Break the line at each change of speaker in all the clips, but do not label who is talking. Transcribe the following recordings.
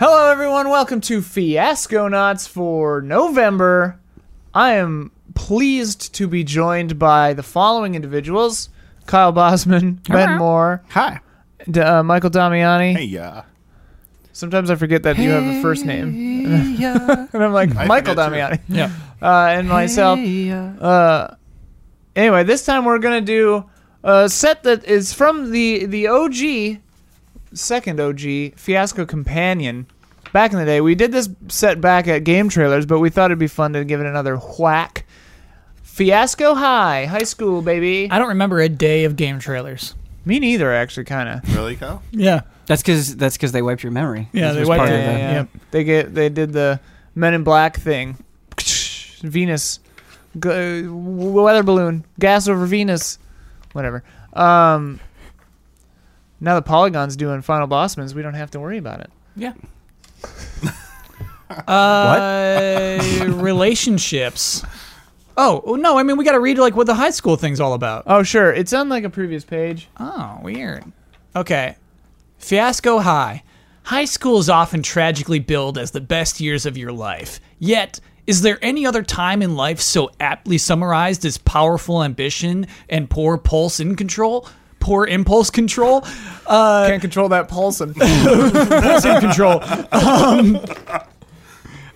everyone. Welcome to Fiasco Knots for November. I am pleased to be joined by the following individuals Kyle Bosman, Ben Moore,
Hi.
D- uh, Michael Damiani.
Hey, yeah.
Sometimes I forget that you have a first name. and I'm like,
I
Michael
forget
Damiani. Yeah. Uh, and myself. Uh, anyway, this time we're going to do a set that is from the, the OG, second OG, Fiasco Companion. Back in the day, we did this set back at game trailers, but we thought it'd be fun to give it another whack. Fiasco High, high school, baby.
I don't remember a day of game trailers.
Me neither, actually, kind of.
Really, Kyle?
Yeah.
That's because that's because they wiped your memory.
Yeah,
This
they
was
wiped
part
it.
of the-
Yeah, Yep.
They get they did the Men in Black thing. Venus, G- uh, weather balloon, gas over Venus, whatever. Um, now the Polygon's doing Final Bossman's, we don't have to worry about it.
Yeah. uh, relationships. Oh oh, no! I mean, we got to read like what the high school thing's all about.
Oh sure, it's on like a previous page.
Oh, weird. Okay. Fiasco High. High school is often tragically billed as the best years of your life. Yet, is there any other time in life so aptly summarized as powerful ambition and poor pulse in control? Poor impulse control? Uh,
Can't control that pulsing.
pulse in control. Um,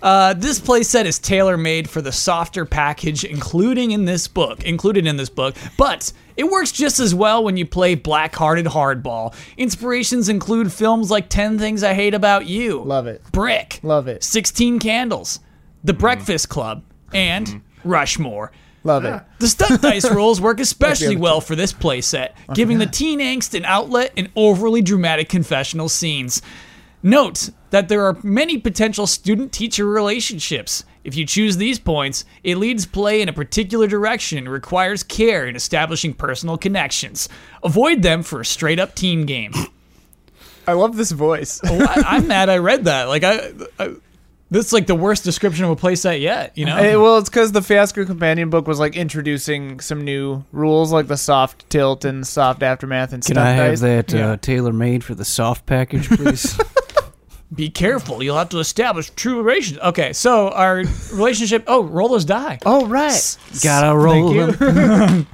uh, this playset is tailor made for the softer package, including in this book, included in this book. But it works just as well when you play black-hearted hardball. Inspirations include films like Ten Things I Hate About You,
Love it.
Brick,
Love it.
Sixteen Candles, The Breakfast Club, and Rushmore.
Love it.
The stunt dice rolls work especially well for this playset, giving the teen angst an outlet in overly dramatic confessional scenes. Note that there are many potential student teacher relationships. If you choose these points, it leads play in a particular direction and requires care in establishing personal connections. Avoid them for a straight up team game.
I love this voice.
Well, I, I'm mad I read that. Like I, I this is like the worst description of a playset yet,
Oh.
you know?
Eh, well, it's because the Fiasco Companion book was like introducing some new rules, like the soft tilt and soft aftermath and
Can
stuff.
I have
dice.
that uh, tailor made for the soft package, please?
Be careful. You'll have to establish true relations. Okay, so our relationship. Oh, roll those die.
Oh right.
Gotta roll.
you.
them.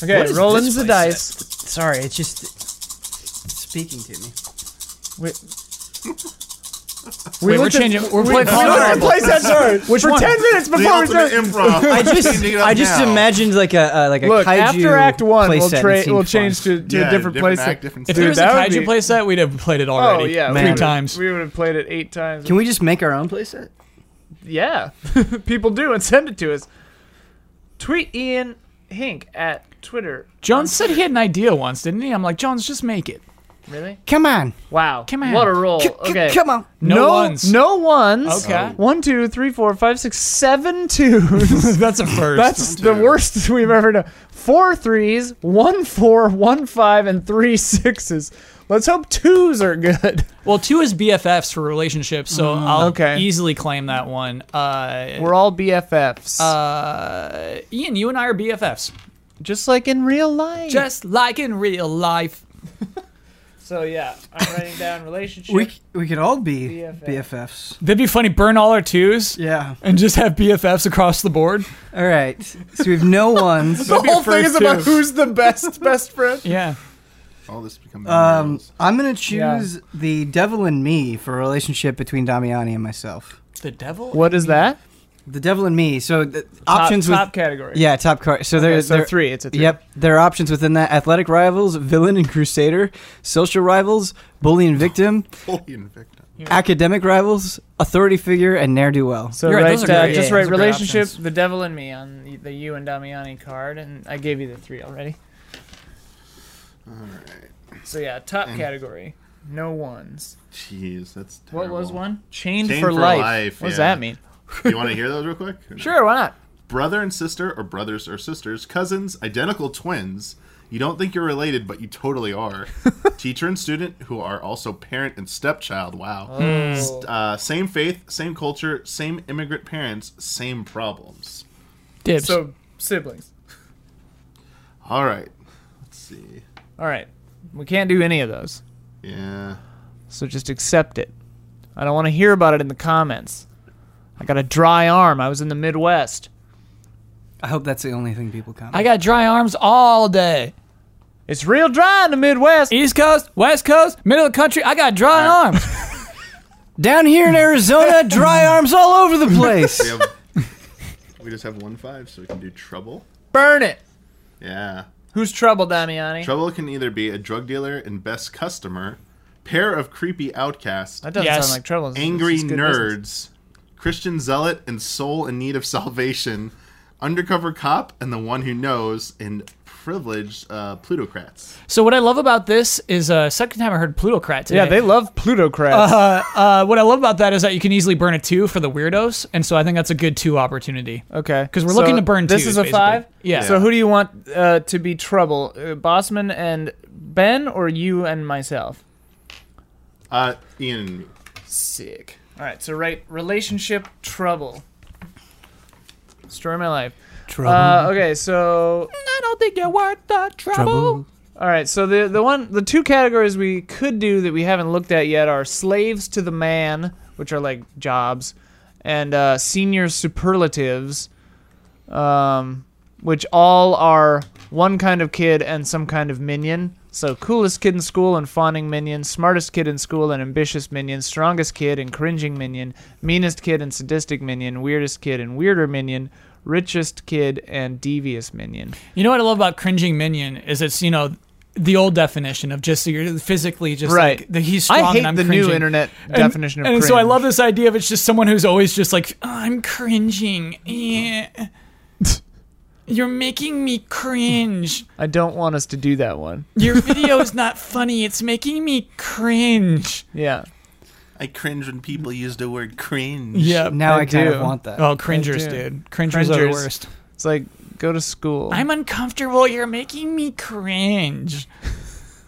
Okay,
is
rolling
this
the
place?
dice.
Sorry, it's just speaking to me.
Wait.
Wait, we're
looked at-
changing. We're
we
playing.
looked at
vulnerable.
PlaySet Zone
Which
for
one?
ten minutes
The
before we
ultimate
started.
improv.
I
You
just
need it up
I just
now.
imagined like a uh, like a
Look,
kaiju
after Act One,
play
we'll,
set and
tra-
it seemed
we'll
fun.
change to, to
Yeah,
a different,
different
playset.
act, different
If
Dude,
there was a
that would
kaiju
be-
playset, we'd have played it
Oh
already.
yeah, we
Man.
three
would've-
times.
We would have played it eight times.
Can we just make our own playset?
yeah, people do and send it to us. Tweet Ian Hink at Twitter.
Jones said he had an idea once, didn't he? I'm like, Jones, just make it.
Really?
Come on,
Wow.
Come on.
What a roll. Okay.
come on.
No,
no
ones.
No ones.
Okay.
One, two, three, four, five, six, seven twos.
That's a first.
That's the worst we've ever done. Four threes, one four, one five, and three sixes. Let's hope twos are good.
well, two is BFFs for relationships, so I'll
Okay.
easily claim that one. Uh,
We're all BFFs,
uh, Ian, you and I are BFFs,
just like in real life.
just like in real life.
so yeah, I'm writing down relationship.
We c- we could all be
BFF.
BFFs.
That'd be funny. Burn all our twos
Yeah.
and just have BFFs across the board.
All right. So we have no ones.
the whole thing is
first
about
two.
who's the best best friend.
Yeah.
All this becoming
Um,
rules.
I'm gonna
Yeah.
choose the devil and me for a relationship between Damiani and myself.
The devil.
What is that?
The devil and me. So the options
top,
with
top category.
yeah, top card. So there's
so three. It's a three.
Yep, there are options within that: athletic rivals, villain and crusader, social rivals, bully and victim,
Fully invicta.
academic rivals, authority figure, and ne'er do well.
So
You're right,
write,
those are
uh,
great.
just
Yeah,
write
those are great
relationship,
options.
the devil and me on the- the you and Damiani card, and I gave you the three already.
All right.
So yeah, top category, no ones.
Jeez, that's
What
terrible.
was one? Chained,
Chained
for,
for
life.
Life,
What does
yeah.
that mean?
you want to hear those real quick?
Sure, why not?
Brother and sister, or brothers or sisters, cousins, identical twins. You don't think you're related, but you totally are. Teacher and student, who are also parent and stepchild. Wow.
Oh. Mm.
S- Uh, same faith, same culture, same immigrant parents, same problems.
Dibs.
So siblings.
All right. Let's see.
All right, we can't do any of those.
Yeah.
So just accept it. I don't want to hear about it in the comments. I got a dry arm. I was in the Midwest.
I hope that's the only thing people comment.
I got dry arms all day.
It's real dry in the Midwest.
East Coast, West Coast, middle of the country, I got dry arms.
Down here in Arizona, dry arms all over the place.
We, have, we just have one five, so we can do trouble.
Burn it.
Yeah.
Who's trouble, Damiani?
Trouble can either be a drug dealer and best customer, pair of creepy outcasts,
that doesn't
Yes.
sound like trouble. It's-
angry
it's good
nerds,
business.
Christian zealot and soul in need of salvation, undercover cop and the one who knows, and privileged uh, plutocrats.
so what I love about this is uh second time I heard plutocrat today.
Yeah, they love plutocrats.
uh, uh, what I love about that is that you can easily burn a two for the weirdos, and so I think that's a good two opportunity.
okay, because
we're looking to burn
This
twos,
is a
basically.
five.
Yeah.
So who do you want uh, to be trouble, uh, Bossman and Ben, or you and myself?
Uh, Ian and me.
Sick. All right, so write relationship trouble. Story of my life.
Trouble.
Uh, okay, so
I don't think you're worth the
trouble.
all right, so the the one the two categories we could do that we haven't looked at yet are slaves to the man, which are like jobs, and uh, senior superlatives, um, which all are one kind of kid and some kind of minion. So coolest kid in school and fawning minion, smartest kid in school and ambitious minion, strongest kid and cringing minion, meanest kid and sadistic minion, weirdest kid and weirder minion, richest kid and devious minion.
You know what I love about cringing minion is it's you know the old definition of just you're physically just
Right.
like the, he's strong.
I hate
and I'm
the new
cringing.
internet
And-
definition of
and
cringe.
so I love this idea of it's just someone who's always just like "Oh, I'm cringing. Yeah. You're making me cringe.
I don't want us to do that one.
Your video is not funny. It's making me cringe.
Yeah.
I cringe when people use the word cringe.
now
I
I, kind
do.
of want that.
Oh, cringers,
I do.
dude. Cringers, are the
Cringers.
worst.
It's like go to school.
I'm uncomfortable. You're making me cringe.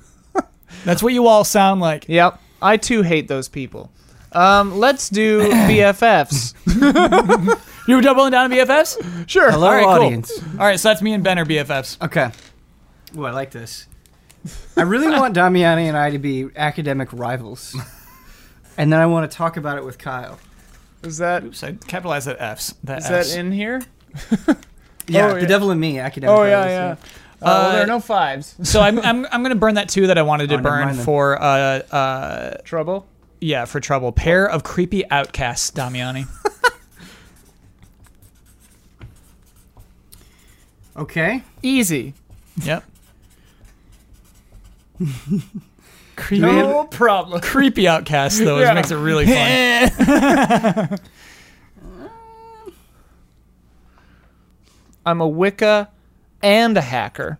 That's what you all sound like.
Yep. I too hate those people. Um, let's do BFFs.
You were doubling down on BFFs?
sure.
Hello,
All right, cool.
audience.
All right, so that's me and Ben are BFFs.
Okay. Ooh, I like this. I really want Damiani and I to be academic rivals. And then I want to talk about it with Kyle.
Is that
Oops, I capitalized that F's. That
is
F's.
that in here?
Yeah,
Oh, yeah.
the devil and me, academic
Oh yeah,
rivals,
yeah. Uh, well, there are no fives.
so I'm, I'm, I'm gonna burn that two that I wanted to
Oh, never
burn
mind then.
for uh uh
Trouble.
yeah for trouble. Pair of creepy outcasts, Damiani.
Okay.
Easy.
yep.
Do we have-
No problem.
Creepy outcasts though
Yeah.
it makes it really fun.
I'm a Wicca and a hacker.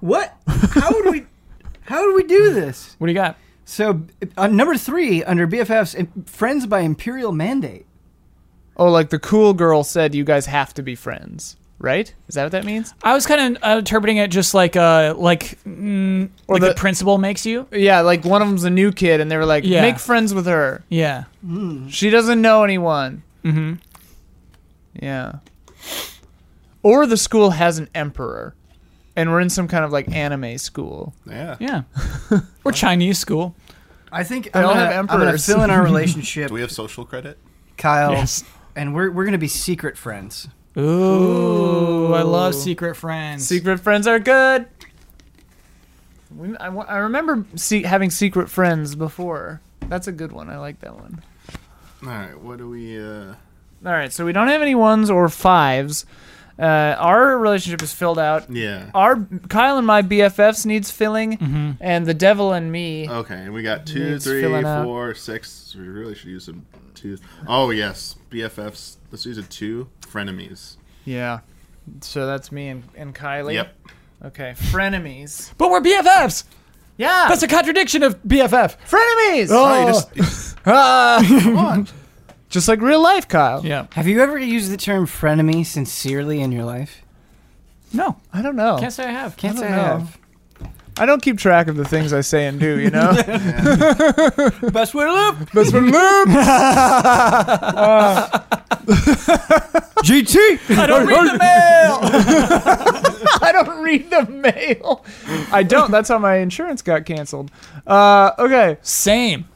What? How would we? How would we do this?
what do you got?
So, uh, number three under BFFs, im- friends by imperial mandate.
Oh, like the cool girl said, you guys have to be friends, right? Is that what that means?
I was kind of uh, interpreting it just like uh like mm, like the,
the-
principal makes you.
Yeah, like one of them's a new kid, and they were like,
Yeah.
make friends with her.
Yeah.
She doesn't know anyone.
Mm-hmm.
Yeah. Or the school has an emperor, and we're in some kind of like anime school.
Yeah.
Yeah. or Chinese school.
I think
They
I'm
all
gonna,
have
I'm gonna
emperors.
fill in our relationship,
Do we have social credit?
Kyle,
Yes.
and we're we're gonna be secret friends.
Ooh, I love secret friends.
Secret friends are good. We, I, wa- I remember se- having secret friends before. That's a good one. I like that one.
All right. What do we? Uh,
All right, so we don't have any ones or fives. Uh, our relationship is filled out.
yeah.
Our Kyle and my BFFs needs filling, and the devil and me.
Okay, and we got two,
Needs
three,
filling up.
four, six. We really should use some two. Oh yes, BFFs. Let's use a two. Frenemies.
Yeah. So that's me and, and Kylie.
Yep.
Okay, frenemies.
But we're BFFs.
Yeah.
That's a contradiction of BFF.
frenemies. Ah,
Oh, you just, you- come on.
Just like real life, Kyle.
Yeah.
Have you ever used the term frenemy sincerely in your life?
No,
I don't know.
can't say I have.
Can't
I
say
don't know.
I have.
I don't keep track of the things I say and do, you know?
Best way to live.
That's from Loop. Uh.
GT.
I don't read the mail.
I don't read the mail. I don't. That's how my insurance got canceled. Uh, okay.
Same.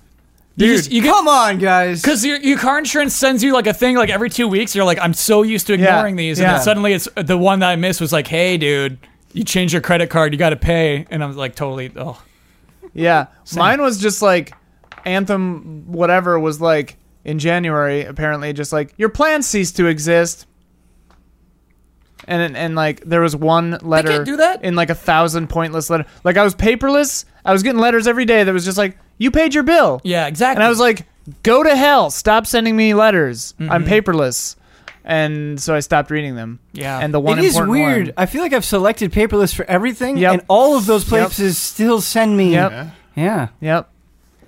You just- you get-
Come on, guys.
Because your, your car insurance sends you like a thing like every two weeks. You're like, I'm so used to
Yeah,
ignoring these, and
yeah.
then suddenly it's the one that I missed was like, hey, dude, you changed your credit card, you got to pay, and I'm like, totally, oh,
Yeah. Mine was just like Anthem whatever was like in January apparently just like your plan ceased to exist. And and like there was one letter
can't do that?
in like a thousand pointless letter. Like I was paperless. I was getting letters every day that was just like you paid your bill.
yeah, exactly.
And I was like go to hell. Stop sending me letters. I'm
Mm-hmm.
paperless. And so I stopped reading them.
Yeah.
And the one
it is
important
weird.
one-
I feel like I've selected paperless for everything,
Yep.
and all of those places still send me.
Yep.
Yeah.
Yeah.
Yep.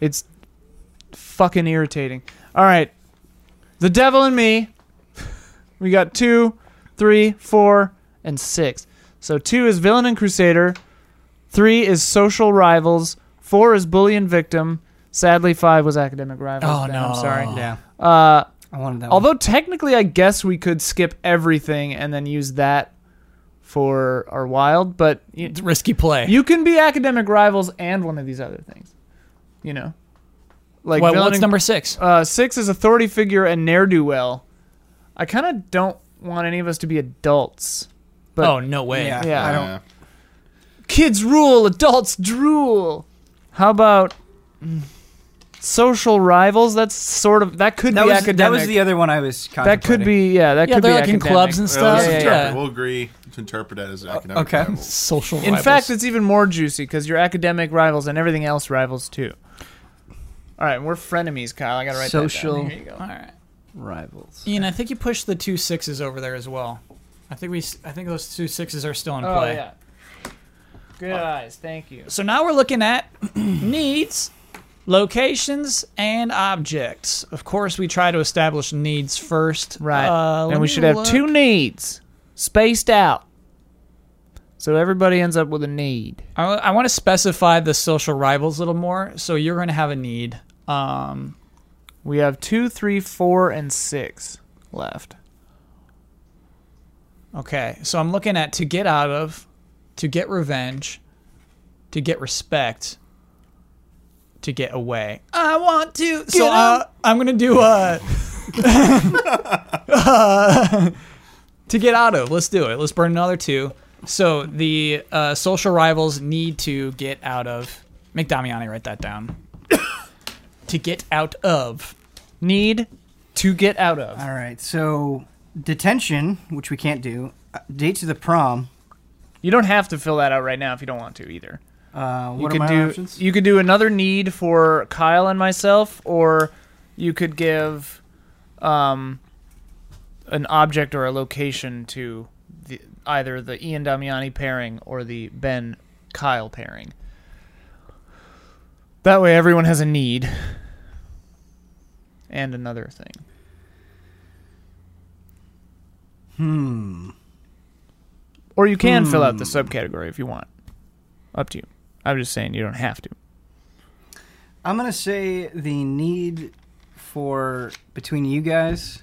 It's fucking irritating. All right. The Devil and Me. We got two, three, four, and six. So two is Villain and Crusader. Three is Social Rivals. Four is Bully and Victim. Sadly, five was Academic Rivals.
Oh,
Damn,
no.
I'm sorry.
Yeah.
Uh,
I wanted that.
although, technically, I guess we could skip everything and then use that for our wild, but you,
It's risky play.
you can be academic rivals and one of these other things. You know, like
well,
villain
what's
and-
number six?
uh, six is authority figure and ne'er do well. I kind of don't want any of us to be adults. But
oh no way.
Yeah.
yeah.
I don't.
Yeah.
kids rule, adults drool. How about mm, social rivals? That's sort of that could
That
be
was,
academic.
that was the other one I was.
that could be yeah. That
Yeah,
could
they're
be
like in
academic.
clubs and
Well,
stuff.
let's
Yeah,
Yeah,
yeah,
interpret- We'll agree to interpret that as academic.
okay.
rival.
Social.
In
rivals.
fact, it's even more juicy because you're academic rivals and everything else rivals too. All right, we're frenemies, Kyle. I gotta write that
Social-
down. Here you go.
all right.
rivals.
Ian, I think you pushed the two sixes over there as well. I think we, s- I think those two sixes are still in
Oh
play.
yeah. Good eyes, thank you.
So now we're looking at needs, locations, and objects. Of course, we try to establish needs first.
Right.
Uh, let
and
me
we should have
look.
two needs spaced out. So everybody ends up with a need.
I, want to specify the social rivals a little more. So you're going to have a need. Um,
We have two, three, four, and six left.
okay. So I'm looking at to get out of, to get revenge, to get respect, to get away. I want to. so uh, I'm going to do uh, to get out of. Let's do it. Let's burn another two. So the uh, social rivals need to get out of. Make Damiani write that down. to get out of.
Need to get out of.
All right. So detention, which we can't do. Uh, date to the prom.
You don't have to fill that out right now if you don't want to either.
Uh,
You
what
could
are my
do
options?
you could do another need for Kyle and myself, or you could give um, an object or a location to the, either the Ian Damiani pairing or the Ben Kyle pairing. That way, everyone has a need and another thing. Hmm. Or you can fill out the subcategory if you want. Up to you. I'm just saying you don't have to.
I'm gonna say the need for between you guys,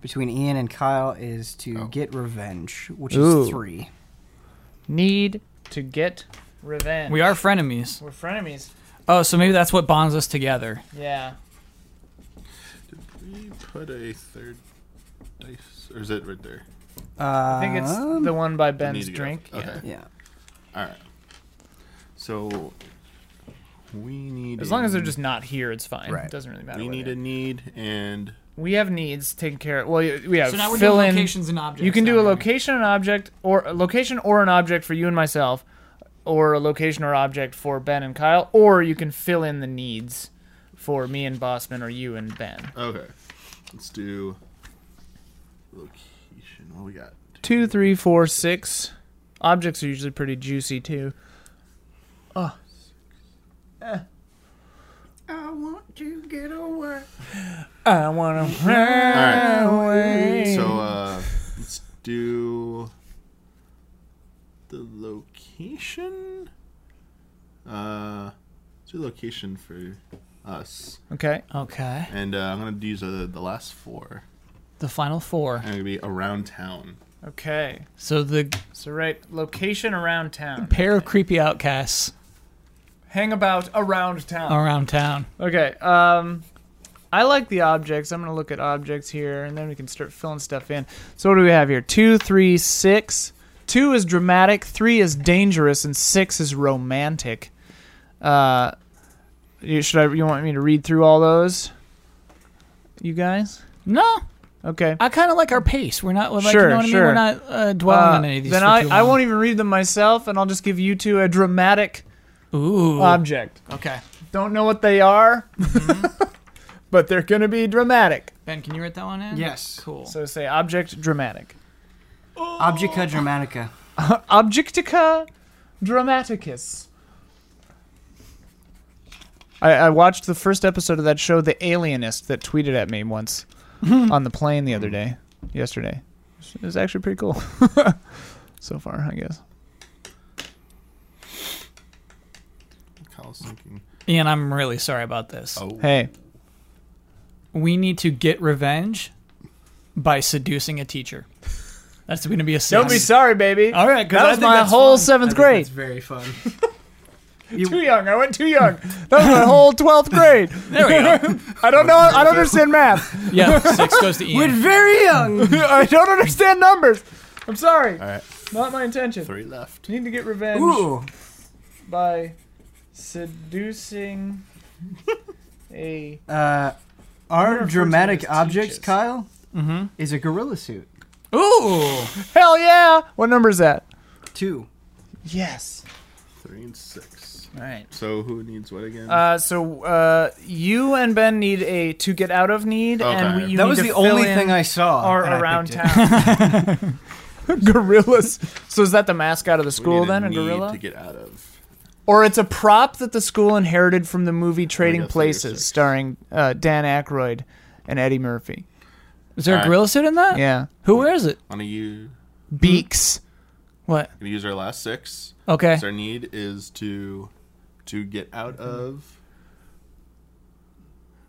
between Ian and Kyle, is to get revenge, which
Ooh.
is three.
Need to get revenge.
We are frenemies.
We're frenemies.
Oh, so maybe that's what bonds us together.
Yeah.
We put a third dice, or is it right there?
I think it's
Um,
the one by
Need
Ben's
to go.
drink.
Okay.
Yeah.
yeah.
All right. So we need.
As long
a
as they're
need-
just not here, it's fine.
Right.
It doesn't really matter.
We
where
need
they
a
are.
need and
We have needs taken care of. Well, you- we have
So now we're
fill
doing
in.
locations and objects.
you can do
down
a
here.
location, an object, or a location or an object for you and myself, or a location or object for Ben and Kyle, or you can fill in the needs for me and Bossman or you and Ben.
okay. Let's do location. What we got?
Two, three, four, six. Objects are usually pretty juicy too.
I want to get away.
I want to.
All right. So uh, let's do the location. Uh, let's do location for us,
Okay.
Okay.
and uh, I'm gonna use uh, the last four.
The final four.
I'm gonna be around town.
Okay.
So the
So right, location around town.
pair of creepy outcasts.
hang about around town.
around town.
Okay. Um, I like the objects. I'm gonna look at objects here, and then we can start filling stuff in. So what do we have here? Two, three, six. Two is dramatic. Three is dangerous, and six is romantic. Uh, you, should I? You want me to read through all those? You guys?
No,
Okay.
I kind of like our pace. We're not like
Sure,
you know what
sure.
I mean. We're not uh, dwelling
Uh,
on any of these.
then
for
I,
too
I
long.
won't even read them myself, and I'll just give you two a dramatic
Ooh.
object.
okay.
Don't know what they are,
Mm-hmm.
but they're gonna be dramatic.
Ben, can you write that one in?
Yes.
Cool.
So say object dramatic.
Objecta Dramatica.
Objectica Dramaticus. I, I watched the first episode of that show, The Alienist, that tweeted at me once on the plane
Mm.
the other day, yesterday. It was actually pretty cool so far, I guess.
Kyle's thinking.
Ian, I'm really sorry about this.
Oh,
Hey,
We need to get revenge by seducing a teacher. That's going to be a
don't be
sentence.
sorry, baby.
All right, 'cause
that
I
was
think
my
that's
whole
fun.
seventh grade.
very fun.
Too young. I went too young. That was my whole twelfth grade.
There we go.
I don't know. I don't understand math.
Yeah, six goes to Ian.
We're very young.
I don't understand numbers. I'm sorry.
all right,
Not my intention.
three left.
Need to get revenge.
Ooh.
by seducing a
Uh,
refer to
our
it
dramatic
as
objects,
teachers.
Kyle, is a gorilla suit.
Ooh.
hell yeah what number is that
Two.
yes
Three and six.
all right
So who needs what again?
uh, so uh, you and ben need a to get out of need and we,
Okay.
you
that
need
was
to
the
fill
only
in
thing I saw.
our
and I
around
picked it.
town gorillas so is that the mascot of the
We need
school then a
need
gorilla
to get out of.
or it's a prop that the school inherited from the movie trading
guess they're
places
six.
starring uh, dan Aykroyd and eddie murphy
Is there a
All right.
gorilla suit in that?
yeah
Who wears it?
Wanna use?
beaks
What?
Gonna use our last six.
Okay.
So our need is to to get out of.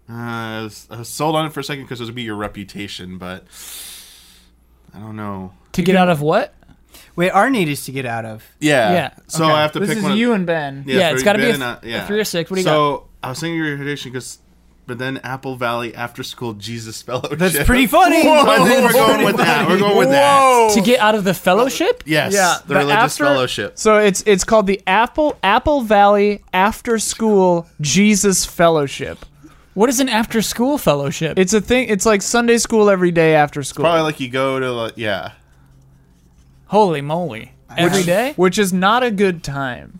Uh, I was, I was sold on it for a second because it would be your reputation, but I don't know.
To get out of what?
Wait, our need is to get out of.
Yeah.
Yeah,
So
okay.
I have to
this
pick
is
one. of-
you and ben
Yeah, it's
for
gotta be
Ben and
a
I- yeah.
three or six. What do you
so, I was thinking your reputation because, but then Apple Valley After School Jesus Fellowship.
That's pretty funny.
Whoa, we're
That's
going
pretty
with that.
funny.
We're going with that.
To get out of the fellowship?
Yes.
Yeah,
the,
the
religious
after-
fellowship.
So it's it's called the Apple Apple Valley After School Jesus Fellowship.
What is an after school fellowship?
It's a thing. It's like Sunday school every day after school,
Probably like you go to like yeah.
Holy moly. Every day?
which is not a good time.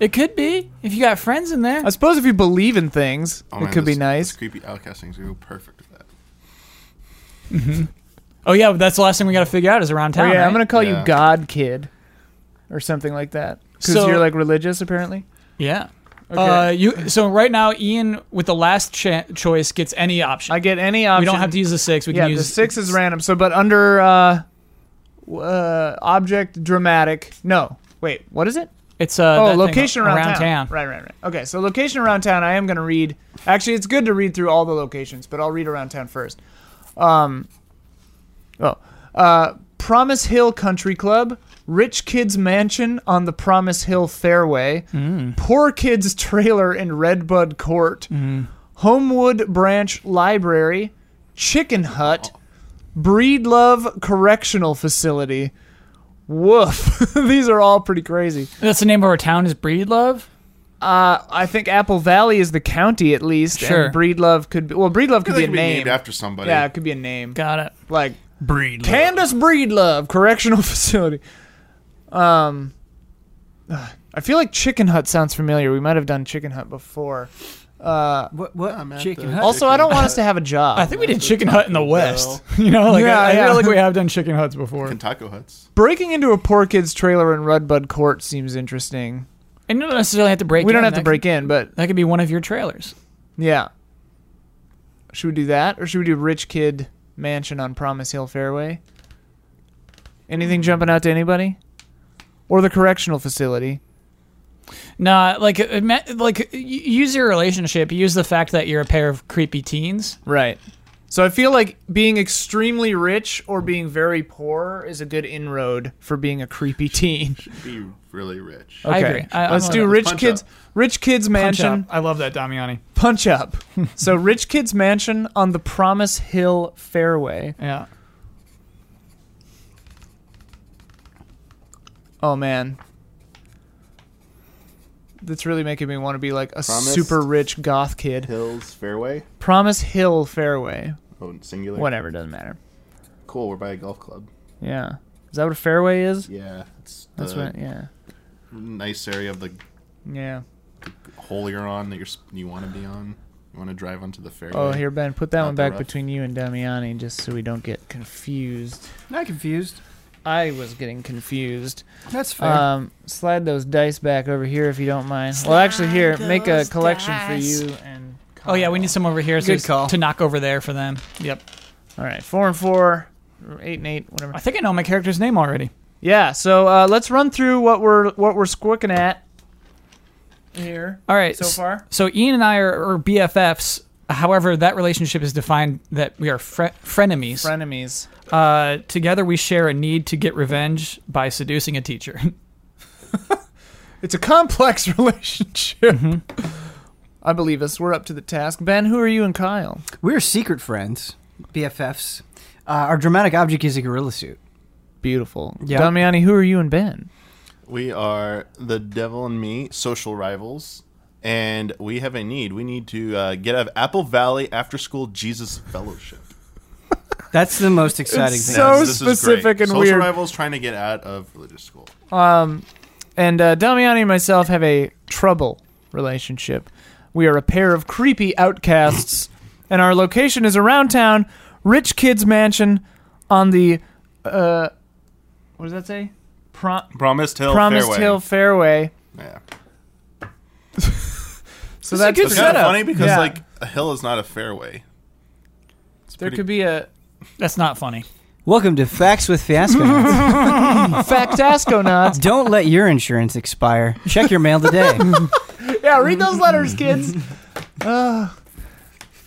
It could be if you got friends in there.
I suppose if you believe in things,
Oh,
it
man,
could be
this-
nice.
This creepy outcast things go perfect with that.
Oh yeah, but that's the last thing we got to figure out is around
Or
town.
Oh, yeah,
right?
I'm gonna call
Yeah.
you God Kid, or something like that, because
So-
you're like religious apparently.
Yeah. Uh, you. So right now, Ian with the last cha- choice gets any option.
I get any option.
we don't have to use the six. We
Yeah,
can use
the six is random. So, but under uh, w- uh, object dramatic. No, wait, what is it?
It's uh, that
Oh,
thing
location around, town.
town.
Right, right, right. Okay, so location around town. I am going to read. Actually, it's good to read through all the locations, but I'll read around town first. Um, oh, uh, Promise Hill Country Club, Rich Kids Mansion on the Promise Hill Fairway,
Mm.
Poor Kids Trailer in Redbud Court,
Mm-hmm.
Homewood Branch Library, Chicken Hut, Breedlove Correctional Facility. Woof. These are all pretty crazy.
That's the name of our town is Breedlove.
Uh, I think Apple Valley is the county at least.
Sure.
And Breedlove could be. Well, Breedlove could
They
be a
could be
name.
named after somebody.
yeah, it could be a name.
Got it.
Like
Breedlove.
Candace Breedlove Correctional Facility. Um, ugh, I feel like Chicken Hut sounds familiar. We might have done Chicken Hut before.
What? What?
I'm at
chicken
the-
hut?
Also, I don't want us to have a job.
I think we did Chicken Hut in the West. You know, like
Yeah,
I, I
yeah.
feel like we have done Chicken Huts before.
And taco huts.
breaking into a poor kid's trailer in Redbud Court seems interesting.
And you don't necessarily have to break.
We don't
in.
have to
That
break in, but
Could, that could be one of your trailers.
yeah. Should we do that, or should we do Rich Kid Mansion on Promise Hill Fairway? Anything jumping out to anybody? Or the correctional facility?
Nah, like it meant- like y- use your relationship. Use the fact that you're a pair of creepy teens.
Right. So I feel like being extremely rich or being very poor is a good inroad for being a creepy teen.
Be really rich.
Okay.
agree. I- I'm
Let's
on
do
that.
rich
Punch
kids
Up.
rich kids mansion.
I love that Damiani.
Punch up. so rich kids mansion on the Promise Hill fairway.
Yeah.
Oh man. That's really making me want to be like a
Promised
super rich goth kid.
Hills fairway.
Promise Hill fairway.
Oh, singular.
Whatever, doesn't matter.
Cool. We're by a golf club.
Yeah. Is that what a fairway is?
Yeah, it's the
That's what yeah.
nice area of the
Yeah.
hole you're on that you're s- you want to be on. You want to drive onto the fairway.
Oh, here, Ben, put that
Not
one
the
back
rough.
between you and Damiani just so we don't get confused.
Not confused.
I was getting confused.
That's fair.
Um, slide those dice back over here if you don't mind. well, actually, here, make a collection for you and.
Oh yeah, we need some over here so
Good
it's-
call.
to knock over there for them. Yep.
All right, four and four, or eight and eight, whatever.
I think I know my character's name already.
Yeah. So uh, let's run through what we're what we're squicking at. Here.
All right.
So
s-
far?
So Ian and I are, are BFFs. However, that relationship is defined that we are fre- frenemies.
Frenemies.
Uh, together, we share a need to get revenge by seducing a teacher.
It's a complex relationship. I believe us. We're up to the task. Ben, who are you and Kyle?
We're secret friends, BFFs. Uh, our dramatic object is a gorilla suit.
Beautiful.
Yeah.
Damiani, who are you and Ben?
We are the devil and me, social rivals, and we have a need. We need to uh, get out of Apple Valley After School Jesus Fellowship.
That's the most exciting
It's
thing.
so-
This is great.
specific and
social
weird.
rivals trying to get out of religious school.
And uh, Damiani and myself have a trouble relationship. We are a pair of creepy outcasts, and our location is around town, Rich Kid's Mansion, on the uh, what does that say? Pro-
Promised Hill
Promised
Fairway.
Hill Fairway.
Yeah.
So that's
It's kind of funny because
Yeah.
like a hill is not a fairway. It's
there
pretty-
could be a
That's not funny.
Welcome to Facts with Fiasco.
factasco nuts.
Don't let your insurance expire. Check your mail today.
Yeah, read those letters, kids. Ugh.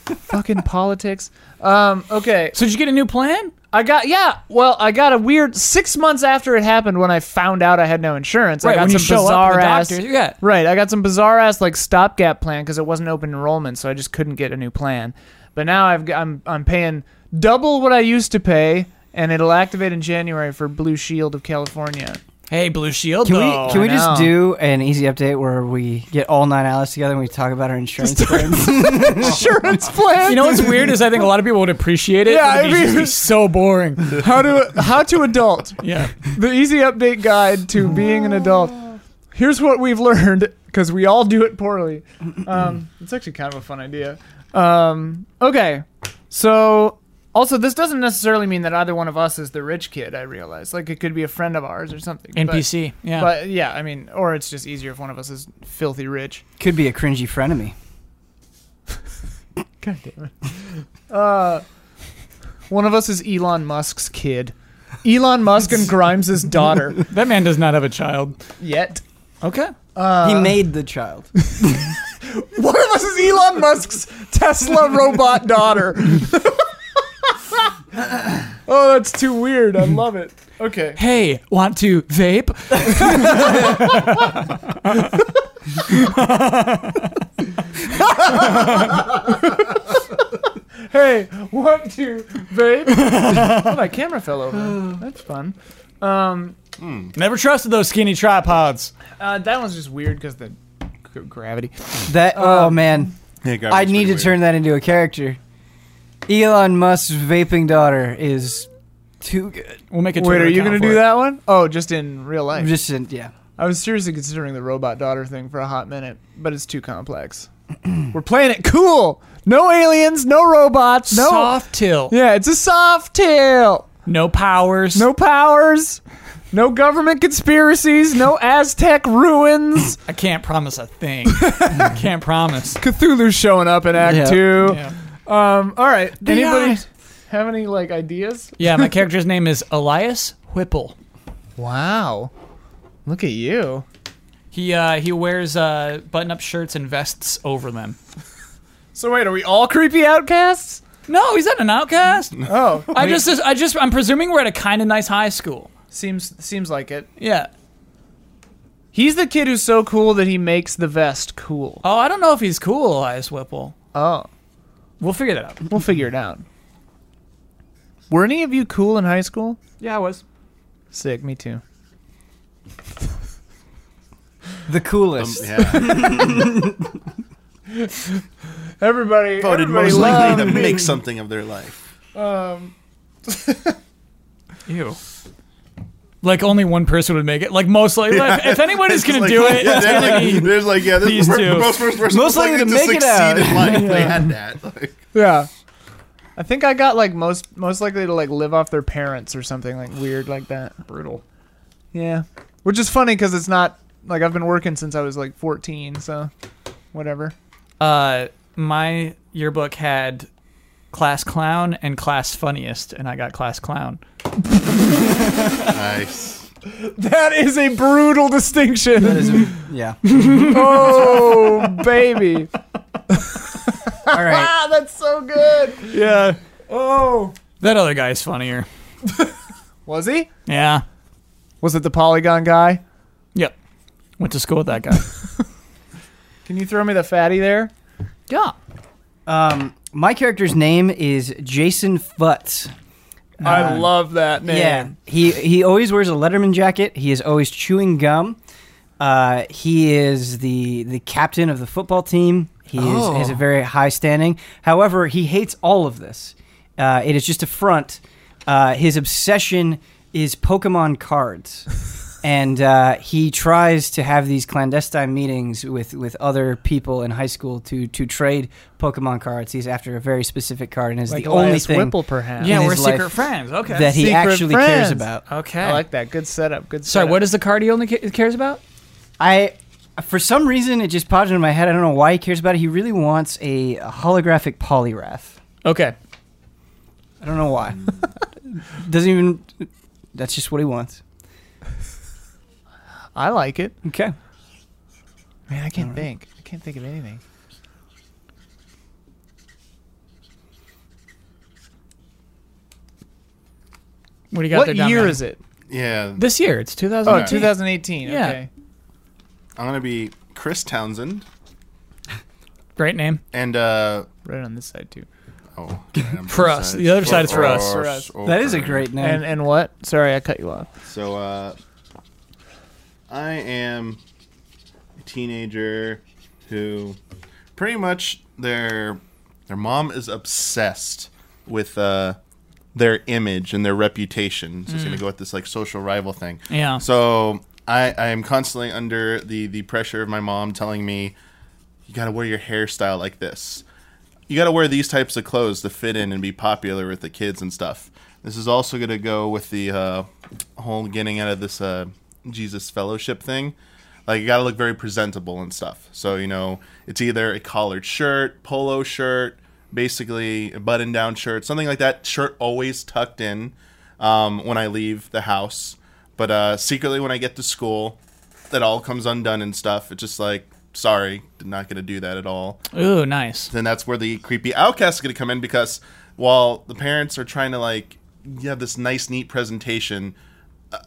fucking politics. Um, okay,
So did you get a new plan?
I got yeah. Well, I got a weird six months after it happened when I found out I had no insurance. I got
when
some
you show up
bizarre
to the
ass.
doctor, yeah.
Right, I got some bizarre ass like stopgap plan because it wasn't open enrollment, so I just couldn't get a new plan. But now I've got, I'm I'm paying double what I used to pay, and it'll activate in January for Blue Shield of California.
Hey, Blue Shield.
Can
though.
we can we
I
just
know.
do an easy update where we get all nine allies together and we talk about our insurance plans?
insurance plan.
You know what's weird is I think a lot of people would appreciate it.
Yeah,
but it'd
I
be
mean-
just so boring.
how to how to adult.
Yeah.
the easy update guide to being an adult. Here's what we've learned because we all do it poorly. Um, it's actually kind of a fun idea. Um, okay, so also this doesn't necessarily mean that either one of us is the rich kid. I realize, like, it could be a friend of ours or something. but-
NPC. yeah.
But yeah, I mean, or it's just easier if one of us is filthy rich.
Could be a cringy frenemy.
God damn it. Uh, one of us is Elon Musk's kid. Elon Musk and Grimes' daughter.
that man does not have a child.
Yet.
Okay.
he made the child.
One of us is Elon Musk's Tesla robot daughter. oh, that's too weird. I love it. Okay.
Hey, want to vape?
Hey, one, two, babe. oh, my camera fell over. That's fun. Um,
Never trusted those skinny tripods.
uh, that one's just weird because the g- gravity.
That oh man,
Yeah, God,
I
it's
need to
pretty weird.
turn that into a character. Elon Musk's vaping daughter is too good.
We'll make a
Wait,
Twitter
are you
account
gonna
for
do
it.
that one? Oh, just in real
I'm
life.
just in, yeah.
I was seriously considering the robot daughter thing for a hot minute, but it's too complex. We're playing it cool. No aliens, no robots, no.
Soft till.
Yeah, it's a soft tail.
No powers.
No powers. No government conspiracies. No Aztec ruins.
I can't promise a thing. can't promise.
Cthulhu's showing up in Act
Yeah.
Two.
Yeah.
Um. All right. Anybody
eyes.
have any like ideas?
Yeah, my character's name is Elias Whipple.
Wow. Look at you.
He uh, he wears uh, button-up shirts and vests over them.
So wait, are we all creepy outcasts?
No, he's not an outcast.
Oh,
I
we-
just, I just, I'm presuming we're at a kind of nice high school.
seems seems like it.
Yeah.
He's the kid who's so cool that he makes the vest cool.
Oh, I don't know if he's cool, Elias Whipple.
Oh,
We'll figure that out.
we'll figure it out. Were any of you cool in high school?
Yeah, I was.
Sick, me too.
The
Um,
coolest.
yeah.
Everybody
Voted
everybody
most likely to
loved
make
me.
something of their life.
Um,
Ew. Like only one person would make it. Like most likely, like, if anyone is gonna
Like,
do it,
yeah,
it's
there's,
gonna
like,
be.
there's like, yeah, this
these
is the
two.
most first person
Most
most likely
likely
to
to make
succeed
it out.
in life. They had that. Like,
yeah. I think I got like most most likely to like live off their parents or something like weird like that.
Brutal.
Yeah. Which is funny because it's not like I've been working since I was like 14, so whatever.
Uh, my yearbook had class clown and class funniest, and I got class clown.
nice.
That is a brutal distinction.
That is a- yeah.
oh, baby.
All right.
Ah, that's so good.
Yeah.
Oh.
That other guy's funnier.
Was he?
Yeah.
Was it the Polygon guy?
Yep. Went to school with that guy.
Can you throw me the fatty there?
yeah.
Um, my character's name is Jason Futz.
I love that name.
Yeah, he he always wears a Letterman jacket. He is always chewing gum. Uh, he is the the captain of the football team. He
Oh.
is, has a very high standing. However, he hates all of this. Uh, it is just a front. Uh, his obsession is Pokemon cards, and uh, he tries to have these clandestine meetings with, with other people in high school to to trade Pokemon cards. He's after a very specific card, and is
Like
the only
Elias
thing
Whipple, perhaps.
Yeah,
uh, his
we're secret
life
friends. Okay.
that he
Secret
actually
friends.
cares about.
okay.
I like that. Good setup. Good
Sorry,
setup.
what is the card he only ca- cares about?
I, for some reason, it just popped into my head. I don't know why he cares about it. He really wants a, a holographic polyrath.
Okay.
I don't know why. Doesn't even. That's just what he wants.
I like it.
Okay.
Man, I can't think. I can't think of anything.
What do you got
what
there down
year
there?
is it?
Yeah,
This year. It's 2000.
Oh,
Okay.
2018.
Yeah.
Okay.
I'm gonna be Chris Townsend,
Great name.
and uh,
Right on this side too.
oh,
For us. The other side is for us.
For us.
That is a great name.
And and what? Sorry, I cut you off.
So uh, I am a teenager who pretty much their their mom is obsessed with uh, their image and their reputation. So it's gonna go with this like social rival thing.
Yeah.
So I, I am constantly under the the pressure of my mom telling me, you gotta wear your hairstyle like this. You gotta wear these types of clothes to fit in and be popular with the kids and stuff. This is also gonna go with the uh, whole getting out of this uh, Jesus fellowship thing. Like you gotta look very presentable and stuff. So you know, it's either a collared shirt, polo shirt, basically a button-down shirt, something like that. Shirt always tucked in um, when I leave the house, but uh, secretly when I get to school, that all comes undone and stuff. It's just like, sorry, not gonna do that at all
Ooh, nice.
then that's where the creepy outcast is going to come in because while the parents are trying to like you have this nice neat presentation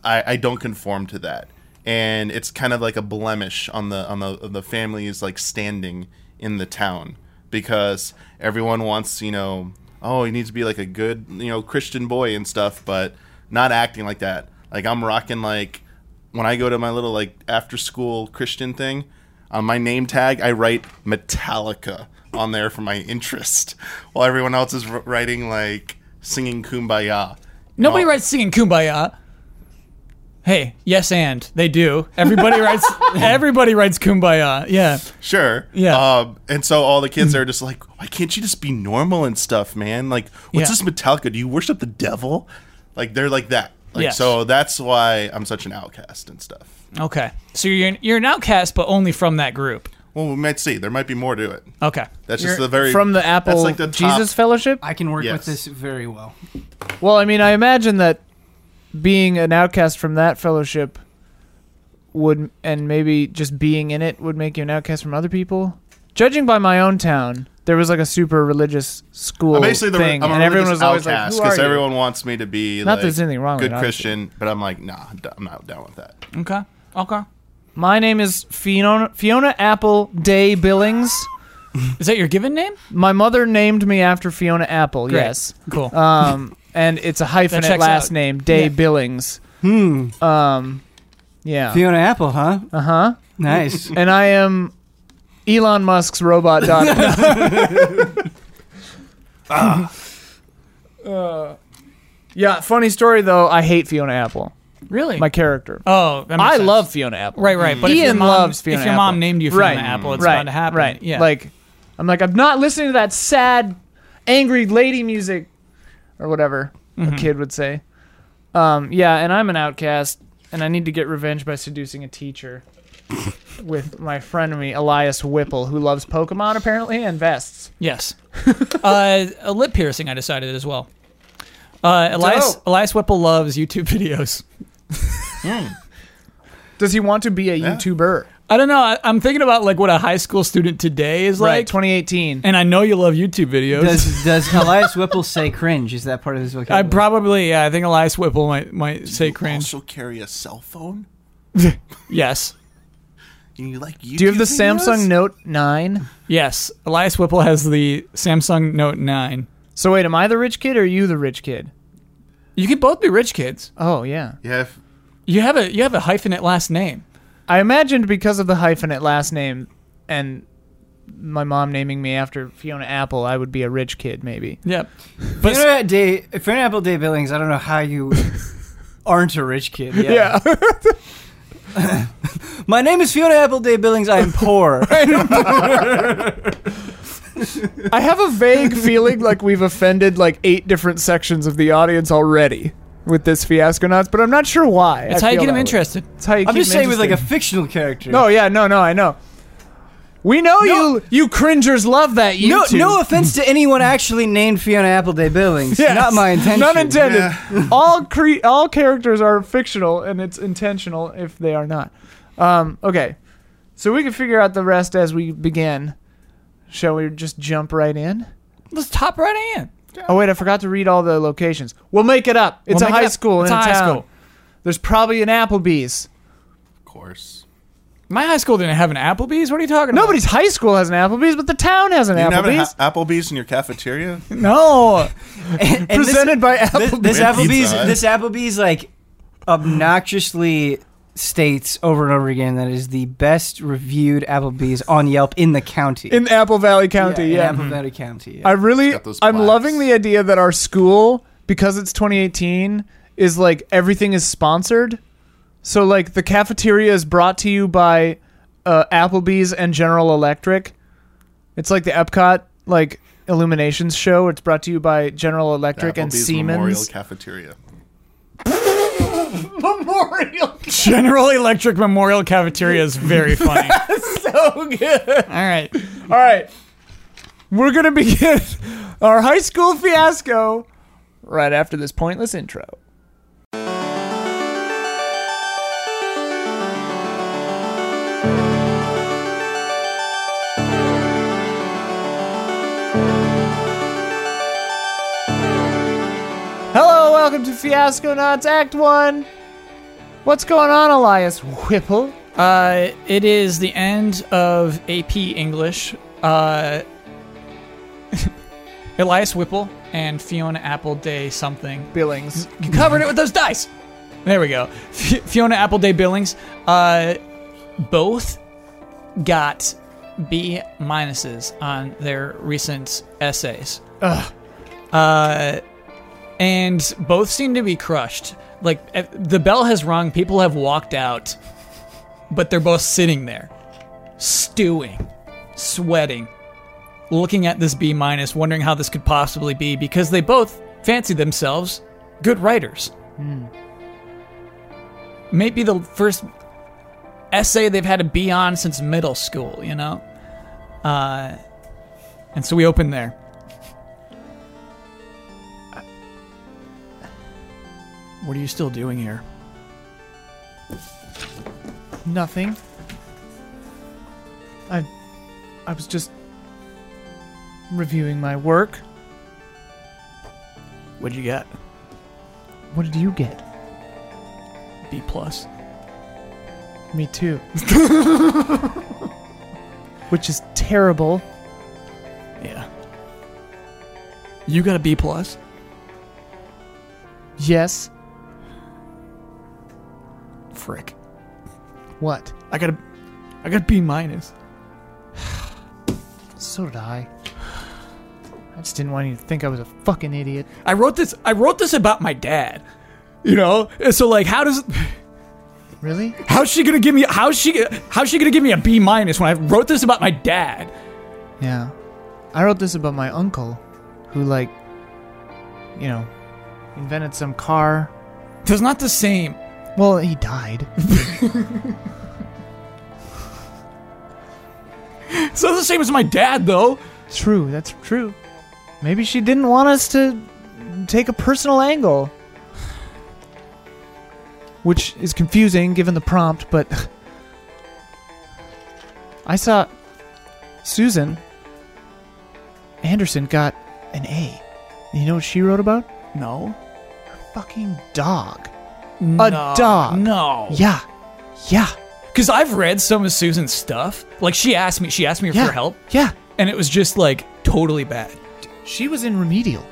i, I don't conform to that and it's kind of like a blemish on the on the on the family's like standing in the town because everyone wants you know oh he needs to be like a good you know christian boy and stuff but not acting like that like i'm rocking like when I go to my little like after school Christian thing, on my name tag I write Metallica on there for my interest, while everyone else is r- writing like singing Kumbaya.
Nobody
No.
writes singing Kumbaya. Hey, yes, and they do. Everybody writes. Everybody writes Kumbaya. Yeah.
Sure.
Yeah.
Um, and so all the kids
Hmm.
are just like, why can't you just be normal and stuff, man? Like, what's
Yeah.
this Metallica? Do you worship the devil? Like they're like that. Like
Yes.
so that's why I'm such an outcast and stuff.
Okay. So you're you're an outcast, but only from that group.
Well, we might see. There might be more to it.
Okay.
That's just
You're
the very
from the Apple
That's like the top-
Jesus Fellowship.
I can work
Yes.
with this very well.
Well, I mean, I imagine that being an outcast from that fellowship would, and maybe just being in it would make you an outcast from other people. judging by my own town, there was like a super religious school
I'm basically the
thing,
I'm a
and everyone was always like,
outcast
"Who are
because
you?"
everyone wants me to be
Not that
like,
there's anything wrong with
good
it, obviously.
Christian, but I'm like, nah, d- I'm not down with that.
Okay. Okay.
My name is Fiona Fiona Apple Day Billings.
Is that your given name?
My mother named me after Fiona Apple.
Great.
Yes.
Cool.
Um, and it's a hyphenate
checks
last
out.
name, Day
Yeah.
Billings.
Hmm.
Um, yeah.
Fiona Apple, huh?
Uh huh.
Nice.
And I am Elon Musk's robot daughter. Uh, yeah. Funny story though. I hate Fiona Apple,
really?
my character.
oh, that makes
I
sense.
love Fiona Apple.
Right, right. But if your
Ian
mom,
loves Fiona
If your
Apple.
mom named you Fiona
Right.
Apple, it's
right,
bound to happen.
Right.
Yeah.
Like, I'm like, I'm not listening to that sad, angry lady music, or whatever
Mm-hmm.
a kid would say. Um, yeah, and I'm an outcast, and I need to get revenge by seducing a teacher with my frenemy Elias Whipple, who loves Pokemon apparently and vests.
Yes. uh, a lip piercing, I decided as well. Uh, Elias
Dope.
Elias Whipple loves YouTube videos.
Does he want to be a YouTuber?
I don't know. I, I'm thinking about like what a high school student today is
Right,
like.
2018.
and I know you love YouTube videos.
does does Elias Whipple say cringe? Is that part of his
I
vocabulary?
probably yeah. I think Elias Whipple might might say
You
cringe.
Also carry a cell phone.
Yes.
And you like YouTube
Do you have the
videos?
Samsung Note 9?
Yes. Elias Whipple has the Samsung Note 9.
So wait, am I the rich kid or are you the rich kid?
You could both be rich kids.
Oh yeah.
Yeah, if,
You have a you have a hyphenate last name.
I imagined because of the hyphenate last name and my mom naming me after Fiona Apple, I would be a rich kid, maybe.
Yep. But
Fiona, Day, Fiona Apple Day Billings. I don't know how you aren't a rich kid. Yeah. My name is Fiona Apple Day Billings. I am poor.
I have a vague feeling like we've offended like eight different sections of the audience already with this fiasco nuts, but I'm not sure why.
that's
I
how you
feel
get
that
him
way.
interested.
That's how you
I'm
keep
just
them
saying with like a
interested.
fictional character.
No, yeah, no, no, I know. We know
No.
you you cringers love that YouTube.
No, no offense to anyone actually named Fiona Appleday Billings.
Yes.
Not my intention.
None intended.
Yeah.
all cre- all characters are fictional, and it's intentional if they are not. Um, okay, so we can figure out the rest as we begin. Shall we just jump right in?
Let's top right in.
Oh wait, I forgot to read all the locations. We'll make it up. It's a
We'll make it
high
up.
school
It's
in
a
a
high
town.
school.
There's probably an Applebee's.
of course.
My high school didn't have an Applebee's. What are you talking about?
Nobody's high school has an Applebee's, but the town has an
You have an
Applebee's.
ha- Applebee's in your cafeteria?
No.
And this-
Presented by Applebee's.
This, this
With
Applebee's,
pizza.
this Applebee's, like obnoxiously states over and over again that it is the best reviewed Applebee's on Yelp in the county.
in Apple Valley County,
in
yeah. Mm-hmm.
Apple
Mm-hmm.
Valley County. yeah.
I really,
got those
I'm
plaques.
loving the idea that our school, because it's 2018, is like everything is sponsored. So like the cafeteria is brought to you by uh, Applebee's and General Electric. It's like the Epcot like Illuminations show. It's brought to you by General Electric and
Applebee's Memorial
Siemens.
Cafeteria.
Memorial.
General Electric Memorial Cafeteria is very funny.
so good.
All right.
All right, we're gonna begin our high school fiasco right after this pointless intro. Hello, welcome to Fiasco Nuts Act 1. What's going on, Elias Whipple?
Uh, it is the end of AP English. Uh, Elias Whipple and Fiona Appleday something
Billings.
You covered it with those dice. There we go. F- Fiona Appleday Billings, uh, both got B minuses on their recent essays. Ugh. Uh, and both seem to be crushed. Like eh, the bell has rung, people have walked out, but they're both sitting there, stewing, sweating, looking at this B minus, wondering how this could possibly be because they both fancy themselves good writers. Maybe the first essay they've had to be on since middle school, you know? Uh, and so we open there. What are you still doing here?
Nothing. I I was just reviewing my work.
What'd you get?
What did you get?
B plus.
Me too. Which is terrible.
Yeah. You got a B plus.
Yes.
Frick.
What?
I got a, I got a B minus.
So did I. I just didn't want you to think I was a fucking idiot.
I wrote this. I wrote this about my dad. You know. And so like, how does?
Really?
How's she gonna give me? How's she? How's she gonna give me a B minus when I wrote this about my dad?
Yeah. I wrote this about my uncle, who, like, you know, invented some car.
That's not the same.
Well, he died.
It's not the same as my dad though.
true, that's true. Maybe she didn't want us to take a personal angle. Which is confusing given the prompt, but. I saw Susan Anderson got an A. You know what she wrote about?
No.
Fucking dog.
A
dog.
No.
Yeah. Yeah.
Because I've read some of Susan's stuff. Like she asked me, she asked me
Yeah.
for help,
Yeah.
and it was just like totally bad.
She was in remedial.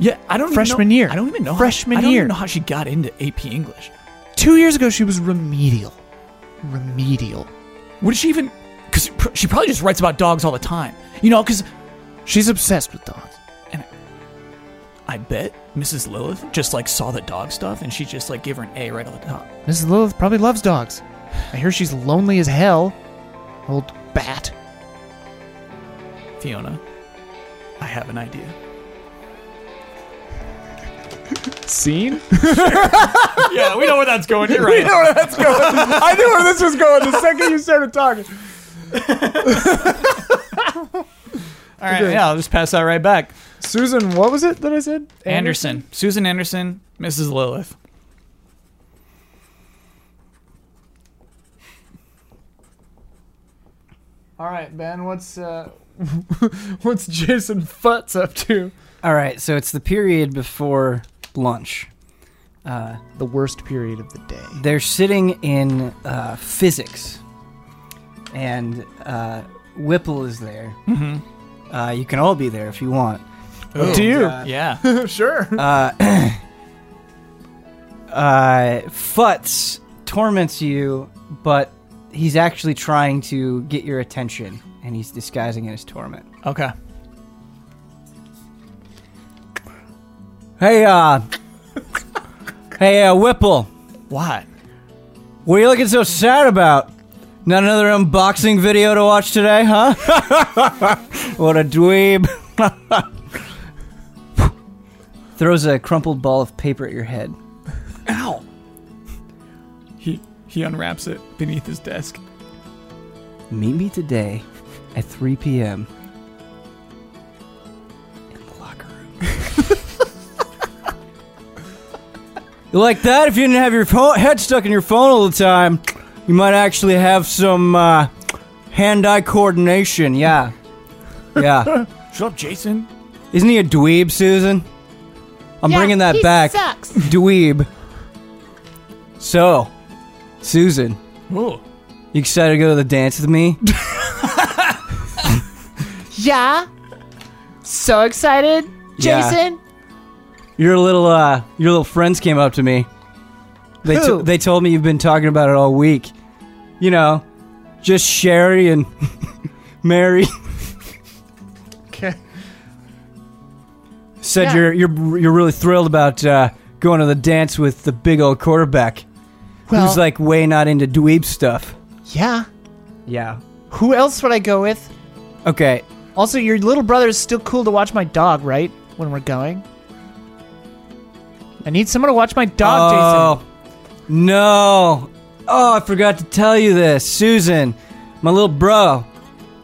Yeah, I don't even
Freshman
know,
year.
I don't even know.
Freshman
how, I don't
year.
even know how she got into AP English.
Two years ago, she was remedial. Remedial.
Would she even? Because she probably just writes about dogs all the time. You know, because
She's obsessed with dogs.
I bet Mrs. Lilith just like saw the dog stuff and she just like gave her an A right on the top.
Mrs. Lilith probably loves dogs. I hear she's lonely as hell. Old bat.
Fiona, I have an idea.
Scene?
Yeah, we know where that's going. You're right.
I knew where this was going the second you started talking.
all right, yeah, I'll just pass that right back.
Susan, what was it that I said?
Anderson, Susan Anderson, Mrs. Lilith.
All right, Ben, what's uh what's Jason Futz up to?
All right, so it's the period before lunch. Uh,
The worst period of the day.
They're sitting in uh, physics, and uh, Whipple is there. Mm-hmm. Uh, you can all be there if you want.
Oh.
Up to you.
Yeah.
sure.
Uh, Futz torments you, but he's actually trying to get your attention, and he's disguising it as torment.
Okay.
Hey, uh, hey, uh, Whipple,
What?
what are you looking so sad about? Not another unboxing video to watch today, huh? what a dweeb. Throws a crumpled ball of paper at your head.
Ow. He he unwraps it beneath his desk.
Meet me today at 3 p.m. in the locker room. you like that? If you didn't have your pho- head stuck in your phone all the time, you might actually have some uh, hand eye coordination. Yeah. Yeah.
Shut up, Jason.
Isn't he a dweeb, Susan? I'm bringing that back.
Sucks.
Dweeb. So, Susan.
Ooh.
You excited to go to the dance with me?
Yeah. So excited,
Yeah.
Jason.
Your little uh, your little friends came up to me. They
Who?
they told me you've been talking about it all week. You know, just Sherry and Mary
okay.
said
Yeah.
you're you're you're really thrilled about uh, going to the dance with the big old quarterback,
Well,
who's like way not into dweeb stuff.
yeah.
Yeah.
Who else would I go with?
Okay.
Also, your little brother is still cool to watch my dog, right? When we're going. I need someone to watch my dog, Jason.
oh, No. Oh, I forgot to tell you this. Susan, my little bro,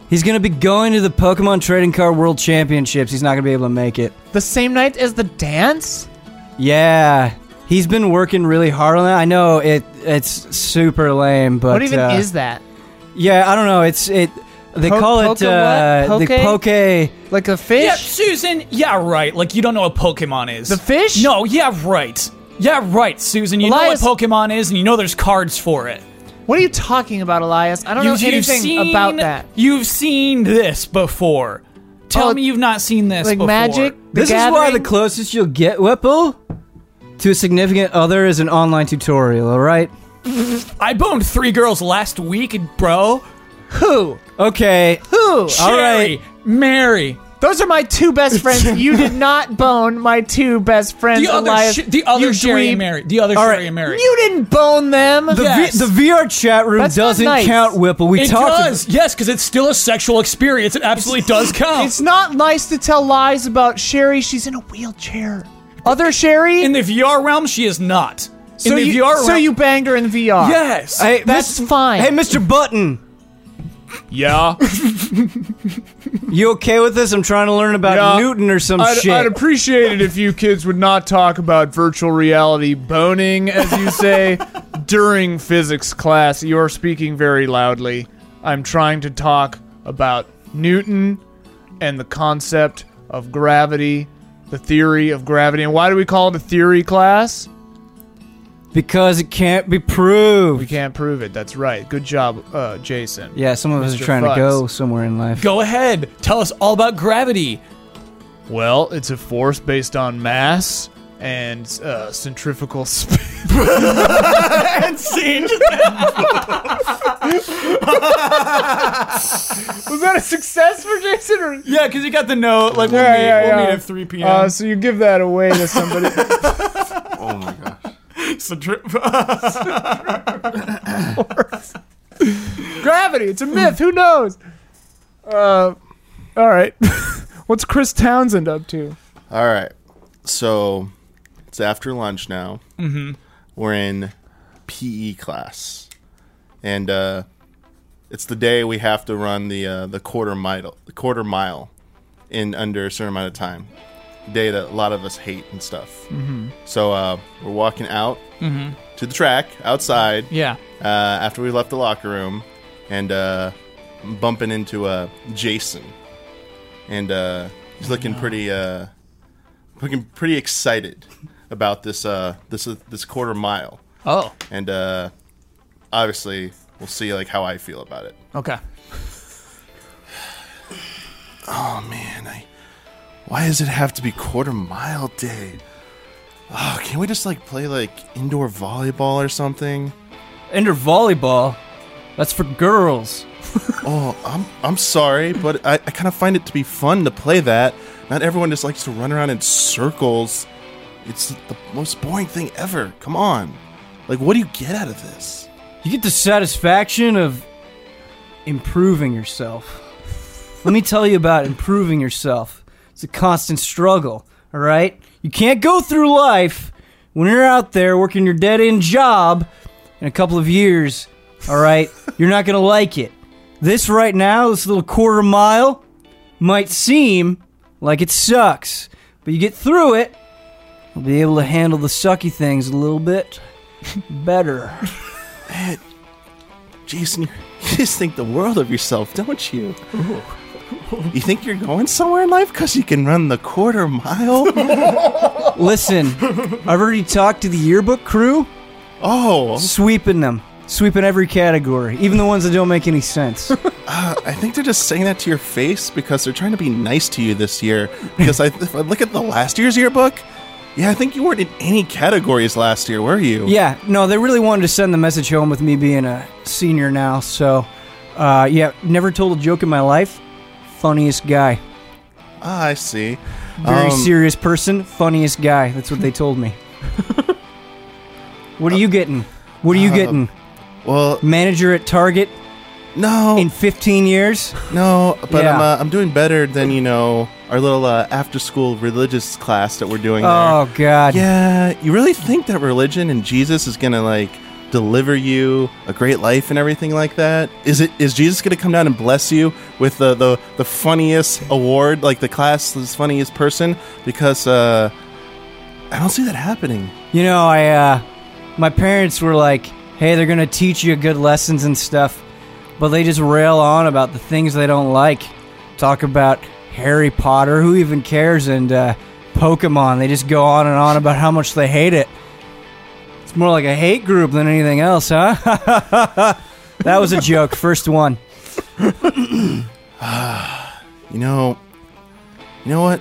he's going to be going to the Pokemon Trading Card World Championships. He's not going to be able to make it.
The same night as the dance?
Yeah. He's been working really hard on that. I know it it's super lame, but
what even
uh,
is that?
Yeah, I don't know. It's it They
Po-
call
poke
it uh,
what?
the
Poke?
poke.
Like a
Yep,
fish?
Susan. Yeah, right. Like you don't know what Pokemon is.
The fish?
No. Yeah, right. Yeah, right, Susan. You
Elias-
know what Pokemon is, and you know there's cards for it.
What are you talking about, Elias? I don't know
you've
anything
seen,
about that.
You've seen this before. Tell
Oh,
me you've not seen this
Like
before.
magic? The
This is why the
Gathering?
closest you'll get Whipple to a significant other is an online tutorial. All right.
I boned three girls last week, bro.
Who?
Okay.
Who?
Sherry, Mary.
Those are my two best friends. you did not bone my two best friends,
The other,
Elias.
sh- the other
you
Sherry
dweeb.
and Mary. The other
All
Sherry
right.
and Mary.
You didn't bone them.
The,
Yes.
v- the VR chat room
That's not
doesn't
nice.
count Whipple. We
it
talked.
does. yes, because it's still a sexual experience. It absolutely does count.
it's not nice to tell lies about Sherry. She's in a wheelchair. Other Sherry?
In the VR realm, she is not.
so
in the
you,
VR realm,
so you banged her in VR.
yes.
Hey,
That's
Mis-
fine.
Hey, Mr. Button,
yeah.
you okay with this? I'm trying to learn about
Yeah.
Newton or some shit.
appreciate it if you kids would not talk about virtual reality boning, as you say, during physics class. You're speaking very loudly. I'm trying to talk about Newton and the concept of gravity, the theory of gravity. And why do we call it a theory class?
because it can't be proved.
We can't prove it. That's right. Good job, uh, Jason.
Yeah, some of us
Mr.
are trying
Futz.
to go somewhere in life.
Go ahead. Tell us all about gravity.
Well, it's a force based on mass and uh, centrifugal spin. Was that a success for Jason? Or-
Yeah, because you got the note. Like,
Yeah, meet- yeah, we'll yeah. meet at
3 p.m.
uh, so you give that away to somebody.
Oh my gosh.
Gravity, it's a myth. Who knows? Uh, all right. What's Chris Townsend up to?
All right. So it's after lunch now. Mm-hmm. We're in PE class, and uh, it's the day we have to run the uh, the quarter mile the quarter mile in under a certain amount of time. Day that a lot of us hate and stuff. Mm-hmm. So uh, we're walking out to the track outside
yeah.
uh, after we left the locker room and uh, bumping into uh, Jason. And uh, he's looking pretty uh, looking pretty excited about this uh, this this quarter mile.
Oh.
And uh, obviously, we'll see like how I feel about it.
Okay.
Oh man, I why does it have to be quarter mile day? Oh, can we just like play like indoor volleyball or something?
Enter volleyball. That's for girls.
Oh, I'm I'm sorry, but I, I kind of find it to be fun to play that. Not everyone just likes to run around in circles. It's the most boring thing ever. Come on. Like what do you get out of this?
You get the satisfaction of improving yourself. Let me tell you about improving yourself. It's a constant struggle, all right? You can't go through life when you're out there working your dead end job in a couple of years, all right? You're not going to like it. This right now, this little quarter mile, might seem like it sucks, but you get through it, you'll be able to handle the sucky things a little bit better.
Jason, you just think the world of yourself, don't you? You think you're going somewhere in life cuz you can run the quarter mile?
Listen, I've already talked to the yearbook crew,
oh,
sweeping them, sweeping every category, even the ones that don't make any sense.
I think they're just saying that to your face because they're trying to be nice to you this year. Because I, if I look at the last year's yearbook, yeah, I think you weren't in any categories last year, were you?
yeah, no, they really wanted to send the message home with me being a senior now, so uh, yeah, never told a joke in my life. Funniest guy.
Ah, I see. Um,
Very serious person, funniest guy. That's what they told me. what are you getting? What are you
uh,
getting?
Well,
Manager at Target
no,
in 15 years?
no, but I'm,
Yeah.
uh, I'm doing better than you know our little uh, after-school religious class that we're doing.
Oh, God.
there. yeah. You really think that religion and Jesus is gonna like deliver you a great life and everything like that? Is it is Jesus gonna come down and bless you with the the, the funniest award, like the class's funniest person? Because uh, I don't see that happening.
You know, I uh my parents were like, "Hey, they're going to teach you good lessons and stuff." but they just rail on about the things they don't like. Talk about Harry Potter, who even cares, and uh, Pokemon. They just go on and on about how much they hate it. It's more like a hate group than anything else, huh? that was a joke. First one.
You know, you know what?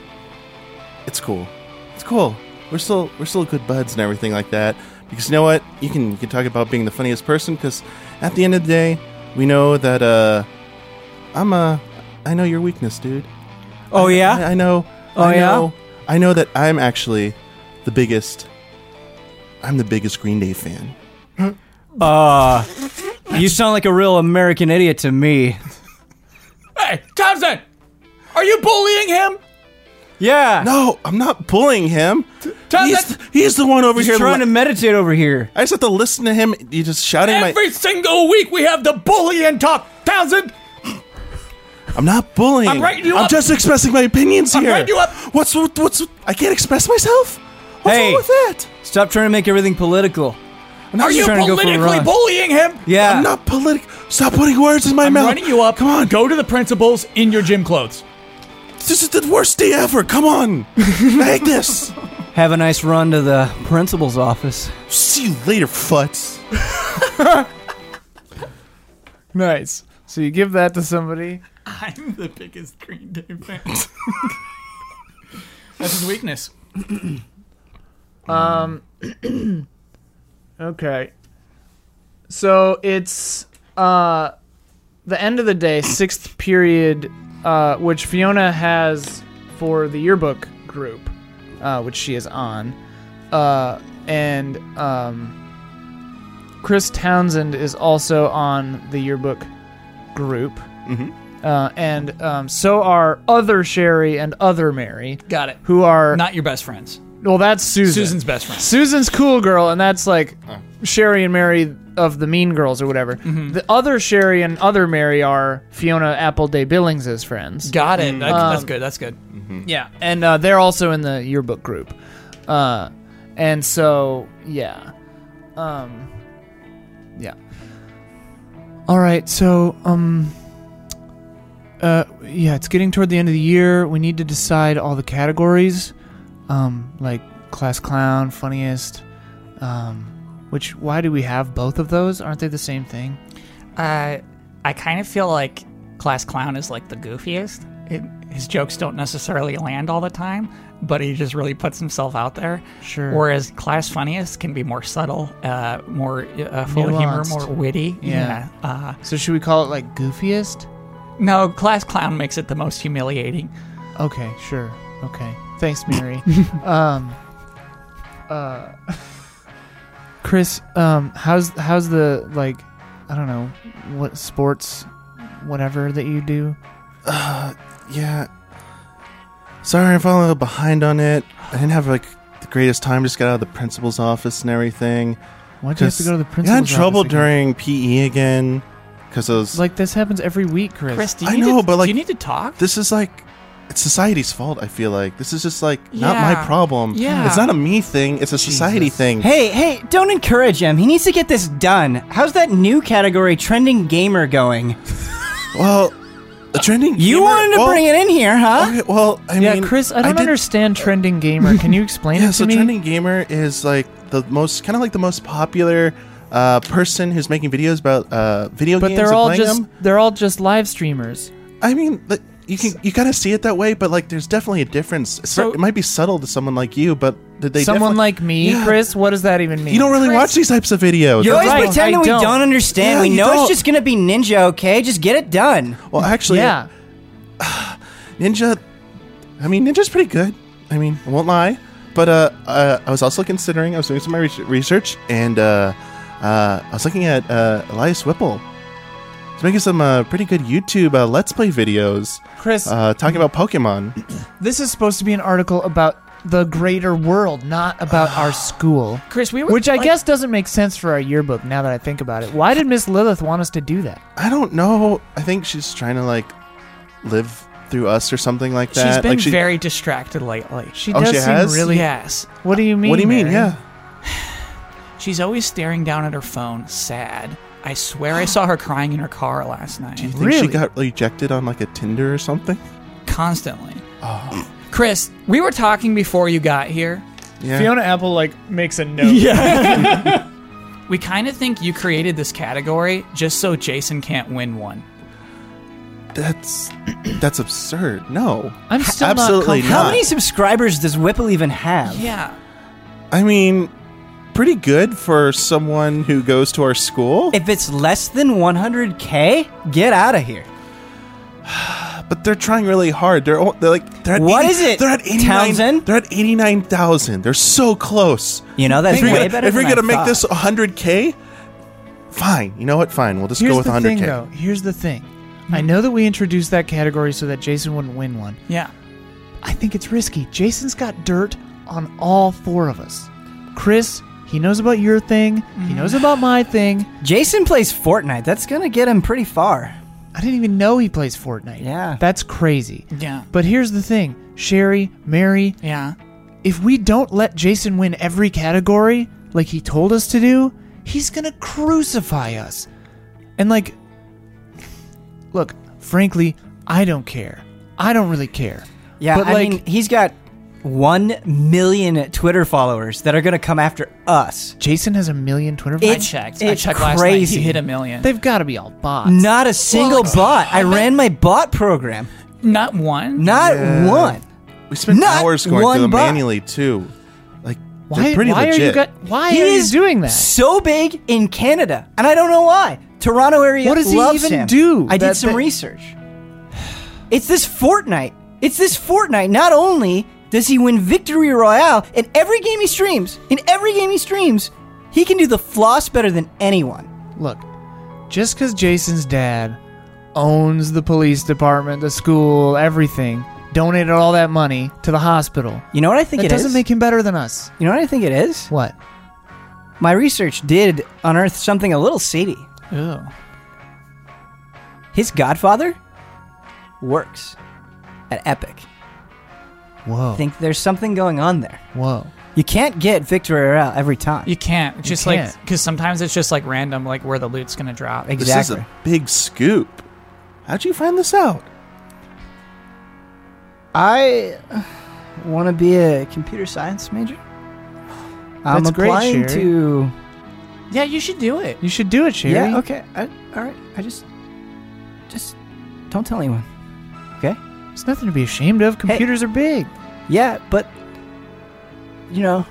It's cool. It's cool. We're still we're still good buds and everything like that. Because you know what? You can you can talk about being the funniest person. Because at the end of the day, we know that uh, I'm a I know your weakness, dude.
Oh
I,
yeah.
I know.
Oh,
I
yeah?
know, I know that I'm actually the biggest. I'm the biggest Green Day fan.
Uh, you sound like a real American idiot to me.
Hey, Thompson, are you bullying him?
Yeah.
No, I'm not bullying him.
Tom,
He's
that's-
the, he's the one over
He's
here.
trying
li-
to meditate over here.
I just have to listen to him. You just shouting my.
Every single week we have the bullying talk, Townsend.
I'm not bullying.
I'm writing you up.
just expressing my opinions
I'm
here.
writing you up.
What's what's? I can't express myself. What's
Hey.
wrong with that?
Stop trying to make everything political.
I'm not
Are you
trying to go for a
politically
run.
bullying him?
Yeah.
I'm not political. Stop putting words in my
I'm
mouth.
running you up.
Come on.
Go to the principals in your gym clothes.
This is the worst day ever. Come on. I hate this.
Have a nice run to the principal's office.
See you later, futz.
Nice. So you give that to somebody.
I'm the biggest Green Day fan. That's his weakness.
Okay. So it's uh the end of the day, sixth period, uh, which Fiona has for the yearbook group, uh, which she is on, uh, and um, Chris Townsend is also on the yearbook group, uh, and um, so are other Sherry and other Mary,
Got it.
who are
Not your best friends.
well, that's Susan.
Susan's best friend.
Susan's cool girl, and that's like Sherry and Mary of the Mean Girls or whatever. The other Sherry and other Mary are Fiona Appleday Billings' friends.
Got it. Um, That- that's good. That's good.
Mm-hmm.
Yeah, and uh, they're also in the yearbook group. Uh, and so, yeah, um, yeah. All right, so um, uh, yeah, it's getting toward the end of the year. We need to decide all the categories, um, like class clown, funniest. Um, which why do we have both of those? Aren't they the same thing?
Uh, I kind of feel like Class Clown is like the goofiest. It, his jokes don't necessarily land all the time, but he just really puts himself out there.
Sure.
Whereas Class Funniest can be more subtle, uh, more uh, full of humor,
Nuanced.
more witty.
Yeah.
Uh,
So should we call it like goofiest?
no, Class Clown makes it the most humiliating.
Okay, sure. Okay. Thanks, Mary. um uh Chris, um how's how's the like I don't know, what sports whatever that you do?
Yeah. Sorry, I'm falling a little behind on it. I didn't have like the greatest time. Just got out of the principal's office and everything.
Why'd you have to go to the
Just- I
principal's
Got in trouble
office again?
during PE again because I was
like this happens every week, Chris.
Chris, do you
I
need
know,
to,
but,
do
like-
you need to talk?
this is like it's society's fault. I feel like this is just like not
Yeah.
my problem.
Yeah.
it's not a me thing. It's a society thing.
Hey, hey, don't encourage him. He needs to get this done. How's that new category, trending gamer, going?
Well, the trending.
You
gamer-
wanted to
well, oh,
bring it in here, huh?
Okay, well, I
yeah,
mean,
Chris, I don't
did-
understand trending gamer. Can you explain it
Yeah,
to
so
me?
trending gamer is like the most kind of like the most popular uh, person who's making videos about uh, video
but
games.
they're
and
all
playing
just
them.
they're all just live streamers.
I mean, the, you can you kind of see it that way, but like, there's definitely a difference. It's-
So-
it might be subtle to someone like you, but did they
Someone
definitely-
like me,
Yeah.
Chris, what does that even mean?
You don't really watch these types of videos.
You always
right,
pretend
I
that we
don't.
don't, understand.
Yeah,
we
you
know
don't.
it's just gonna be ninja, okay? Just get it done.
well, actually,
Yeah.
Ninja. I mean, Ninja's pretty good. I mean, I won't lie. But uh, uh, I was also considering. I was doing some of my re- research, and uh, uh, I was looking at uh, Elias Whipple. He's making some uh, pretty good YouTube uh, Let's Play videos,
Chris,
uh, talking about Pokemon.
This is supposed to be an article about the greater world, not about our school.
Chris, we were
Which I
like-
guess doesn't make sense for our yearbook now that I think about it. Why did Miss Lilith want us to do that?
I don't know. I think she's trying to like live through us or something like that.
She's been
like she-
very distracted lately.
She
Oh,
does
she
seem
has?
really.
yes.
What do you mean?
What do you mean?
Mary?
Yeah.
She's always staring down at her phone, sad. I swear I saw her crying in her car last night.
You think she
Really?
got rejected on like a Tinder or something?
Constantly. Chris, we were talking before you got here.
Yeah.
Fiona Apple like makes a note.
We kind of think you created this category just so Jason can't win one.
That's that's absurd. No.
I'm still not
Absolutely
comfortable.
How many subscribers does Whipple even have?
Yeah.
I mean, pretty good for someone who goes to our school,
If it's less than 100k, get out of here.
but they're trying really hard. They're o- they're like they're at
What
80
is it,
They're at 89
Townsend?
They're at 89,000. They're so close.
You know that's
If you're
way
gonna,
better.
if you're
than I
gonna make
thought.
this 100k, fine. You know what? Fine. We'll just
Here's
go with
the
100k.
thing, though. Here's the thing. I know that we introduced that category so that Jason wouldn't win one.
Yeah.
I think it's risky. Jason's got dirt on all four of us. Chris, he knows about your thing. He knows about my thing.
Jason plays Fortnite. That's gonna get him pretty far.
I didn't even know he plays Fortnite.
Yeah.
That's crazy.
Yeah.
But here's the thing Sherry, Mary,
Yeah.
if we don't let Jason win every category like he told us to do, he's going to crucify us. And, like, look, frankly, I don't care. I don't really care.
Yeah,
But,
I
like-
mean, he's got one million Twitter followers that are gonna come after us.
Jason has a million Twitter
I
followers.
checked. I
it's
checked last night. He
crazy.
hit a million.
They've got to be all bots.
Not a single bot. I ran my bot program.
Not one.
Not one.
We spent
Not
hours going
one
through them
buck.
manually too. Like
why
they're pretty
why
legit.
are you got, why
He
are you
is
doing that?
So big in Canada, and I don't know why. Toronto area.
What does he
loves
even
him.
do
I did
that
some
they-
research. It's this Fortnite. It's this Fortnite. Not only does he win victory royale in every game he streams, in every game he streams, he can do the floss better than anyone.
Look, just because Jason's dad owns the police department, the school, everything, donated all that money to the hospital,
You know what I think
that
it
doesn't
is?
make him better than us.
you know what I think it is?
What?
My research did unearth something a little seedy.
Ew.
His godfather works at Epic.
Whoa.
I think there's something going on there.
Whoa.
You can't get victory royale every time.
You can't. Just like
can't.
because sometimes it's just like random, like where the loot's gonna drop.
this
exactly.
is a big scoop. How'd you find this out?
I want to be a computer science major. I'm
That's great,
applying
Sherry.
to.
Yeah, you should do it.
You should do it, Sherry.
Yeah. Okay. I, all right. I just, just don't tell anyone. Okay.
It's nothing to be ashamed of. Computers are big.
Yeah, but you know,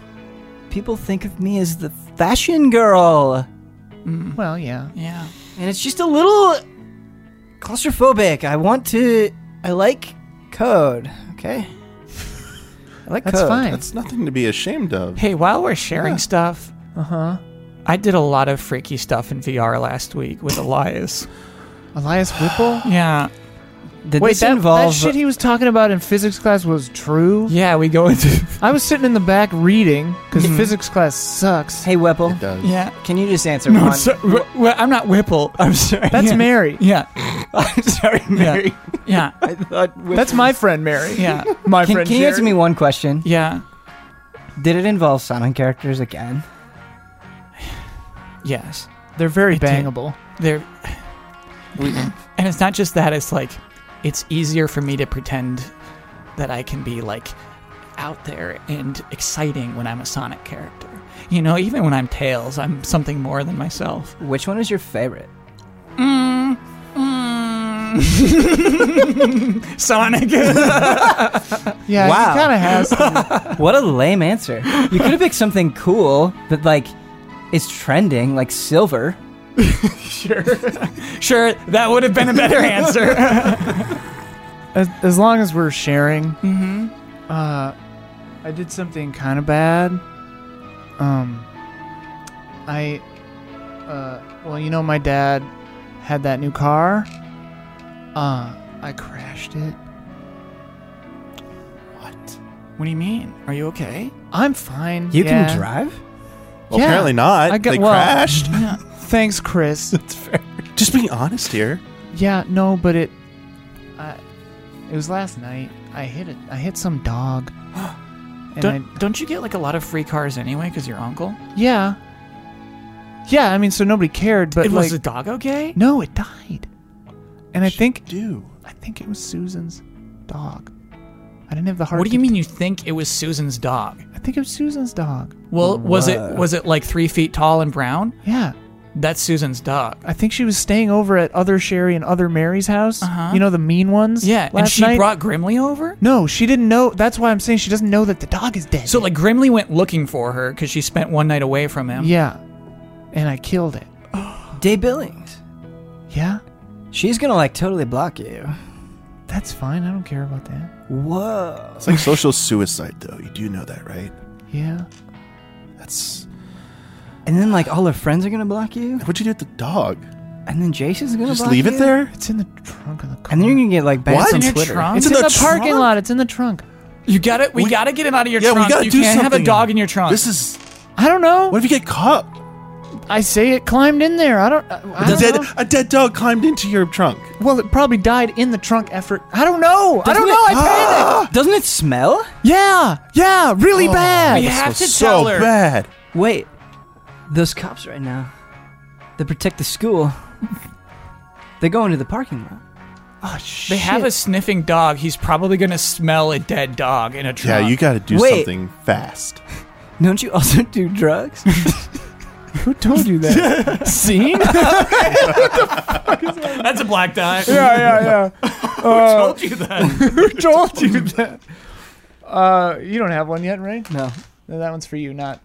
people think of me as the fashion girl, Mm.
Well, yeah.
Yeah.
and it's just a little claustrophobic. I want to. I like code. Okay. I like
That's
code.
fine.
That's nothing to be ashamed of.
Hey, while we're sharing
Yeah.
stuff,
Uh
Uh-huh.
huh.
I did a lot of freaky stuff in VR last week with Elias.
Elias Whipple?
yeah.
Did
Wait,
this
that,
involve
that shit he was talking about in physics class was true?
Yeah, we go into
I was sitting in the back reading because
Mhm.
physics class sucks.
Mm. Hey, Whipple,
It does.
Yeah.
can you just answer
No,
one?
I'm, so, wh- wh- I'm not Whipple. I'm sorry.
That's
yeah.
Mary.
Yeah.
I'm sorry, Mary.
Yeah.
I thought Whipple.
That's my friend Mary.
Yeah.
My
Can,
friend
can you answer
Sherry.
me one question?
Yeah.
Did it involve silent characters again?
Yes.
They're very
I did.
bangable.
They're. and it's not just that. It's like, it's easier for me to pretend that I can be like out there and exciting when I'm a Sonic character. You know, even when I'm Tails, I'm something more than myself.
Which one is your favorite?
Sonic.
Yeah,
Wow.
he kind of has.
What a lame answer. You could have picked something cool that like is trending, like silver.
sure, that would have been a better answer.
as, as long as we're sharing. Mm-hmm. Uh, I did something kind of bad. Um, I, uh, well, you know, my dad had that new car. Uh, I crashed it.
what do you mean? Are you okay?
I'm fine.
You
yeah.
can drive?
Well,
Yeah.
apparently not.
I got-
they
well-
crashed.
Thanks, Chris.
Just being honest here.
yeah, no, but it, I, it was last night. I hit it. I hit some dog. And I,
Don't, don't you get like a lot of free cars anyway because your uncle?
yeah, Yeah, I mean, so nobody cared, but
It
like,
was the dog okay?
no, it died. And I think
Do
I think it was Susan's dog. I didn't have the heart.
What do
to-
you mean you think it was Susan's dog?
I think it was Susan's dog.
Well, was it was it like three feet tall and brown?
Yeah.
That's Susan's dog.
I think she was staying over at other Sherry and other Mary's house.
Uh-huh.
You know the mean ones.
Yeah, and
last
she
night?
brought Grimly over.
No, she didn't know. That's why I'm saying she doesn't know that the dog is dead.
So like Grimly went looking for her because she spent one night away from him.
yeah, and I killed it.
Day Billings.
Yeah,
She's gonna like totally block you.
that's fine. I don't care about that.
Whoa.
it's like social suicide though. You do know that, right?
Yeah.
That's
And then like all her friends are gonna block you.
what'd you do with the dog?
And then Jason's gonna
Just
block
leave
you?
it there.
It's in the trunk of the car.
And then you're gonna get like banned
What?
on
It's in your
Twitter.
trunk?
it's,
It's
in
in
the,
the
parking
trunk?
lot. It's in the trunk.
You got it. We, gotta get him out of your
Yeah,
trunk.
we gotta
you
do
can't
something.
have a dog in your trunk.
This is.
I don't know.
What if you get caught?
I say it climbed in there. I don't. I, I
A
don't
dead,
know.
a dead dog climbed into your trunk.
Well, it probably died in the trunk effort. I don't know. I don't
Doesn't
know.
it-
I panicked.
Doesn't it smell?
yeah, yeah, really bad.
we have to
This was
tell
so
her.
bad.
Wait, those cops right now, they protect the school. They're going to the parking lot.
Oh, shit.
They have a sniffing dog. He's probably gonna smell a dead dog in a trunk.
Yeah, you got to do
Wait.
something fast.
Don't you also do drugs?
Who told you that? Scene? yeah,
That's a black dog.
yeah, yeah.
told you that.
Who told you that? Uh, you don't have one yet, right?
no.
No, that one's for you, not.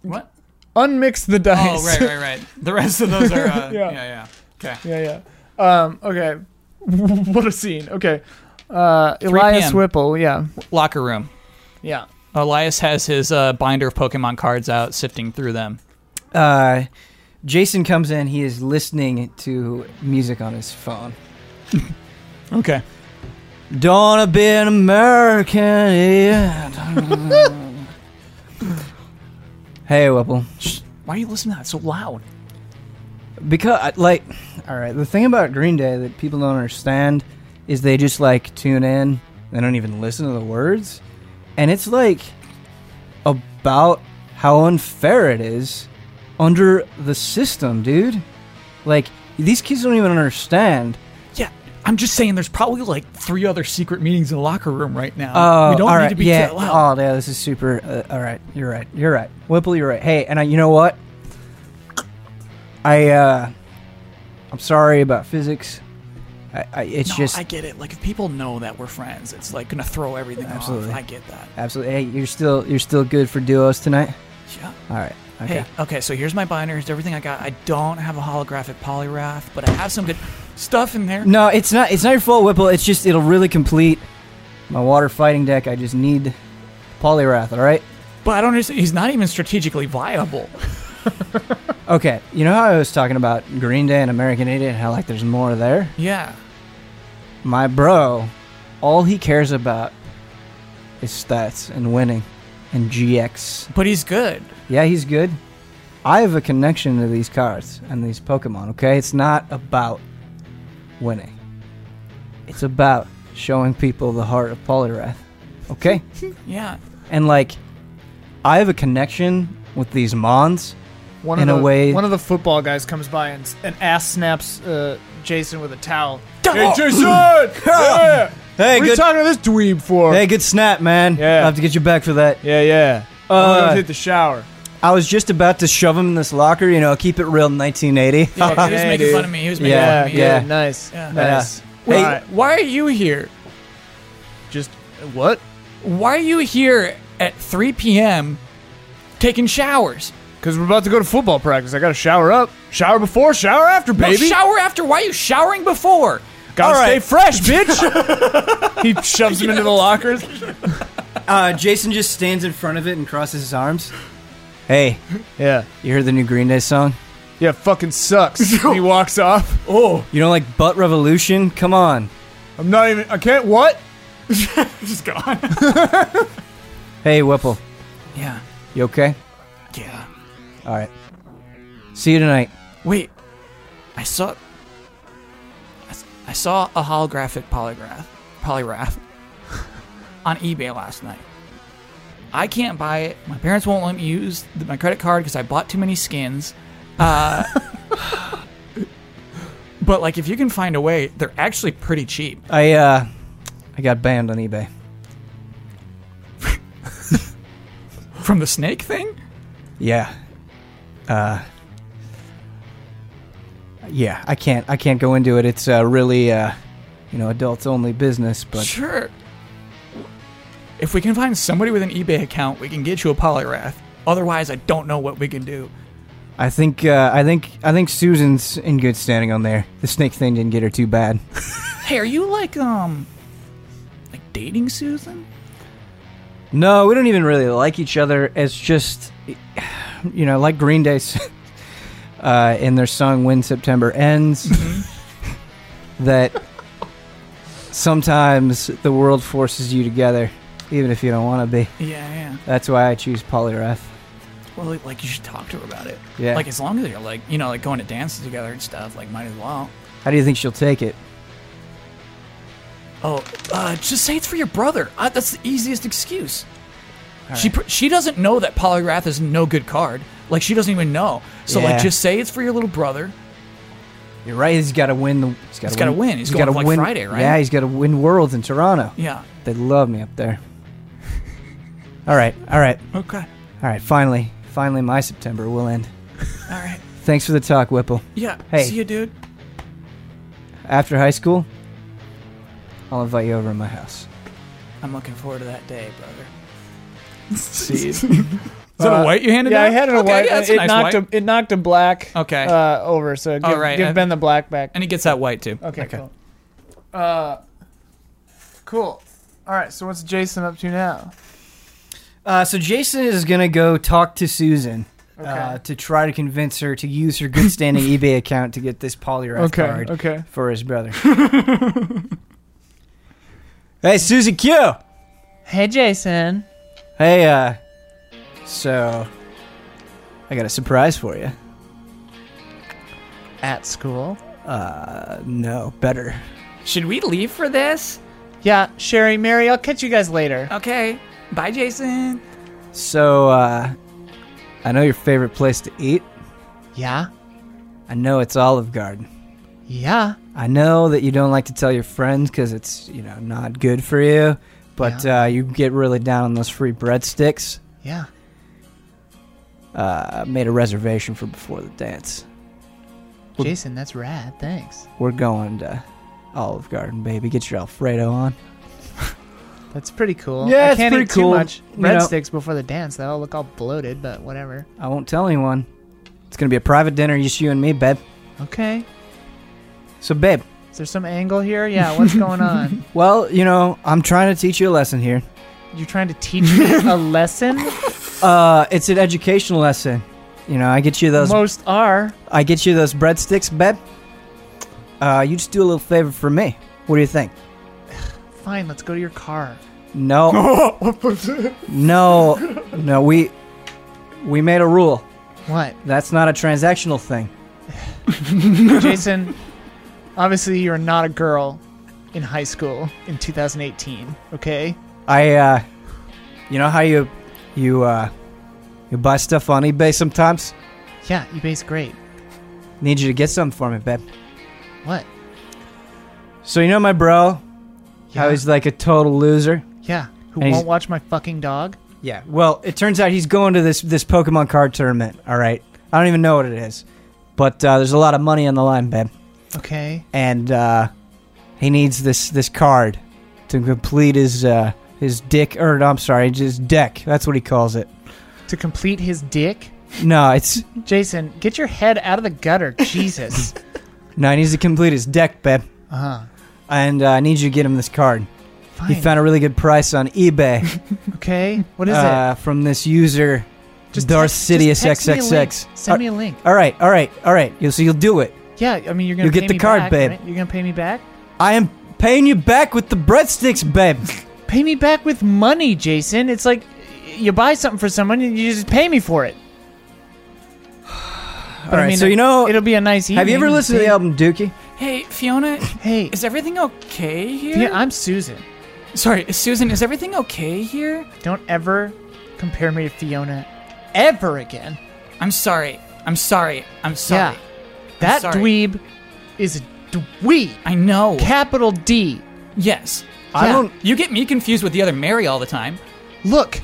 what?
Unmix the dice.
Oh, right, right, right. The rest of those are. Uh,
Yeah.
yeah. yeah, Okay.
Yeah, yeah. Um, okay. what a scene. Okay. Uh,
3
Elias
PM.
Whipple, yeah.
Locker room.
Yeah.
Elias has his uh, binder of Pokemon cards out, sifting through them.
Uh, Jason comes in. He is listening to music on his phone.
Okay.
Don't be an American. Yet. hey, Whipple.
Why are you listening to that so loud?
Because, like, all right, the thing about Green Day that people don't understand is they just, like, tune in. They don't even listen to the words. And it's, like, about how unfair it is under the system, dude. Like, these kids don't even understand.
Yeah, I'm just saying. There's probably like three other secret meetings in the locker room right now.
Oh,
Um, we don't
all
need
right,
to be
yeah.
that loud.
Oh, yeah, this is super. Uh, all right, you're right. You're right. Whipple, you're right. Hey, and I, you know what? I, uh, I'm sorry about physics. I, I it's
No,
just
I get it. Like if people know that we're friends, it's like gonna throw everything
Absolutely.
off. I get that.
Absolutely. Hey, you're still you're still good for duos tonight.
Yeah.
All right. Okay.
Hey, okay, so here's my binder. Here's everything I got. I don't have a holographic polygraph, but I have some good stuff in there.
No, it's not. It's not your fault, Whipple. It's just it'll really complete my water fighting deck. I just need Polyrath. All right.
But I don't understand. He's not even strategically viable.
Okay. You know how I was talking about Green Day and American Idiot and how like there's more there.
Yeah.
My bro, all he cares about is stats and winning and GX.
But he's good.
Yeah, he's good. I have a connection to these cards and these Pokemon, okay? It's not about winning. It's about showing people the heart of Polyrath, okay?
Yeah.
and like, I have a connection with these Mons.
One
In
of
a
the,
way-
one of the football guys comes by and, s- and ass snaps uh, Jason with a towel.
Hey,
Jason! yeah!
Hey,
What are you talking to this dweeb for?
hey, good snap, man.
Yeah.
I'll have to get you back for that.
Yeah, yeah. I'm gonna
Uh,
hit the shower.
I was just about to shove him in this locker, you know, keep it real 1980.
Yeah, he was
Hey,
making
dude.
fun of me. He was making
Yeah,
fun of me.
yeah,
yeah.
nice,
Yeah.
nice.
Wait,
Alright,
why are you here?
just what?
Why are you here at 3 p.m. taking showers?
Because we're about to go to football practice. I gotta shower up, shower before, shower after,
No,
baby.
shower after. Why are you showering before?
gotta
All
stay
right.
fresh, bitch. he shoves him into the lockers.
Uh, Jason just stands in front of it and crosses his arms. Hey,
Yeah,
you heard the new Green Day song?
yeah. Fucking sucks. he walks off.
Oh,
You don't like Butt Revolution? Come on.
I'm not even. I can't. What?
just gone.
Hey, Whipple,
yeah.
you okay?
Yeah.
All right. See you tonight.
Wait, I saw. I s- I saw a holographic polygraph, polygraph, on eBay last night. I can't buy it. My parents won't let me use th- my credit card because I bought too many skins. Uh, but like, if you can find a way, they're actually pretty cheap.
I uh, I got banned on eBay.
From the snake thing,
Yeah. Uh. Yeah, I can't. I can't go into it. It's uh, really, uh, you know, adults only business. But
sure. If we can find somebody with an eBay account, we can get you a polyrath. Otherwise, I don't know what we can do.
I think. Uh, I think. I think Susan's in good standing on there. The snake thing didn't get her too bad.
Hey, are you like um, like dating Susan?
No, we don't even really like each other. It's just, you know, like Green Day s- uh, in their song "When September Ends,"
Mm-hmm.
that sometimes the world forces you together, even if you don't want to be.
Yeah, yeah.
That's why I choose polyrath.
Well, like you should talk to her about it.
Yeah.
Like as long as you're like you know like going to dances together and stuff, like might as well.
How do you think she'll take it?
Oh, uh, just say it's for your brother. Uh, that's the easiest excuse. She pr- she doesn't know that polygraph is no good card. Like she doesn't even know. So
Yeah.
like just say it's for your little brother.
You're right. He's got to win the. He's got
He's gotta win. He's going
gotta
for, like, Friday, right?
Yeah, he's got to win worlds in Toronto.
Yeah.
They love me up there. all right. All right.
Okay.
All right. Finally, finally, my September will end.
All right.
Thanks for the talk, Whipple.
Yeah.
Hey.
See you, dude.
After high school, I'll invite you over to my house.
I'm looking forward to that day, brother.
See,
Is that a white you handed
yeah, I
down?
handed a
Okay,
white.
yeah, that's a
it
nice
knocked
white.
a it knocked a black.
Okay.
Uh, over. So give,
All right,
give
and-
Ben the black back.
and he gets that white too.
Okay, cool. Uh, cool. All right, so what's Jason up to now?
Uh, so Jason is gonna go talk to Susan uh,
Okay.
to try to convince her to use her good standing eBay account to get this polygraph card
okay.
for his brother. hey, Susan Q.
Hey, Jason.
Hey, uh, so I got a surprise for you.
At school.
Uh, no, better.
Should we leave for this?
Yeah, Sherry, Mary, I'll catch you guys later.
Okay. Bye, Jason.
So uh, I know your favorite place to eat.
Yeah,
I know it's Olive Garden.
yeah.
I know that you don't like to tell your friends because it's you know not good for you, but uh, you get really down on those free breadsticks.
Yeah.
Uh, I made a reservation for before the dance.
Jason, that's rad. Thanks.
We're going to Olive Garden, baby. Get your Alfredo on.
That's pretty cool.
Yeah,
I
it's
can't
pretty
eat
cool.
too much
You know-
breadsticks before the dance. That'll look all bloated, but whatever.
I won't tell anyone. It's gonna be a private dinner, just you and me, babe.
Okay.
So, babe,
Is there some angle here? Yeah, what's going on?
well, you know, I'm trying to teach you a lesson here.
You're trying to teach me a lesson?
Uh, it's an educational lesson. You know, I get you those.
Most are.
I get you those breadsticks, babe. Uh, you just do a little favor for me. What do you think?
Fine, let's go to your car.
No. no. No, we we made a rule.
What?
That's not a transactional thing.
Jason, obviously you're not a girl in high school in 2018, okay?
I uh you know how you you uh you buy stuff on eBay sometimes?
Yeah, eBay's great.
Need you to get something for me, babe.
What?
So you know my bro? How
Yeah.
he's like a total loser?
Yeah, who
And he's-
won't watch my fucking dog?
Yeah. Well, it turns out he's going to this this Pokemon card tournament, all right? I don't even know what it is. But uh, there's a lot of money on the line, babe.
Okay.
and uh, he needs this this card to complete his uh, his dick or no, I'm sorry, his deck. That's what he calls it.
To complete his dick?
No, it's
Jason, get your head out of the gutter. Jesus.
no, he needs to complete his deck, babe.
Uh-huh.
And uh, I need you to get him this card.
Fine.
He found a really good price on eBay
okay. What is
uh, from this user,
it?
Darth
text-
Sidious
just text me a link.
XXX.
Send me a link.
All right, all right, all right. You'll, so you'll do it.
Yeah, I mean you're gonna
You'll
pay
get the
me
card,
back,
babe.
Right? You're gonna pay me back.
I am paying you back with the breadsticks, babe.
Pay me back with money, Jason. It's like you buy something for someone and you just pay me for it.
all right. so you know,
it'll be a nice evening.
have you ever listened to the album Dookie?
Hey, Fiona,
Hey,
is everything okay here?
yeah, I'm Susan.
Sorry, Susan, is everything okay here?
Don't ever compare me to Fiona ever again.
I'm sorry. I'm sorry. I'm sorry.
Yeah. That
sorry.
dweeb is a dweeb.
I know.
Capital D.
yes.
Yeah.
You get me confused with the other Mary all the time.
Look,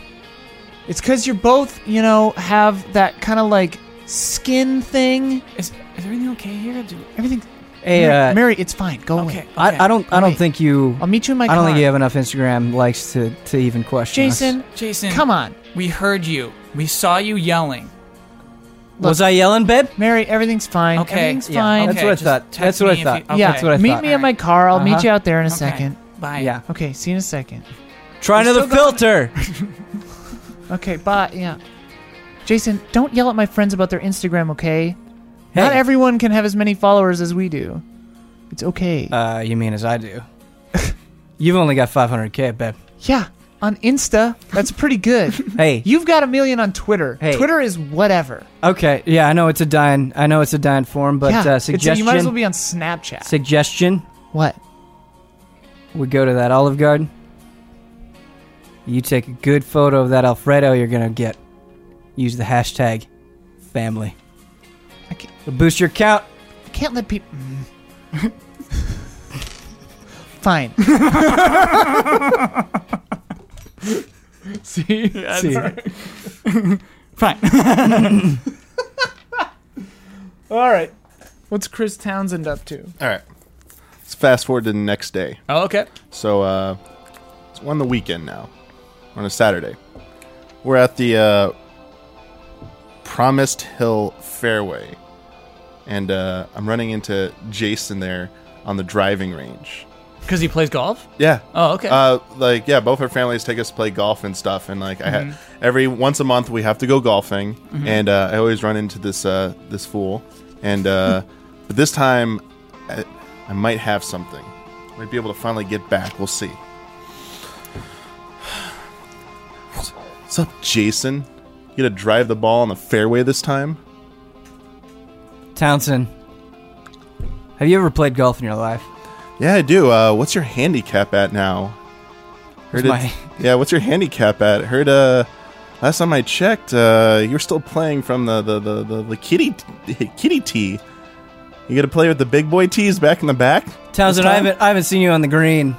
it's because you're both, you know, have that kind of like skin thing.
Is, is everything okay here? Do,
Everything.
Hey,
Mary,
uh,
Mary, it's fine. Go away.
okay. okay.
I, I don't. I don't
Wait.
think you.
I'll meet you in my
I don't think
car.
you have enough Instagram likes to, to even question us.
Jason,
Jason.
come on.
We heard you. We saw you yelling.
was I yelling, babe?
Mary, everything's fine.
Okay.
Everything's
Yeah,
fine.
that's
Okay,
what I
just
thought.
text
That's what
me
I
if
thought.
you- okay.
Yeah,
That's what I
meet
thought.
me in my car. I'll meet
Uh-huh.
you out there in a
Okay.
second.
Bye.
Yeah.
Okay, see you in a second.
Try another filter.
Okay, bye. Yeah. Jason, don't yell at my friends about their Instagram, okay? Not
Hey.
everyone can have as many followers as we do. It's okay.
Uh, you mean as I do? You've only got 500k, babe.
yeah, on Insta, that's pretty good.
Hey,
You've got a million on Twitter.
Hey.
Twitter is whatever.
okay, yeah, I know it's a dying, I know it's a dying form, but
yeah,
uh,
it's- you
suggestion,
might as well be on Snapchat.
suggestion,
what?
we go to that Olive Garden. You take a good photo of that Alfredo you're gonna get. Use the hashtag family.
I can't,
It'll boost your count.
I can't let people. Fine.
See?
See.
Fine.
All right. What's Chris Townsend up to?
All right. Let's fast forward to the next day.
oh, okay.
So uh, it's on the weekend now, on a Saturday. We're at the uh, Promised Hill Fairway, and uh, I'm running into Jason there on the driving range.
Because he plays golf?
Yeah.
Oh, okay.
Uh, like yeah, both our families take us to play golf and stuff, and like I had
Mm-hmm.
every once a month we have to go golfing, and uh, I always run into this uh, this fool, and uh, but this time I, I might have something, might be able to finally get back. We'll see. What's up, Jason? You gonna drive the ball on the fairway this time?
Townsend, have you ever played golf in your life?
Yeah, I do. Uh, what's your handicap at now? Heard
What's my-
yeah, what's your handicap at? Heard uh, last time I checked, uh, you're still playing from the the the, the, the kitty kitty tee. You got to play with the big boy tees back in the back.
Townsend, I haven't I haven't seen you on the green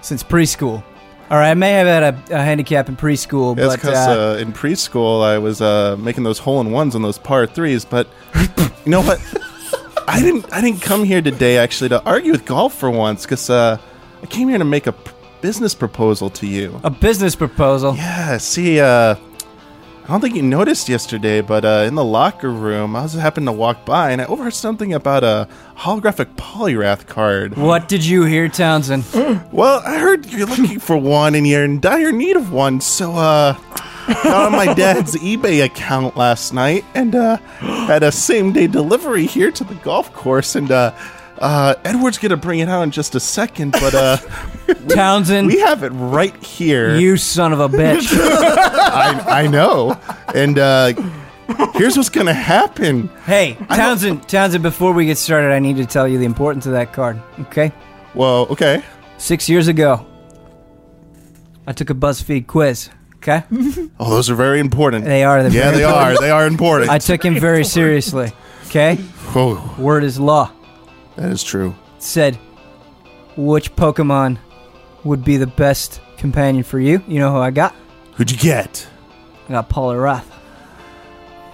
since preschool. All right, I may have had a, a handicap in preschool,
That's
but
because
uh,
uh, in preschool I was uh, making those hole in ones on those par threes. But you know what? I didn't. I didn't come here today actually to argue with golf for once because uh, I came here to make a p- business proposal to you.
a business proposal.
Yeah, see, uh, I don't think you noticed yesterday, but uh, in the locker room, I was happened to walk by and I overheard something about a holographic polyrath card.
What did you hear, Townsend?
Well, I heard you're looking for one and you're in dire need of one, so uh, got on my dad's eBay account last night and uh, had a same day delivery here to the golf course, and uh, uh, Edward's gonna bring it out in just a second, but uh,
Townsend,
we have it right here.
you son of a bitch.
I, I know. And uh, here's what's going to happen.
hey, Townsend, Townsend, before we get started, I need to tell you the importance of that card, okay?
Well, okay.
Six years ago, I took a BuzzFeed quiz, okay?
Oh, those are very important.
They are. they're
yeah,
very
they
important.
are. They are important.
I took him very seriously, okay?
oh,
Word is law.
that is true.
said which Pokemon would be the best companion for you. You know who I got?
Who'd you get?
I got Poliwrath.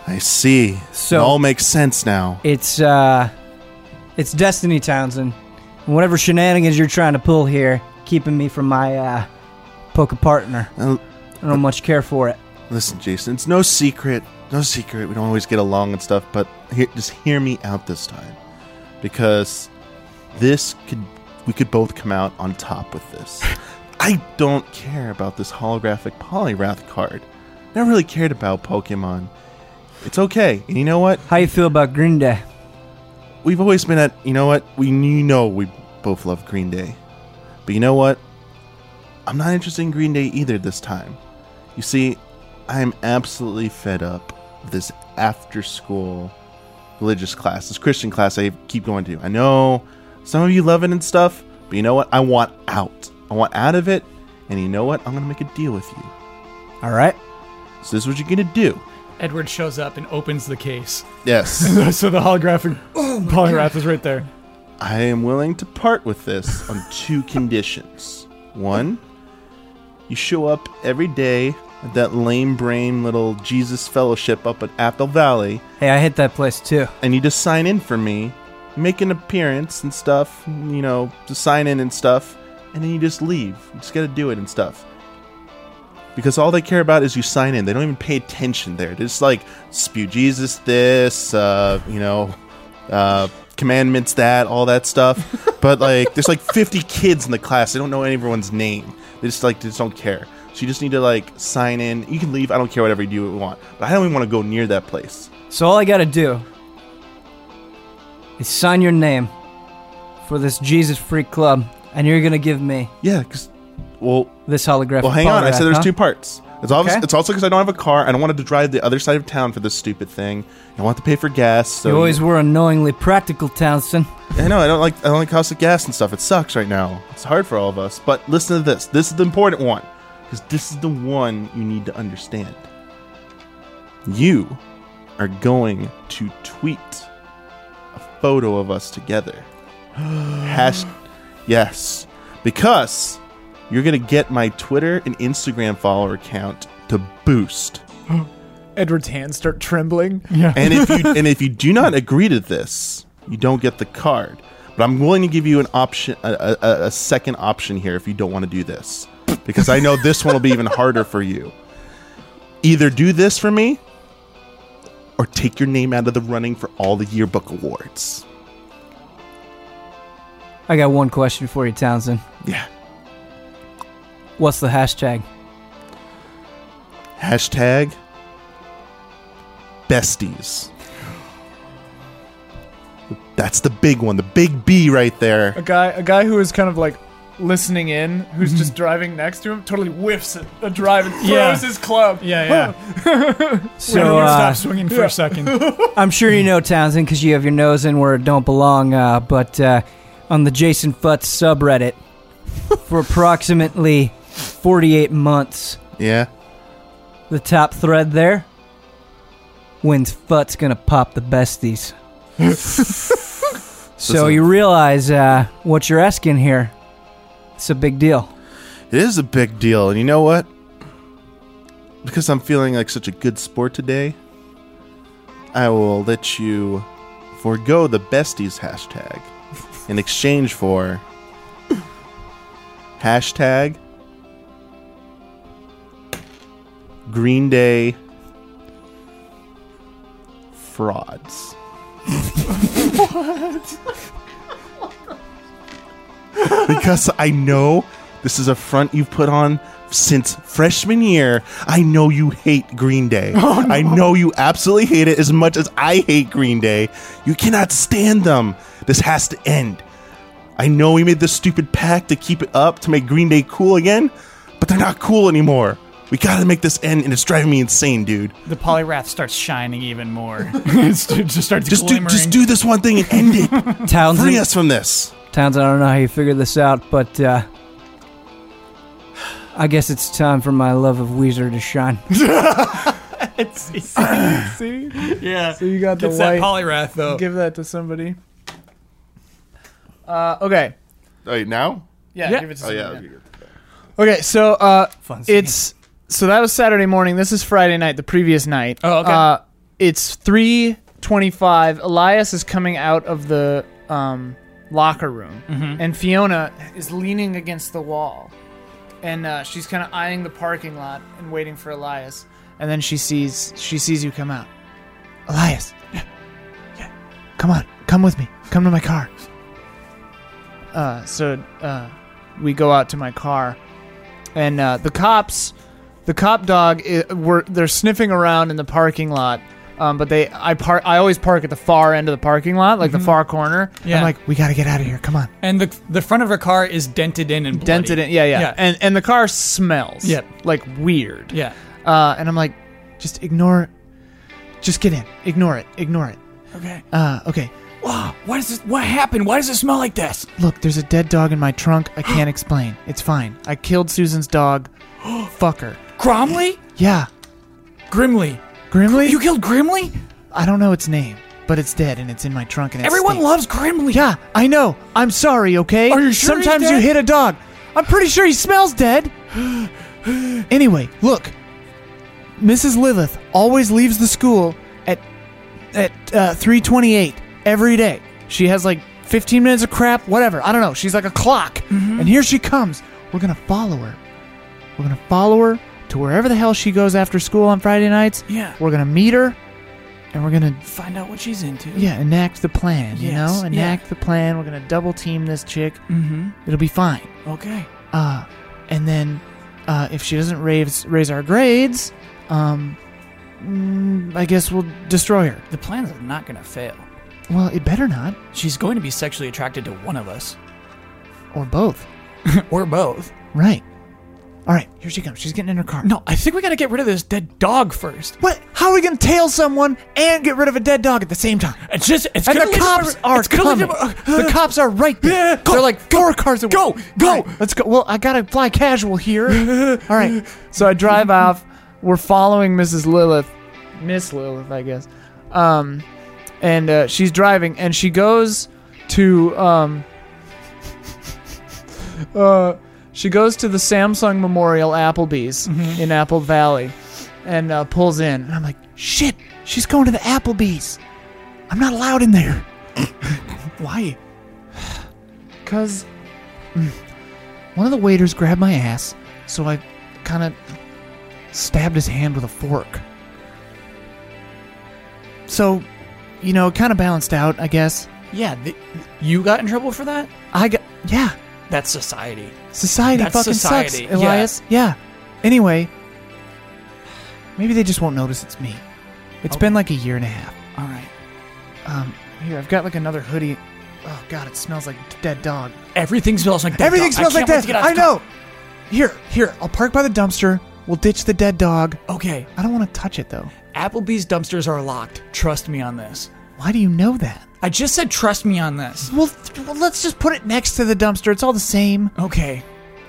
I see.
So-
it all makes sense now.
It's uh it's Destiny Townsend. And whatever shenanigans you're trying to pull here, keeping me from my uh Poke partner.
Uh,
I don't much care for it.
listen, Jason, it's no secret. No secret. We don't always get along and stuff, but he- just hear me out this time. Because this could, we could both come out on top with this. I don't care about this holographic polyrath card. Never really cared about Pokemon. It's okay. And you know what?
How you feel about Green Day?
we've always been at you know what we you know we both love green day but you know what i'm not interested in green day either this time you see i am absolutely fed up with this after school religious class this christian class i keep going to i know some of you love it and stuff but you know what i want out i want out of it and you know what i'm gonna make a deal with you
All right.
So this is what you're gonna do.
Edward shows up and opens the case.
Yes,
So the holographic
Oh
polygraph is right there.
I am willing to part with this on two conditions. One, you show up every day at that lame brain little Jesus fellowship up at Apple Valley,
Hey, I hit that place too.
and you just sign in for me, make an appearance and stuff, you know, just sign in and stuff, and then you just leave. You just gotta do it and stuff. Because all they care about is you sign in. They don't even pay attention there. They just like spew Jesus this, uh, you know, uh, commandments that, all that stuff. but like, there's like 50 kids in the class. They don't know everyone's name. They just like, they just don't care. So you just need to like sign in. You can leave. I don't care whatever you do you want. But I don't even want to go near that place.
So all I gotta do is sign your name for this Jesus Freak Club, and you're gonna give me
Yeah, because well,
this holographic.
well, hang on. I
polygraph,
said there's
huh?
two parts. It's obvious.
Okay.
It's also because I don't have a car. I don't want to drive the other side of town for this stupid thing. I want to pay for gas. So
You always were unknowingly practical, Townsend.
I know. I don't like. I don't like cost of gas and stuff. It sucks right now. It's hard for all of us. But listen to this. This is the important one because this is the one you need to understand. You are going to tweet a photo of us together. Hash. Yes, because you're gonna get my Twitter and Instagram follower count to boost.
Edward's hands start trembling.
and if you and if you do not agree to this, you don't get the card. But I'm willing to give you an option, a, a, a second option here, if you don't want to do this, because I know this one will be even harder for you. Either do this for me, or take your name out of the running for all the yearbook awards.
I got one question for you, Townsend.
Yeah.
What's the hashtag?
Hashtag besties. That's the big one, the big B right there.
A guy, a guy who is kind of like listening in, who's just driving next to him, totally whiffs at a drive and throws
Yeah.
his club.
Yeah, yeah.
So uh,
Stop swinging for a second.
I'm sure you know Townsend because you have your nose in where it don't belong. Uh, but uh, on the Jason Futz subreddit, for approximately 48 months,
Yeah.
the top thread there. When's Futz gonna pop the besties? so
Listen.
you realize uh, what you're asking here. It's a big deal.
It is a big deal, and you know what? Because I'm feeling like such a good sport today, I will let you forego the besties hashtag in exchange for hashtag Green Day frauds. because I know this is a front you've put on since freshman year. I know you hate Green Day. I know you absolutely hate it as much as I hate Green Day. You cannot stand them. This has to end. I know we made this stupid pact to keep it up to make Green Day cool again, but they're not cool anymore. We gotta make this end, and it's driving me insane, dude.
The polyrath starts shining even more.
it just starts
Just do,
glimmering.
just do this one thing and end it.
Townsend,
Free us from this.
Townsend, I don't know how you figured this out, but uh, I guess it's time for my love of Weezer to shine.
yeah.
So you got the
Gets that
white.
polyrath though.
Give that to somebody. Uh, okay.
Wait, now?
Yeah,
Yeah.
give it to
Oh
somebody.
yeah.
Okay, so uh,
Fun scene.
it's so that was Saturday morning. This is Friday night, the previous night.
Oh, okay.
Uh, it's three twenty-five. Elias is coming out of the um, locker room,
Mm-hmm.
and Fiona is leaning against the wall, and uh, she's kind of eyeing the parking lot and waiting for Elias. And then she sees she sees you come out. Elias, yeah, yeah, come on, come with me, come to my car. Uh, so uh, we go out to my car and uh, the cops, the cop dog, i were they're sniffing around in the parking lot. Um, but they, I park. I always park at the far end of the parking lot, like the far corner.
Yeah.
I'm like, we gotta get out of here. Come on,
And the the front of her car is dented in and bloody.
dented it. Yeah, yeah,
Yeah.
And and the car smells.
Yep.
Like weird.
Yeah.
Uh, and I'm like, just ignore it. Just get in. Ignore it. Ignore it.
Okay.
Uh, okay.
Wow. What is this? What happened? Why does it smell like this?
Look, there's a dead dog in my trunk. I can't explain. It's fine. I killed Susan's dog. Fuck her.
Cromley?
Yeah.
Grimly.
Grimly?
You killed Grimly?
I don't know its name, but it's dead and it's in my trunk and it
Everyone
stinks.
loves Grimly.
Yeah, I know. I'm sorry, okay?
Are you sure he's
Sometimes you
dead?
hit a dog. I'm pretty sure he smells dead. anyway, look. Mrs. Lilith always leaves the school at at uh, 3:28 every day. She has like 15 minutes of crap, whatever. I don't know. She's like a clock.
Mm-hmm.
And here she comes. We're going to follow her. We're going to follow her to wherever the hell she goes after school on Friday nights.
Yeah.
We're going to meet her and we're going to
Find out what she's into.
yeah, enact the plan. You
Yes,
know, enact the plan. We're gonna double team this chick.
Mm-hmm.
It'll be fine.
Okay.
Uh, and then uh, if she doesn't raise raise our grades, um, mm, I guess we'll destroy her.
The plan's not gonna fail.
Well, it better not,
She's going to be sexually attracted to one of us.
or both.
or both.
Right. All right, here she comes. She's getting in her car.
No, I think we gotta get rid of this dead dog first.
What? How are we gonna tail someone and get rid of a dead dog at the same time?
It's just it's
And
gonna
the
lead to
cops
my-
are
it's gonna lead
coming.
to my-
the cops are right there.
Yeah, go,
They're like four cars away.
go, go.
All right, let's go. Well, I gotta fly casual here. All right. So I drive off. We're following Mrs. Lilith, Miss Lilith, I guess. Um, and uh, she's driving, and she goes to um, uh, she goes to the Samsung Memorial Applebee's in Apple Valley, and uh, pulls in. And I'm like, shit, she's going to the Applebee's. I'm not allowed in there.
Why?
Cause mm, one of the waiters grabbed my ass, so I kind of stabbed his hand with a fork. So, you know, it kind of balanced out, I guess.
Yeah, th- you got in trouble for that?
I got yeah,
That's society.
society
That's
fucking
society,
sucks,
yeah.
Elias. Yeah. Anyway, maybe they just won't notice it's me. It's
Oh.
been like a year and a half.
All right.
Um, here I've got like another hoodie. Oh God, it smells like dead dog.
Everything smells like dead
Everything
dog.
smells
I
like
can't wait
that.
to get out
I
of town.
know. Here, here. I'll park by the dumpster. We'll ditch the dead dog.
Okay,
I don't want to touch it though.
Applebee's dumpsters are locked. Trust me on this.
Why do you know that?
I just said trust me on this.
Well, th- well let's just put it next to the dumpster. It's all the same.
Okay.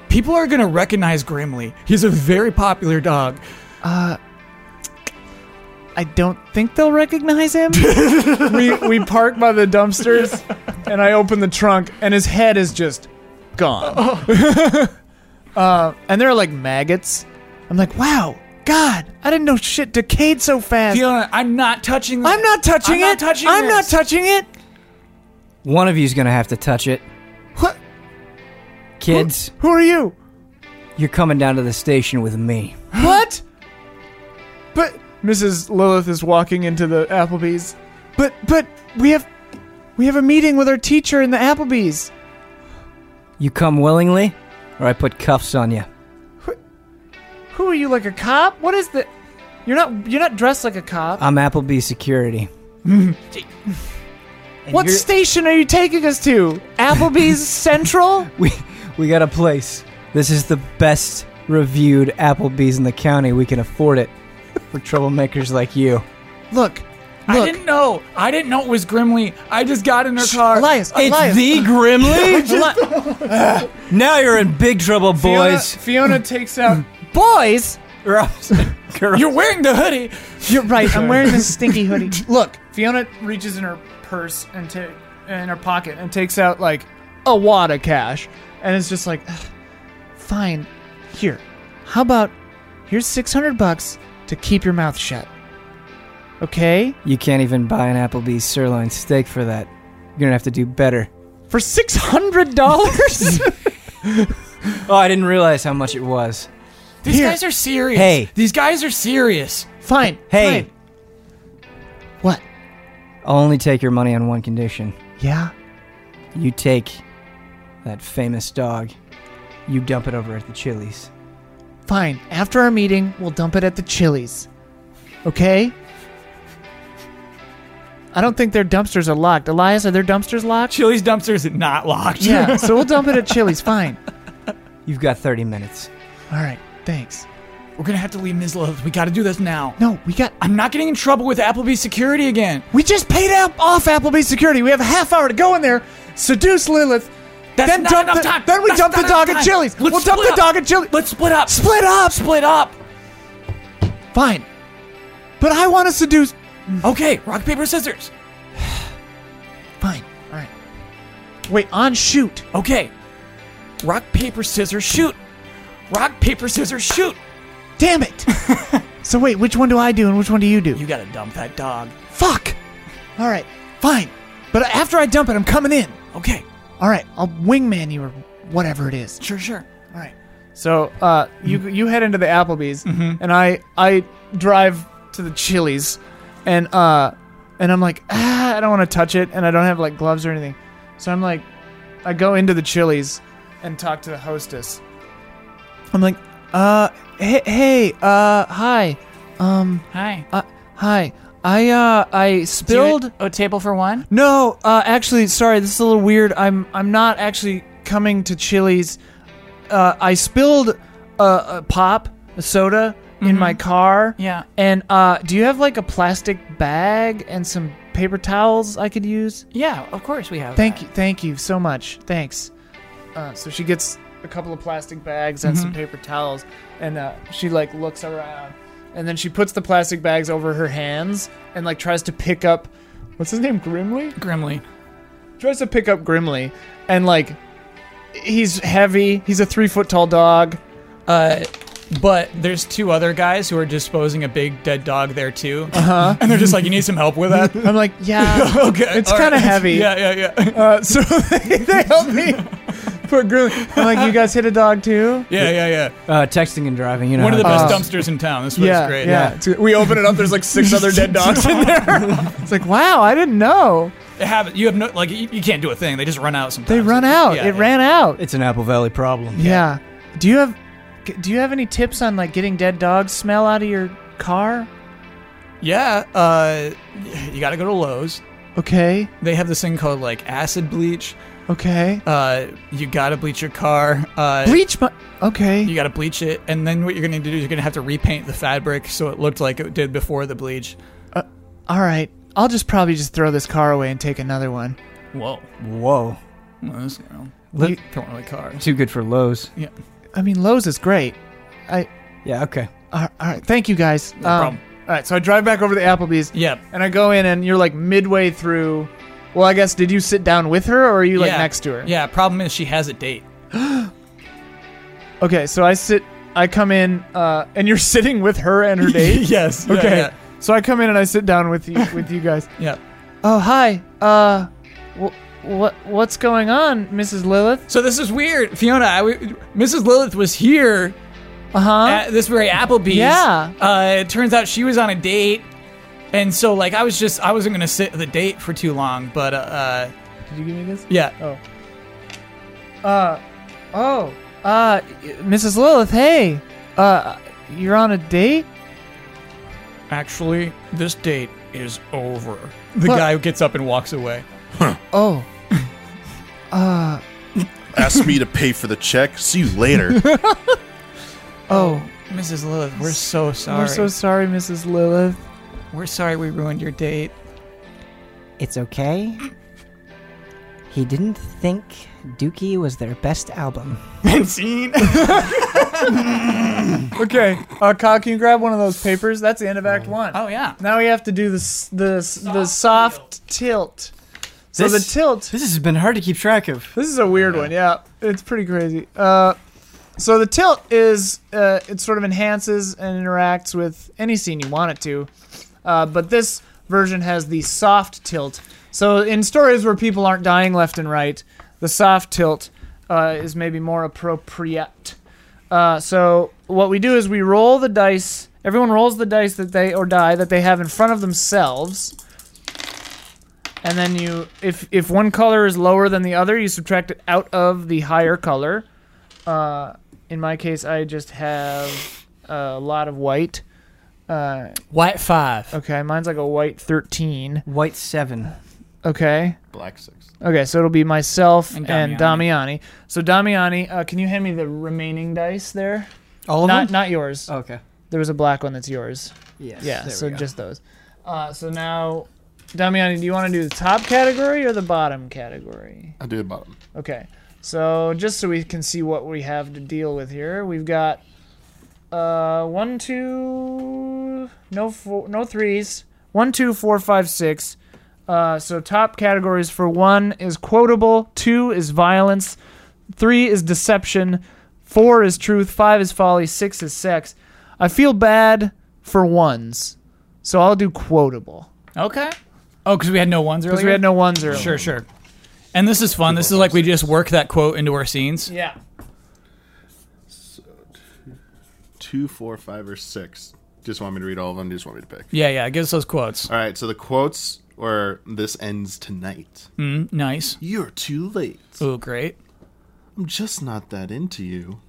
People are gonna recognize Grimly. He's a very popular dog.
I don't think they'll recognize him.
we we park by the dumpsters, and I open the trunk, and his head is just gone.
Oh.
uh, and they're like maggots.
I'm like, wow, God, I didn't know shit decayed so fast.
Fiona, I'm not touching this.
I'm not touching
I'm
it.
not touching
I'm
this.
not touching it.
One of you's gonna have to touch it.
What?
Kids,
Who are you?
you're coming down to the station with me.
What?
But Mrs. Lilith is walking into the Applebee's.
But but we have we have a meeting with our teacher in the Applebee's.
You come willingly, or I put cuffs on you.
Who are you like a cop? What is the You're not you're not dressed like a cop.
I'm Applebee security. And
Mm-hmm. what
you're-
station are you taking us to? Applebee's Central?
we we got a place. This is the best reviewed Applebee's in the county. We can afford it for troublemakers like you.
Look,
I
look,
didn't know. I didn't know it was Grimly. I just got in her car.
Elias,
It's
Elias.
the Grimly. now you're in big trouble, boys.
Fiona takes out.
boys.
Girls.
You're wearing the hoodie.
You're right. I'm wearing this stinky hoodie. Look,
Fiona reaches in her purse and ta- in her pocket and takes out like a wad of cash, and it's just like
fine. Here, how about here's 600 bucks to keep your mouth shut. Okay,
You can't even buy an Applebee's sirloin steak for that. You're gonna have to do better.
for 600 dollars.
Oh, I didn't realize how much it was.
These
Here.
guys are serious.
Hey.
These guys are serious.
fine.
Hey.
fine. What?
I'll only take your money on one condition.
Yeah.
You take that famous dog. You dump it over at the Chili's.
Fine. After our meeting, we'll dump it at the Chili's. Okay? I don't think their dumpsters are locked. Elias, are their dumpsters locked?
Chili's dumpsters not locked.
Yeah, so we'll dump it at Chili's. Fine.
You've got 30 minutes.
All right. Thanks.
We're gonna have to leave Ms. Love. We gotta do this now.
No, we got.
I'm not getting in trouble with Applebee's security again.
We just paid up off Applebee's security. We have a half hour to go in there, seduce Lilith,
That's
then
not
dump
enough
the,
time.
then we
That's
dump the
not enough
dog at
time.
Chili's.
Let's
we'll dump
split
the dog
up.
at Chili's.
Let's split up.
Split up.
Split up.
Fine. But I want us to do.
Okay, rock, paper, scissors.
Fine. All right. Wait, on shoot.
Okay. Rock, paper, scissors, shoot. Rock, paper, scissors, shoot.
Damn it. so wait, which one do I do and which one do you do?
You gotta dump that dog.
Fuck. All right. Fine. But after I dump it, I'm coming in.
Okay,
All right. I'll wingman you or whatever it is.
sure, sure.
All right. So uh, you
Mm-hmm.
you head into the Applebee's,
Mhm.
and I I drive to the Chili's, and uh, and I'm like, ah, I don't want to touch it, and I don't have like gloves or anything, so I'm like, I go into the Chili's, and talk to the hostess. I'm like, uh, hey, hey uh, hi, um,
Hi.
uh, hi, I uh, I spilled.
Do you- a table for one?
No, uh, actually, sorry, this is a little weird. I'm I'm not actually coming to Chili's. Uh, I spilled a, a pop, a soda, in my car.
Yeah.
And uh, do you have like a plastic bag and some paper towels I could use?
Yeah, of course we have.
Thank
that.
you, thank you so much. Thanks. Uh, so she gets a couple of plastic bags and some paper towels, and uh, she like looks around, and then she puts the plastic bags over her hands and like tries to pick up. What's his name? Grimly
Grimly.
tries to pick up Grimly, and like he's heavy. He's a three foot tall dog.
Uh, but there's two other guys who are disposing a big dead dog there too. Uh huh. And they're just like, you need some help with that?
I'm like, yeah.
okay.
Uh-huh. It's
all
kinda heavy.
Yeah, yeah, yeah.
uh, so they, they help me put Grimly. I'm like, you guys hit a dog too?
Yeah, yeah, yeah.
Uh, texting and driving, you know.
One of the
how it
best
is.
dumpsters in town. This was
Yeah,
great.
Uh, yeah. It's- we open it up. There's like six other dead dogs in there. it's like, wow, I didn't know.
They have you have no like you, you can't do a thing. They just run out sometimes.
They run out.
Yeah,
it
yeah.
ran out.
It's an Apple Valley problem.
Yeah. Do you have g- Do you have any tips on like getting dead dog smell out of your car?
Yeah, uh, you got to go to Lowe's.
Okay.
They have this thing called like acid bleach.
Okay.
Uh, you got to bleach your car. Uh,
Bleach my. Okay.
You got to bleach it, and then what you're going to do is you're going to have to repaint the fabric so it looked like it did before the bleach.
All right. I'll just probably just throw this car away and take another one.
Whoa,
Whoa.
well, this, you know,
Look-
you throwing away cars.
Too good for Lowe's.
I mean, Lowe's is great.
Yeah, okay.
All all right. Thank you guys. Um,
No problem.
All right. So I drive back over to the Applebee's
Yeah,
and I go in, and you're like midway through. Well, I guess did you sit down with her or are you like
yeah.
next to her?
Yeah, problem is she has a date.
Okay. So I sit. I come in, uh, and you're sitting with her and her date.
yes.
Okay.
Yeah.
So I come in and I sit down with you with you guys.
yeah, yeah.
Oh hi. Uh, wh- what what's going on, Mrs. Lilith?
So this is weird, Fiona. I, we- Mrs. Lilith was here
Uh huh.
at this very Applebee's.
Yeah.
Uh, it turns out she was on a date, and so like I was just I wasn't gonna sit at the date for too long, but uh, uh
Did you give me this?
yeah.
Uh, oh, uh, Mrs. Lilith, hey, uh, you're on a date?
Actually, this date is over. The
What?
guy gets up and walks away.
Oh,
Ask me to pay for the check. See you later.
oh,
Mrs. Lilith, we're so sorry.
we're
We're,
so sorry, Mrs. Lilith.
sorry we ruined your date.
It's okay. He didn't think Dookie was their best album.
Francine.
Okay, uh, Kyle, can you grab one of those papers? That's the end of Act One.
oh yeah.
Now we have to do the s- the s- the soft tilt. So
This-
the tilt.
This has been hard to keep track of.
This is a weird one. Yeah, it's pretty crazy. Uh, so the tilt is uh, it sort of enhances and interacts with any scene you want it to, uh, but this version has the soft tilt. So in stories where people aren't dying left and right, the soft tilt uh, is maybe more appropriate. Uh, so what we do is we roll the dice. Everyone rolls the dice that they or die that they have in front of themselves. And then you, if if one color is lower than the other, you subtract it out of the higher color. Uh, in my case, I just have a lot of white. Uh,
White five.
okay, mine's like a white thirteen.
White 7.
Okay,
Black six.
okay, so it'll be myself and
And
Damiani.
Damiani.
So Damiani, uh, can you hand me the remaining dice there?
All of
Not
them?
not yours.
okay.
There was a black one that's yours.
Oh. Yes.
Yeah.
there
So
we go.
just those. Uh, so now, Damiani, do you want to do the top category or the bottom category?
I do the bottom.
Okay. So just so we can see what we have to deal with here, we've got uh, one, two, two, no four, no threes. One, two, four, five, six. Uh, so top categories for one is quotable, two is violence, three is deception, four is truth, five is folly, six is sex. I feel bad for ones, so I'll do quotable
Okay. Oh, because we had no ones earlier.
because we had no ones earlier.
Sure, sure. And this is fun. This is like we just work that quote into our scenes.
Yeah.
Two, four, five, or six. Just want me to read all of them. Just want me to pick.
Yeah, yeah. Give us those quotes.
All right. So the quotes were "This ends tonight."
Mm, nice.
You're too late.
Oh, great.
I'm just not that into you.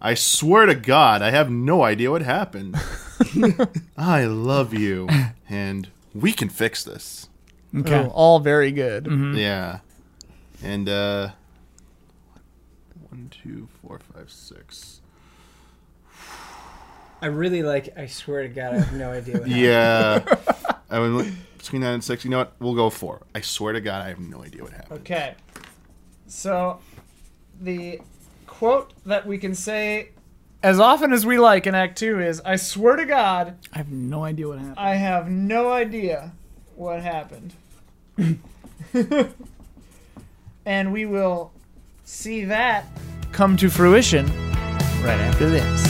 I swear to God, I have no idea what happened. I love you, and we can fix this.
Okay. Mm-hmm.
Ooh, all very good.
Yeah. And uh one, two, four, five, six.
I really like. I swear to God, I have no idea. What
Yeah. I mean between nine and six, you know what? We'll go four. I swear to God I have no idea what happened.
Okay. So, the quote that we can say as often as we like in Act Two is I swear to God,
I have no idea what happened.
I have no idea what happened. and we will see that come to fruition right after this.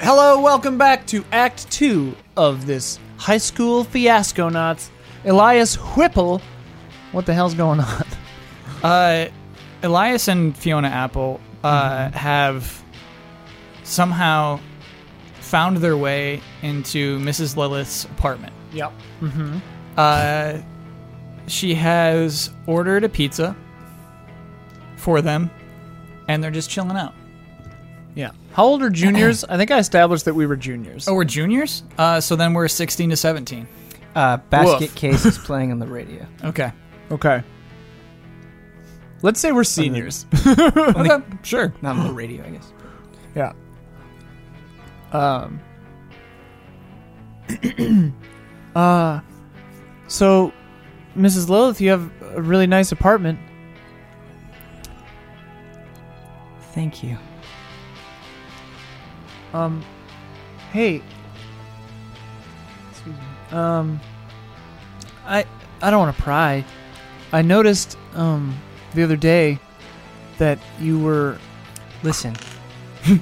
Hello, welcome back to Act Two of this high school fiasco. Knots, Elias Whipple. What the hell's going on?
Uh, Elias and Fiona Apple uh,
Mm-hmm.
have somehow found their way into Mrs. Lilith's apartment.
Yep. Mm-hmm.
Uh, she has ordered a pizza for them, and they're just chilling out.
Yeah. How old are juniors? I think I established that we were juniors.
Oh, we're juniors? Uh, so then we're 16 to 17.
Uh, basket
Woof.
case is playing on the radio.
Okay.
okay. Let's say we're seniors.
Okay, sure.
Not on the radio, I guess.
Yeah. Um. uh, so, Mrs. Lilith, you have a really nice apartment.
Thank you.
Um, hey. Excuse me. Um, I I don't want to pry. I noticed um the other day that you were
Listen,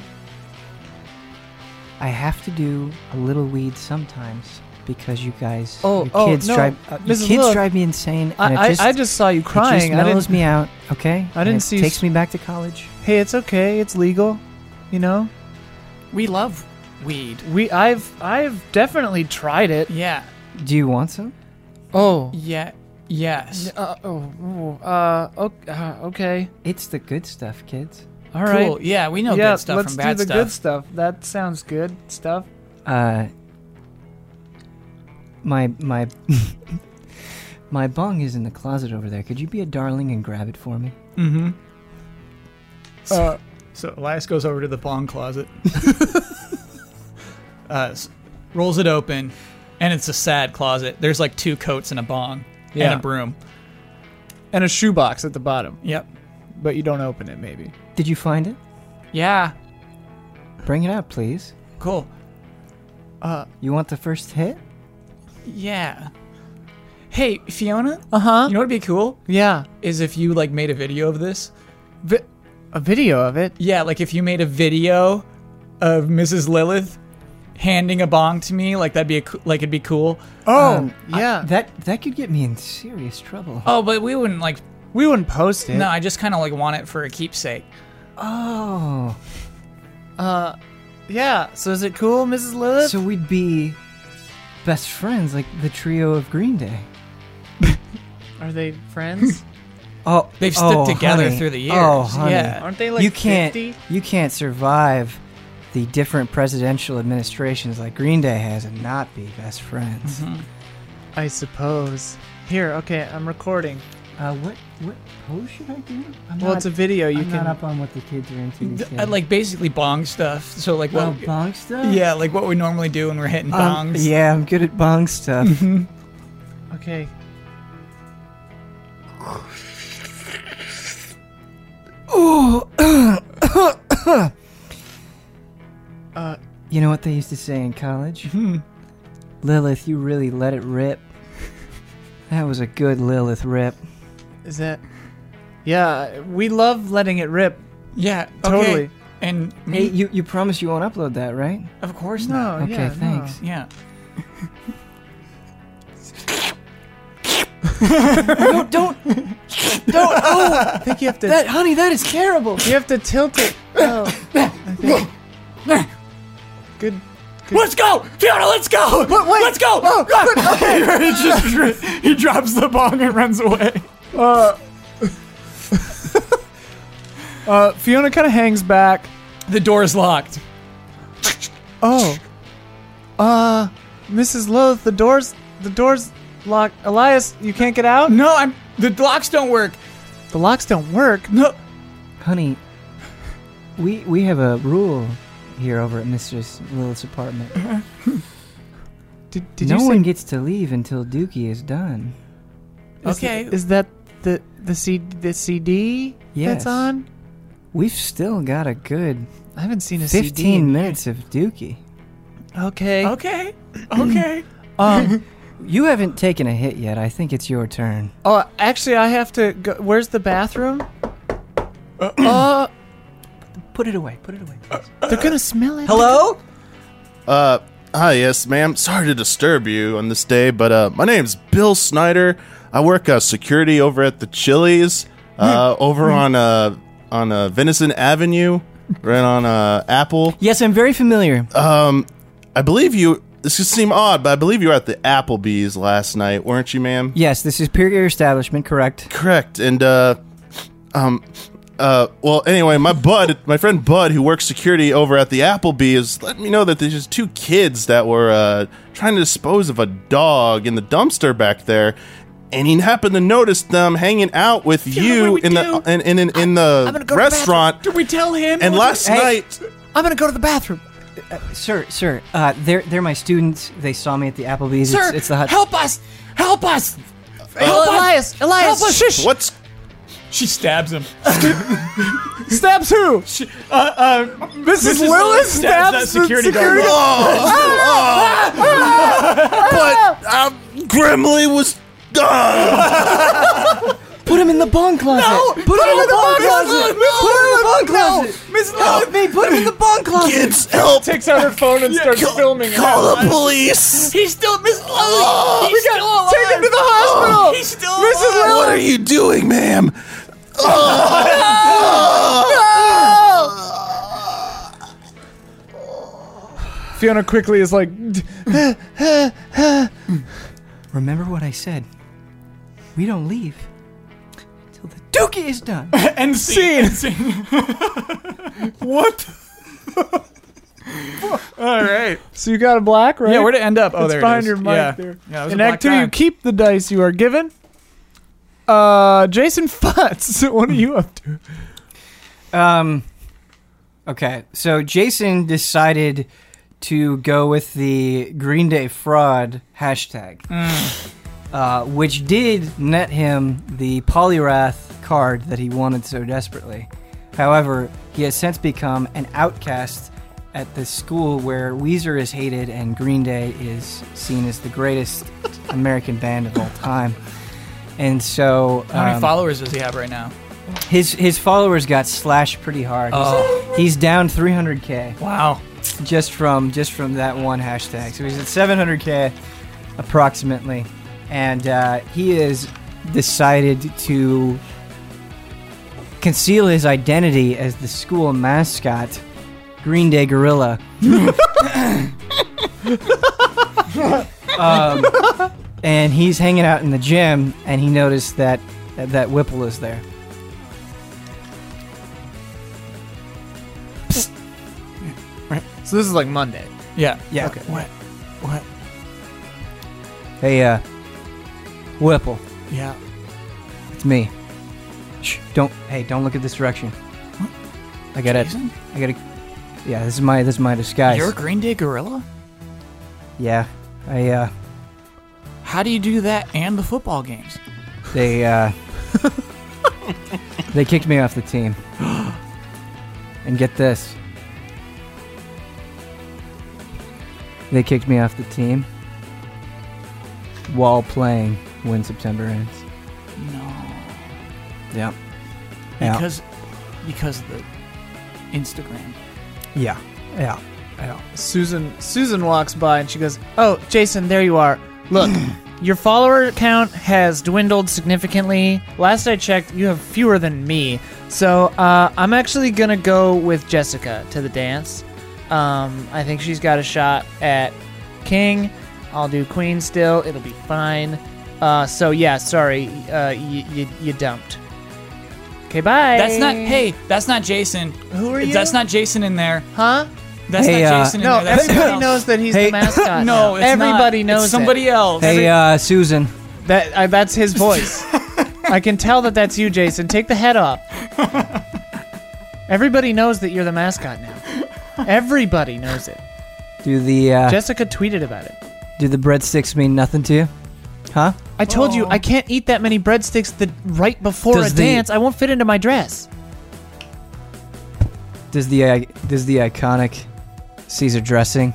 I have to do a little weed sometimes because you guys,
Oh,
your
oh,
kids
no,
drive, uh, your
Mrs.
kids
Lilith,
drive me insane. And
I,
it just,
I, I just saw you crying.
It
I
just
didn't
mellows me out. Okay,
I
And
didn't
it
see
Takes
s-
me back to college.
hey, it's okay. It's legal. You know,
We love weed.
we I've I've definitely tried it.
Yeah.
Do you want some?
Oh.
Yeah. Yes.
Uh, oh, oh, uh, okay, uh, okay.
It's the good stuff, kids.
All right.
Cool. Yeah, we know
yeah,
good stuff
let's
from bad
do the
stuff.
good stuff. That sounds good stuff.
Uh, my my my bong is in the closet over there. Could you be a darling and grab it for me?
Mm-hmm.
Uh,
So Elias goes over to the bong closet, uh, s- rolls it open, and it's a sad closet. There's like two coats and a bong
Yeah.
and a broom.
and a shoebox at the bottom,
Yep.
but you don't open it. Maybe.
Did you find it?
Yeah.
Bring it out, please.
Cool.
You want the first hit?
Yeah. Hey, Fiona.
Uh huh.
You know what'd be cool
Yeah.
is if you like made a video of this.
Vi- a video of it.
Yeah, like if you made a video of Mrs. Lilith handing a bong to me, like that'd be a, coo- like it'd be cool.
Oh,
Um, I-
yeah.
that that could get me in serious trouble.
Oh, but we wouldn't like.
we wouldn't post it.
No, I just kind of like want it for a keepsake.
Oh,
Uh, Yeah. So is it cool, Mrs. Lilith?
so we'd be best friends, like the trio of Green Day.
Are they friends?
Oh,
They've stuck
oh,
together
honey.
through the years.
Oh, honey.
Yeah.
Aren't they like
you can't
50?
you can't survive the different presidential administrations like Green Day has and not be best friends.
I suppose. Here, okay, I'm recording.
Uh, what what pose should I do? I'm
well, it's a video. You
I'm
can.
not up on what the kids are into these
D-
days.
uh, like basically bong stuff. So like what?
oh, bong stuff.
yeah, like what we normally do when we're hitting
Um,
bongs.
yeah, I'm good at bong stuff.
Okay.
You know what they used to say in college? Lilith, you really let it rip. That was a good Lilith rip.
Is that? Yeah, we love letting it rip.
Yeah,
Totally.
Okay. And
Hey,
me,
you, you promise you won't upload that, right?
of course not.
No,
Okay,
Oh, yeah, no.
thanks.
Yeah.
don't, don't, don't. Oh,
I think you have to.
that, honey, that is terrible.
you have to tilt it. Oh, I think. Good. Oh,
Let's go, Fiona. Let's go. Let's go. he, just, he drops the bong and runs away.
Uh, Fiona kind of hangs back.
The door is locked.
Oh. Uh, Mrs. Lilith, the doors, the doors locked. Elias, you can't get out.
No, I'm. The locks don't work.
The locks don't work.
No.
Honey, we we have a rule here over at Mistress Lilith's apartment.
Did, did
no
you
one
say?
gets to leave until Dookie is done.
is-
Okay.
Is that the the C the CD
Yes.
that's on?
We've still got a good
I haven't seen a CD.
15 minutes of Dookie.
Okay.
Okay. Okay.
Um.
You haven't taken a hit yet. I think it's your turn.
oh, actually, I have to go. Where's the bathroom? Uh,
Put it away. Put it away.
they're gonna smell it.
Hello?
Uh, hi, yes, ma'am. Sorry to disturb you on this day, but uh, my name's Bill Snyder. I work uh, security over at the Chili's, uh, over on uh, on uh, Venison Avenue, right on uh, Apple.
Yes, I'm very familiar.
I believe you. This could seem odd, but I believe you were at the Applebee's last night, weren't you, ma'am?
yes, this is Superior Establishment, correct?
Correct. And uh um uh well anyway, my bud, my friend Bud who works security over at the Applebee's let me know that there's just two kids that were uh trying to dispose of a dog in the dumpster back there. And he happened to notice them hanging out with you
what do
in
we
the
do?
in in, in, in the
go to the
restaurant.
Did we tell him?
and last
Hey.
night
I'm gonna go to the bathroom.
Sir, sir, uh, they're they're my students. They saw me at the Applebee's.
sir,
it's, it's the hot.
help us! Help us!
Oh, Elias, Elias,
Help us! Shush!
uh, what's
She stabs him.
stabs who?
She, uh, uh, Mrs.
Lilith
that
stabs the
security,
security
guard.
but um, Grimly was uh, done.
Put him in the bong closet.
No!
put, him in the bong closet. Put him in the bong closet.
Miss
Help me! Put him in the bong closet.
Kids help
Takes out her phone and starts filming. it.
call the police.
He's still Miss Lilith. Oh, he's still alive.
Take him to the hospital.
He's still alive.
Oh, What are you doing, ma'am?
Fiona quickly is like,
Remember what I said. We don't leave until the Dookie is done.
And scene. scene. what? All right.
so you got a black, right?
Yeah, where'd it end up? Oh,
it's
there
behind
it is.
your mic
yeah.
there.
Yeah, it was
In
a
Act
black
Two, you
dog.
keep the dice you are given. Uh, Jason Futz, what are you up to?
Um. Okay, so Jason decided to go with the Green Day fraud hashtag,
Mm.
uh, which did net him the Polyrath card that he wanted so desperately. However, he has since become an outcast at the school where Weezer is hated and Green Day is seen as the greatest American band of all time. And so,
How many
um,
followers does he have right now?
his his followers got slashed pretty hard. He's- He's, down 300k
Wow.
just from just from that one hashtag. So he's at 700k approximately, and uh, he is decided to conceal his identity as the school mascot, Green Day Gorilla. um, and he's hanging out in the gym, and he noticed that that Whipple is there.
So this is like Monday.
Yeah.
Yeah.
Okay. What?
Hey, uh, Whipple,
Yeah.
it's me. Shh, don't. Hey, don't look at this direction. I gotta.
Jason?
I gotta. Yeah, this is my this is my disguise.
You're a Green Day gorilla?
yeah, I uh,
How do you do that and the football games?
they uh, They kicked me off the team. and get this. They kicked me off the team while playing when September ends. No. Yep. Yeah.
Because because of the Instagram.
Yeah. Yeah.
Susan Susan walks by and she goes, "Oh, Jason, there you are. Look, your follower count has dwindled significantly. Last I checked, you have fewer than me. So uh, I'm actually gonna go with Jessica to the dance. Um, I think she's got a shot at King. I'll do Queen still. It'll be fine. Uh, so yeah, sorry, uh, y- y- you dumped. Okay, bye.
That's not. Hey, that's not Jason.
Who are you?
That's not Jason in there.
huh?
That's
Hey,
not
uh,
Jason in
No,
there. That's someone
everybody
else.
knows that he's
Hey.
the mascot. now.
No, it's not.
everybody
It's
knows it.
somebody else.
Hey, uh, Susan.
That I, that's his voice. I can tell that that's you, Jason. Take the head off. Everybody knows that you're the mascot now. Everybody knows it.
Do the uh,
Jessica tweeted about it.
do the breadsticks mean nothing to you? Huh?
I told you
Oh.
I can't eat that many breadsticks the right before
Does
a
the-
dance. I won't fit into my dress.
Does the i- does the iconic Caesar dressing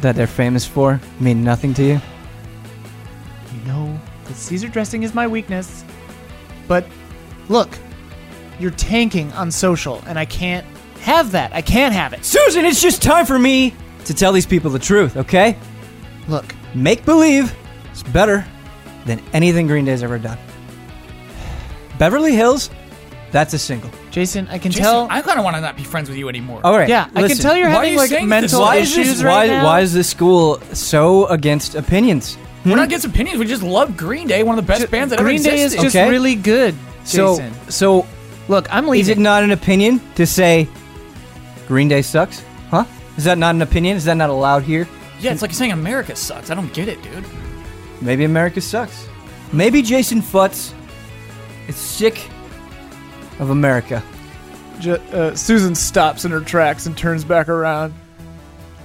that they're famous for mean nothing to you?
You know that Caesar dressing is my weakness. But look, you're tanking on social, and I can't have that. I can't have it.
Susan, it's just time for me to tell these people the truth, okay?
Look,
Make believe is better than anything Green Day's ever done. Beverly Hills, that's a single.
Jason, I can
Jason,
tell.
I kind of want to not be friends with you anymore.
All right.
yeah, I can
listen.
tell you're
why are
having
you
like
saying this?
mental
Why is
issues
this?
right
why,
now.
why is this school so against opinions?
We're not against opinions. We just love Green Day, one of the best bands that
Green
ever
Day is
existed.
just
Okay.
really good,
So,
Jason.
so
Look, I'm
is it
leaving.
not an opinion to say Green Day sucks? Huh? Is that not an opinion? Is that not allowed here?
yeah, it's like saying America sucks. I don't get it, dude.
Maybe America sucks. Maybe Jason Futz is sick of America.
Ju- uh, Susan stops in her tracks and turns back around.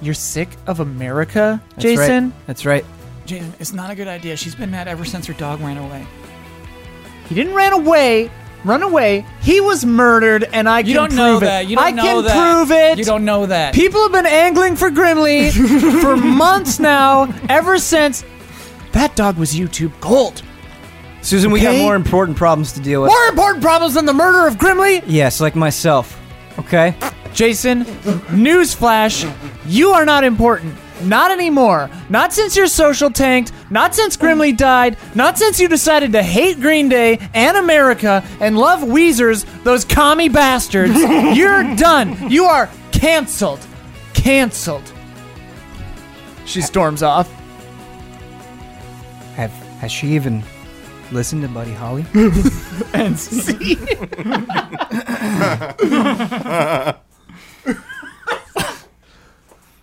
You're sick of America,
That's right.
Jason?
That's right.
Jason, it's not a good idea. She's been mad ever since her dog ran away.
He didn't ran away. Run away. He was murdered, and I
You
can
don't know
prove it.
that. You don't
I
know
can
that.
prove it.
You don't know that.
People have been angling for Grimley for months now, ever since that dog was YouTube gold.
Susan, we got
Okay.
more important problems to deal with.
More important problems than the murder of Grimley?
Yes, like myself. Okay?
Jason, newsflash, you are not important. Not anymore. Not since your social tanked, not since Grimley died, not since you decided to hate Green Day and America and love Weezers, those commie bastards. You're done. You are canceled. Canceled. She storms off.
Have has she even listened to Buddy Holly?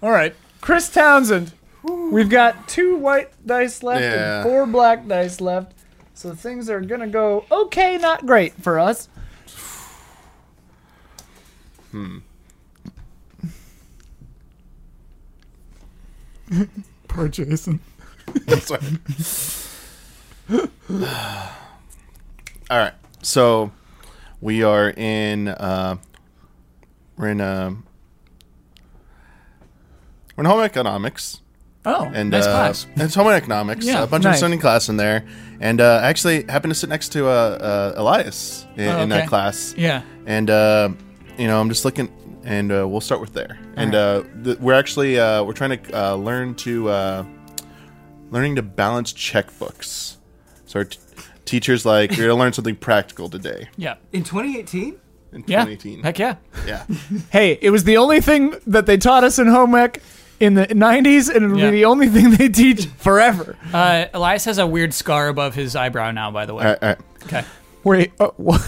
All right. Chris Townsend. We've got two white dice left
Yeah.
and four black dice left. So things are going to go okay, not great for us. Hmm.
Poor Jason.
That's right. All right. So we are in uh, we're in uh, we're in home economics
Oh,
and
nice
uh,
class.
It's home economics.
Yeah,
a bunch
nice.
of sending class in there, and uh, I actually happened to sit next to uh, uh, Elias in,
Oh,
in
okay.
that class.
Yeah.
and uh, you know i'm just looking and uh, we'll start with there and uh, th- we're actually uh, we're trying to uh, learn to uh, learning to balance checkbooks so our t- teachers like you're gonna learn something practical today
Yeah.
In 2018?
in
Yeah.
2018
Heck yeah.
yeah
Hey, it was the only thing that they taught us in home ec in the 90s, and it'll
Yeah.
be the only thing they teach forever.
Uh, Elias has a weird scar above his eyebrow now, by the
all
way.
right, all right.
Okay.
Wait, uh, what?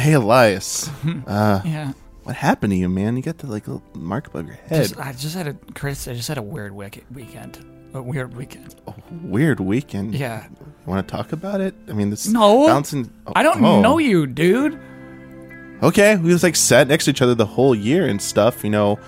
hey elias Uh,
Yeah.
what happened to you man you got the like little mark above your head
Just, I just had a Chris. I just had a weird wick- weekend. A weird weekend.
weird weekend
Yeah.
want to talk about it i mean this
No.
bouncing
I don't
oh.
know you, dude.
okay we was like sat next to each other the whole year and stuff you know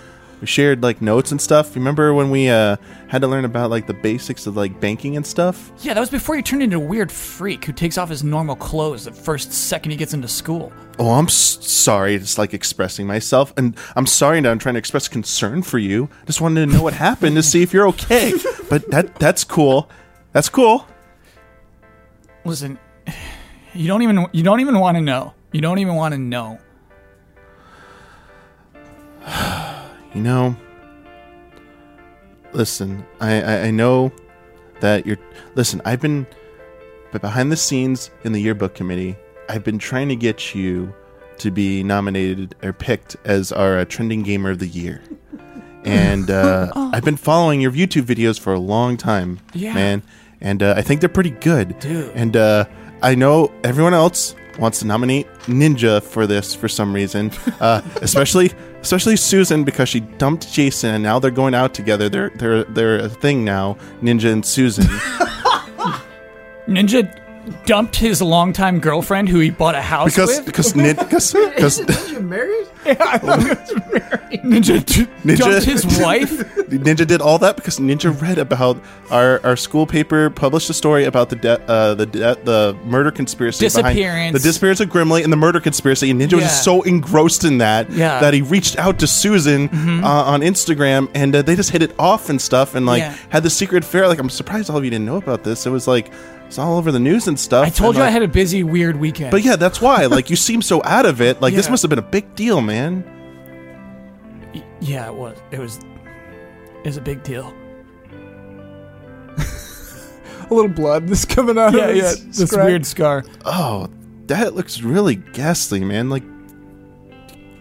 We shared like notes and stuff. Remember when we uh, had to learn about like the basics of like banking and stuff?
Yeah, that was before you turned into a weird freak who takes off his normal clothes the first second he gets into school.
Oh, I'm s- sorry. It's like expressing myself, and I'm sorry that I'm trying to express concern for you. Just wanted to know what happened to see if you're okay. But that that's cool. That's cool.
Listen, you don't even you don't even want to know. You don't even want to know.
You know, listen, I, I, I know that you're. Listen, I've been. But behind the scenes in the yearbook committee, I've been trying to get you to be nominated or picked as our uh, trending gamer of the year. And uh, I've been following your YouTube videos for a long time,
Yeah.
man. And uh, I think they're pretty good. Dude. And uh, I know everyone else wants to nominate Ninja for this for some reason, uh, especially especially Susan because she dumped Jason and now they're going out together. They're they're they're a thing now, Ninja and Susan.
Ninja dumped his longtime girlfriend who he bought a house
because
with.
because nin- because because
Ninja d-
Ninja-
dumped his wife.
Ninja did all that because Ninja read about our, our school paper published a story about the de- uh, the de- the murder conspiracy behind-
Disappearance.
the disappearance of Grimley and the murder conspiracy and Ninja was just
Yeah.
so engrossed in that
Yeah. Mm-hmm.
that he reached out to Susan uh, on Instagram and uh, they just hit it off and stuff and like
Yeah.
had the secret affair like I'm surprised all of you didn't know about this it was like it's all over the news and stuff
I told
And,
you I
like-
had a busy, weird weekend.
but yeah that's why like you seem so out of it like this
Yeah.
must have been a big deal man
yeah, it was. It was. It was a big deal.
A little blood is coming out
Yeah,
of
yeah.
his
This
scratch.
weird scar.
Oh, that looks really ghastly, man. Like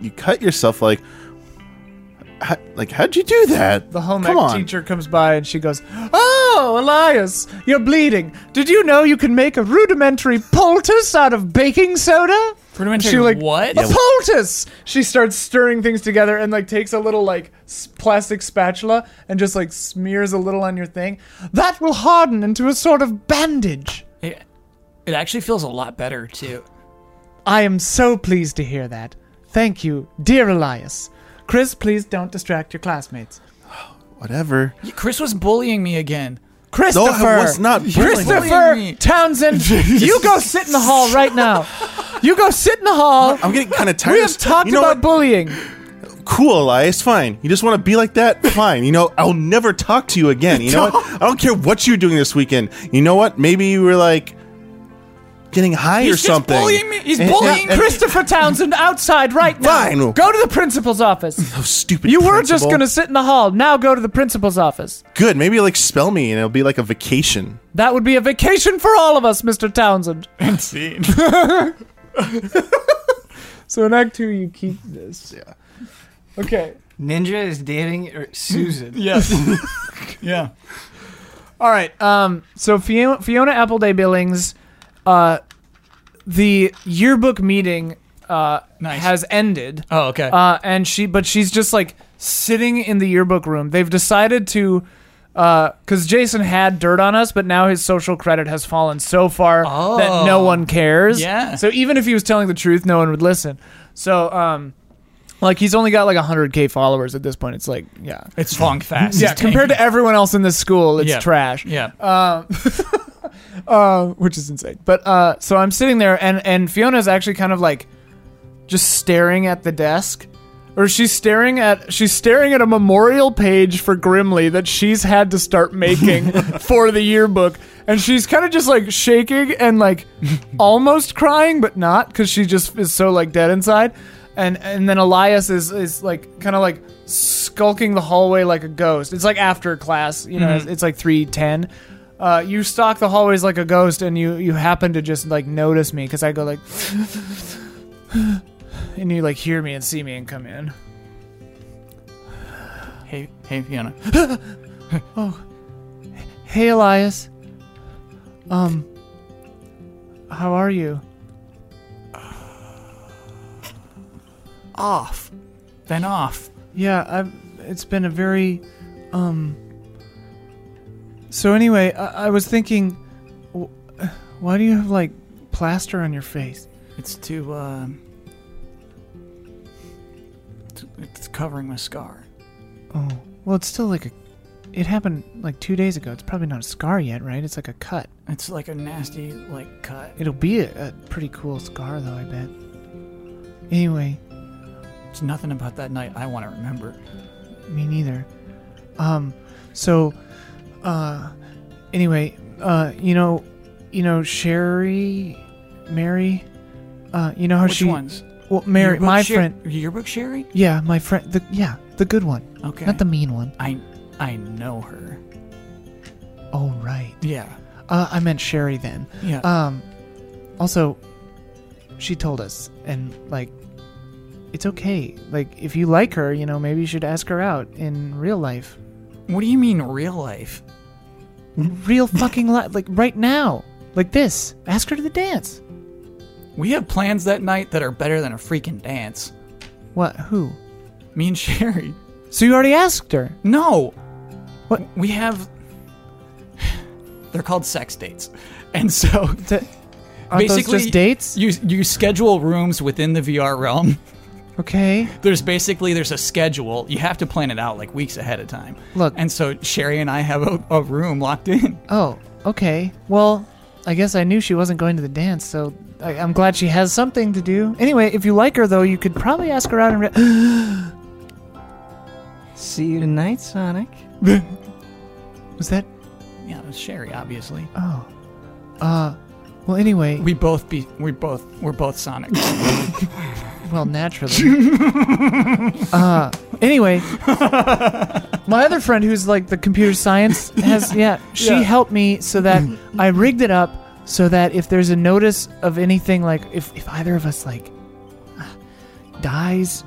you cut yourself. Like, how, like how'd you do that?
The home
Come
ec
on.
teacher comes by and she goes, Oh, Elias, you're bleeding. Did you know you can make a rudimentary poultice out of baking soda?
Rudimentary
She, like,
what?
A poultice! She starts stirring things together and like takes a little like s- plastic spatula and just like smears a little on your thing. That will harden into a sort of bandage.
It, it actually feels a lot better too.
I am so pleased to hear that. Thank you, dear Elias. Chris, please don't distract your classmates.
Whatever.
Chris was bullying me again.
No,
Christopher!
I was not. bullying her.
Christopher
me.
Townsend, you go sit in the hall right now. You go sit in the hall.
I'm getting kind of tired.
We
of
have
this-
talked
you know
about
what?
bullying.
cool, Elias. Fine. You just want to be like that. Fine. You know, I'll never talk to you again. You know what? I don't care what you're doing this weekend. You know what? Maybe you were like getting high
He's
or
just
something.
bullying me. He's
And- and-
bullying
and-
Christopher Townsend outside right now.
Fine.
Go to the principal's office.
Oh, stupid.
You were just
principal.
going to sit in the hall. Now go to the principal's office.
Good. Maybe like spell me, and it'll be like a vacation.
That would be a vacation for all of us, Mr. Townsend.
Scene.
So in Act 2, you keep this. Yeah. Okay.
Ninja is dating er, Susan.
Yes. yeah.
All right. Um, so Fiona, Fiona Appleday Billings, uh, the yearbook meeting uh,
Nice.
has ended.
Oh, okay.
uh, and she but she's just like sitting in the yearbook room they've decided to because jason had dirt on us but now his social credit has fallen so far
Oh.
that no one cares
Yeah.
so even if he was telling the truth no one would listen so um like he's only got like 100k followers at this point it's like yeah
it's long fast.
yeah compared to everyone else in this school it's
Yeah.
trash
Yeah.
which is insane. But uh, so I'm sitting there, and and Fiona's actually kind of like just staring at the desk, or she's staring at she's staring at a memorial page for Grimley that she's had to start making for the yearbook, and she's kind of just like shaking and like almost crying, but not because she just is so like dead inside. And, and then Elias is, is like kind of like skulking the hallway like a ghost. It's like after class, you know. It's, it's like three ten, uh, you stalk the hallways like a ghost, and you you happen to just like notice me because I go like, and you like hear me and see me and come in.
hey, hey, Fiona.
Hey, Elias. Um, how are you?
Off. Then off.
Yeah, I've. It's been a very, um. So anyway, I, I was thinking, wh- why do you have like plaster on your face?
It's to, um. it's- It's covering my scar.
Oh, well, it's still like a. It happened like two days ago. It's probably not a scar yet, right? It's like a cut.
It's like a nasty like cut.
It'll be a, a pretty cool scar, though, I bet. Anyway,
It's nothing about that night I want to remember.
me neither. Um, so, uh, anyway, uh, you know, you know, Sherry, Mary, uh, you know how
Which
she.
ones?
Well, Mary,
Yearbook
my
Sher-
friend.
Yearbook Sherry.
Yeah, my friend. The yeah, the good one,
Okay.
not the mean one.
I I know her.
Oh right.
Yeah.
Uh, I meant Sherry then.
Yeah.
Um, also, she told us, and like, it's okay. Like, if you like her, you know, maybe you should ask her out in real life,
what do you mean real life?
real fucking life, like right now, like this. Ask her to the dance.
We have plans that night that are better than a freaking dance.
What? Who?
Me and Sherry.
So you already asked her.
No.
What?
We have. They're called sex dates, and so
T- Aren't those
basically
just dates?
You you schedule rooms within the VR realm.
Okay.
There's basically there's a schedule. You have to plan it out like weeks ahead of time.
Look.
and so Sherry and I have a, a room locked in.
Oh, okay. Well, I guess I knew she wasn't going to the dance, so I, I'm glad she has something to do. Anyway, if you like her, though, you could probably ask her out and. Re-
See you tonight, Sonic.
Was that?
Yeah, it was Sherry obviously.
Oh. Uh. Well, anyway.
We both be we both we're both Sonic.
Well, naturally. uh. Anyway. My other friend, who's like the computer science, has yeah. She helped me so that I rigged it up so that if there's a notice of anything, like if if either of us like uh, dies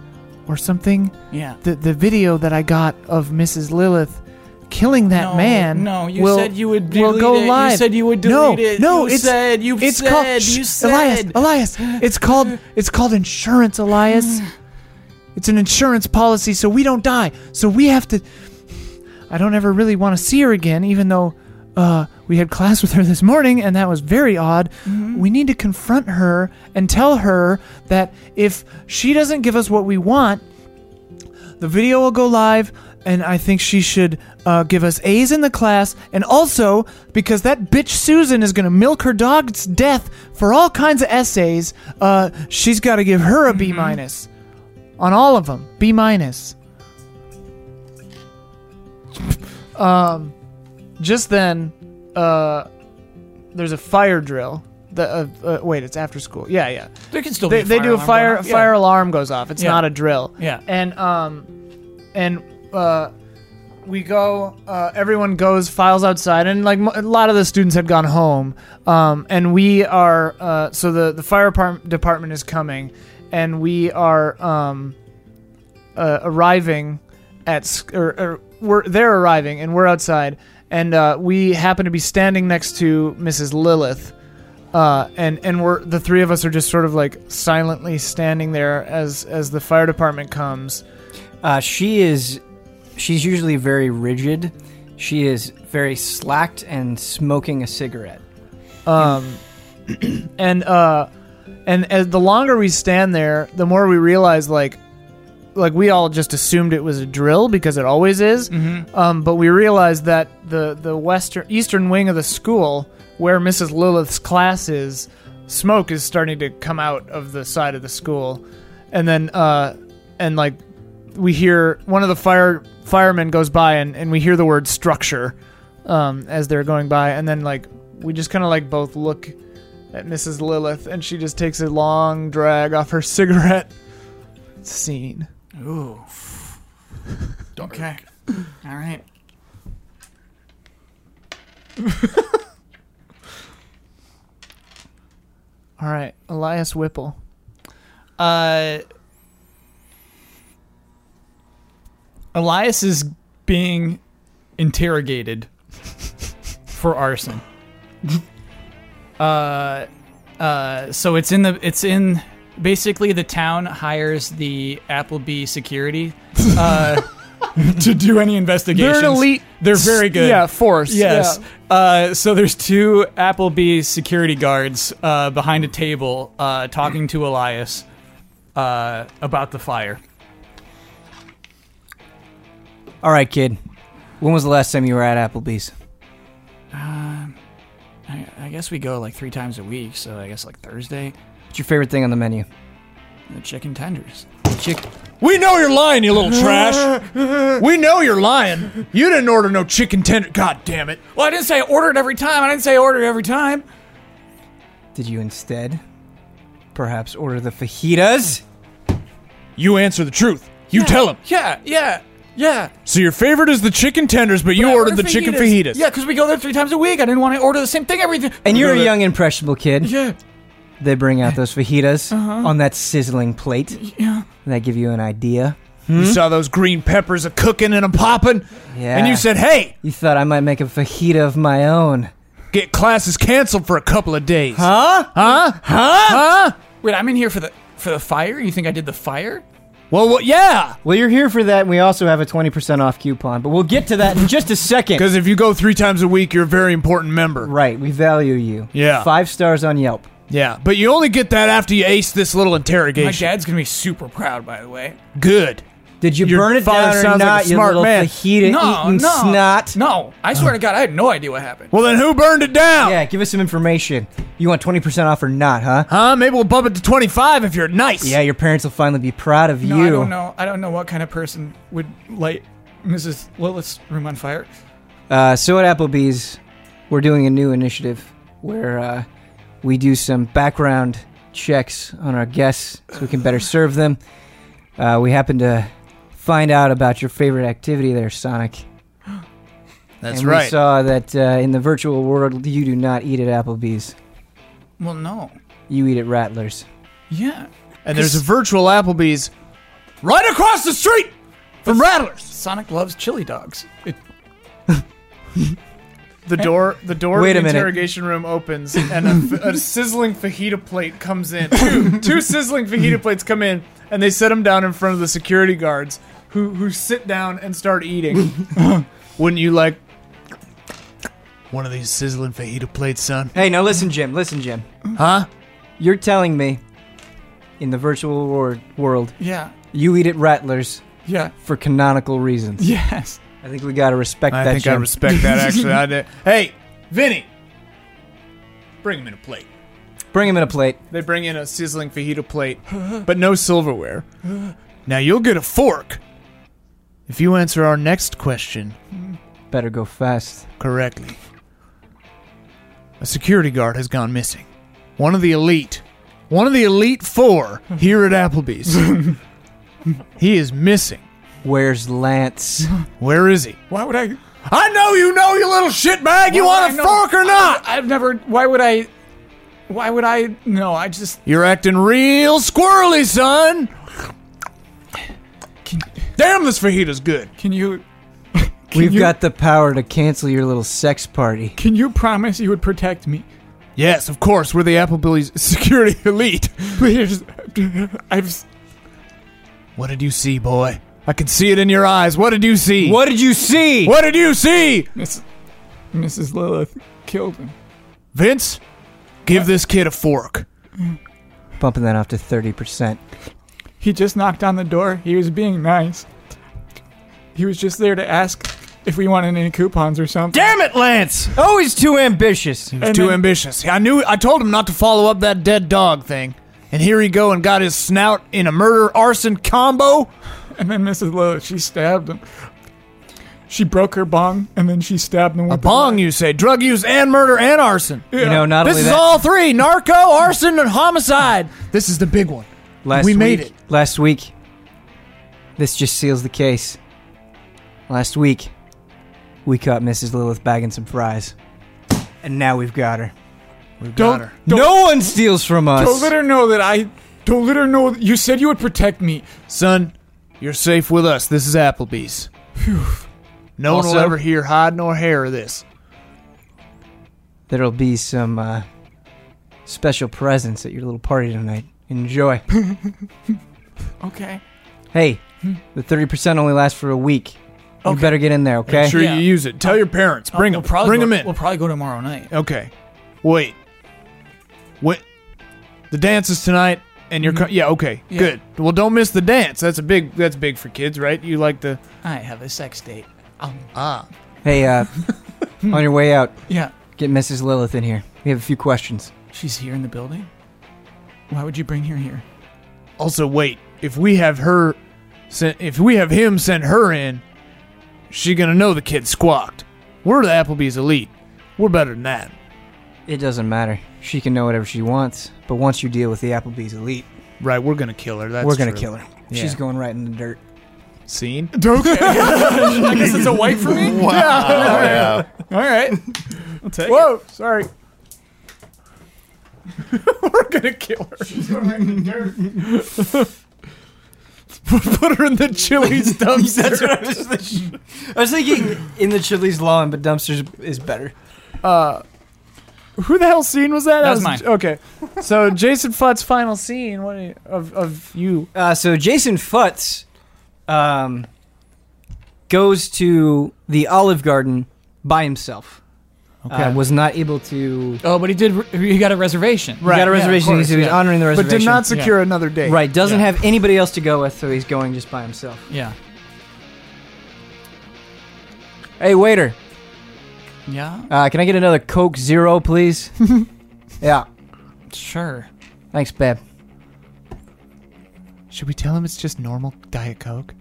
or something,
yeah.
the the video that I got of Mrs. Lilith killing that
No,
man.
no, you
will,
said you would
will
delete
go
it. You
live.
said you would
no,
delete it.
No,
You
it's
said- you've
it's called
said, you
shh, Elias,
said.
Elias. It's called it's called insurance, Elias. It's an insurance policy, so we don't die. So we have to. I don't ever really want to see her again, even though uh, we had class with her this morning, and that was very odd.
Mm-hmm.
We need to confront her and tell her that if she doesn't give us what we want, the video will go live, and I think she should uh, give us A's in the class. And also, because that bitch Susan is going to milk her dog's death for all kinds of essays, uh, she's got to give her a B
Mm-hmm.
minus on all of them. B minus. um, just then, uh, there's a fire drill. The uh, uh, wait, it's after school. Yeah, yeah.
There can still
They,
be.
they do a
alarm going
fire
off. Yeah.
fire alarm goes off. It's
Yeah.
not a drill
Yeah.
and um and uh we go uh everyone goes files outside and like m- a lot of the students had gone home um and we are uh so the the fire depart- department is coming and we are um uh, arriving at sc- or, or we're they're arriving and we're outside and uh, we happen to be standing next to Mrs. Lilith. Uh, and and we're the three of us are just sort of like silently standing there as as the fire department comes.
Uh, she is. She's usually very rigid. She is very slacked and smoking a cigarette.
Um, and uh, and as the longer we stand there, the more we realize like like we all just assumed it was a drill because it always is. Um, but we realized that the the western eastern wing of the school where Mrs. Lilith's class is, smoke is starting to come out of the side of the school, and then uh, and like we hear one of the fire firemen goes by and, and we hear the word structure um, as they're going by and then like we just kind of like both look at mrs lilith and she just takes a long drag off her cigarette scene
Ooh. Okay. All right.
all right elias whipple
Uh, Elias is being interrogated for arson. uh, uh, so it's in the it's in basically the town hires the Applebee security uh, to do any investigations.
elite
They're very good.
yeah force
Yes. Uh, so there's two Applebee security guards uh, behind a table uh, talking to Elias uh, about the fire.
All right, kid. When was the last time you were at Applebee's?
I, I guess we go like three times a week, so I guess like Thursday,
What's your favorite thing on the menu?
the chicken tenders.
Chick.
We know you're lying, you little trash. We know you're lying. You didn't order no chicken tender. God damn it.
Well, I didn't say I ordered every time. I didn't say I ordered every time.
Did you instead perhaps order the fajitas?
You answer the truth. You tell him.
Yeah, yeah, yeah.
So your favorite is the chicken tenders, but you
I
ordered the
order
chicken fajitas.
Yeah, because we go there three times a week. I didn't want to order the same thing every. Th-
And you're a young impressionable kid.
yeah,
They bring out those fajitas on that sizzling plate.
yeah.
And they give you an idea.
Hmm? You saw those green peppers a cooking and a popping,
Yeah.
and you said, "Hey,
You thought I might make a fajita of my own.
get classes canceled for a couple of days."
Huh?
Huh? Huh?
Wait, I'm in here for the for the fire. You think I did the fire?
Well, well yeah.
Well, you're here for that, and we also have a 20% off coupon, but we'll get to that in just a second.
Because if you go three times a week, you're a very important member.
Right, we value you.
Yeah.
Five stars on Yelp.
Yeah, but you only get that after you ace this little
My
interrogation.
dad's gonna be super proud, by the way.
Good.
Did you
Your
burn it
father
down or
sounds like
not,
a
you
smart
little
man.
fajita
No,
eating
no,
snot?
No, I swear to God, I had no idea what happened.
Well, then who burned it down?
Yeah, give us some information. You want 20% off or not, huh?
Huh? Maybe we'll bump it to twenty-five if you're nice.
Yeah, your parents will finally be proud of
No,
you.
I don't know. I don't know what kind of person would light Mrs. Lilith's room on fire.
Uh, so at Applebee's, we're doing a new initiative where uh, we do some background checks on our guests so we can better serve them. Uh, we happen to find out about your favorite activity there, Sonic. and
that's
We
right.
saw that uh, in the virtual world, you do not eat at Applebee's.
Well, no.
You eat at Rattlers.
Yeah.
And there's a virtual Applebee's right across the street from Rattlers.
Sonic loves chili dogs. It,
The door, the door of
Wait a
the
minute.
interrogation room opens, and a, f- a sizzling fajita plate comes in. Two, two sizzling fajita plates come in, and they set them down in front of the security guards, who who sit down and start eating.
Wouldn't you like one of these sizzling fajita plates, son?
Hey, now listen, Jim. Listen, Jim.
Huh?
You're telling me in the virtual wor- world,
yeah.
you eat at Rattlers
Yeah.
for canonical reasons.
Yes.
I think we got to respect
I
that,
think I
Jim.
respect that actually. I did. Hey, Vinny, bring him in a plate.
Bring him in a plate.
They bring in a sizzling fajita plate, but no silverware. Now you'll get a fork if you answer our next question
Better go fast.
correctly. A security guard has gone missing. One of the elite, one of the elite four here at Applebee's. he is missing.
Where's Lance?
Where is he?
Why would I?
I know you know, you little shitbag. You
Why
want a
would I know?
fork or not?
I've never. Why would I? Why would I? No, I just.
You're acting real squirrely, son.
Can,
Damn, this fajita's good.
can you?
We've
you-
got the power to cancel your little sex party.
Can you promise you would protect me?
Yes, of course. We're the Applebee's security elite.
Please. I've. s-
What did you see, boy? I can see it in your eyes. What did you see? What?
did you see?
What did you see?
Miss, Mrs. Lilith killed him.
Vince, give this kid a fork.
Bumping that off to 30%.
He just knocked on the door. He was being nice. He was just there to ask if we wanted any coupons or something.
Damn it, Lance!
Always too ambitious.
He's too
then-
ambitious. I knew. I told him not to follow up that dead dog thing. And here he go and got his snout in a murder arson combo.
And then Mrs. Lilith, she stabbed him. She broke her bong and then she stabbed him with
A bong, you say? Drug use and murder and arson.
The,
You know, not
This
only
is
that.
all three: narco, arson, and homicide. This is the big one.
last
we made
week-
it.
Last week. This just seals the case. Last week, we caught Mrs. Lilith bagging some fries. And now we've got her.
We've got
Don't-
her.
no one steals from us.
Don't let her know that I. Don't let her know. You said you would protect me.
Son, you're safe with us. This is Applebee's. No one will
Also-
ever hear hide nor hair of this.
There'll be some uh, special presents at your little party tonight. Enjoy.
Okay.
hey, the 30% only lasts for a week. You
Okay.
better get in there, okay?
Make sure
eh, Yeah. Uh,
you use it. Tell your parents. Bring them. Bring them in.
We'll probably go tomorrow night.
okay. Wait. Wait. The dance is tonight.
and you're co- yeah okay good. Well, don't miss the dance. That's a big that's big for kids, right? You like the
I have a sex date.
Hey, uh, on your way out,
Yeah,
get Mrs. Lilith in here. We have a few questions.
she's here in the building. Why would you bring her here?
also wait. If we have her, sen- if we have him send her in, she gonna know the kid squawked. We're the Applebee's elite. We're better than that.
It doesn't matter. She can know whatever she wants, but once you deal with the Applebee's elite,
Right, we're gonna kill her. That's
we're gonna
true.
kill her.
Yeah.
She's going right in the dirt.
Scene.
I guess it's a wife for me.
Wow. yeah.
All right.
Whoa, sorry. we're gonna kill her. Put her in the Chili's dumpster.
That's what I was thinking. I was thinking in the Chili's lawn, but dumpsters is better.
Who the hell scene was that?
That was mine.
Okay, so Jason Futt's final scene what do you- of of you.
Uh, so Jason Futz um, goes to the Olive Garden by himself. Uh, was not able to.
Oh, but he did. Re- he got a reservation.
He got a reservation.
course,
so he's
yeah.
honoring the
but
reservation.
did not secure another date.
Right. Doesn't have anybody else to go with, so he's going just by himself.
Yeah.
Hey, waiter.
Yeah.
Uh, can I get another Coke Zero, please? yeah.
Sure.
Thanks, babe.
Should we tell him it's just normal Diet Coke?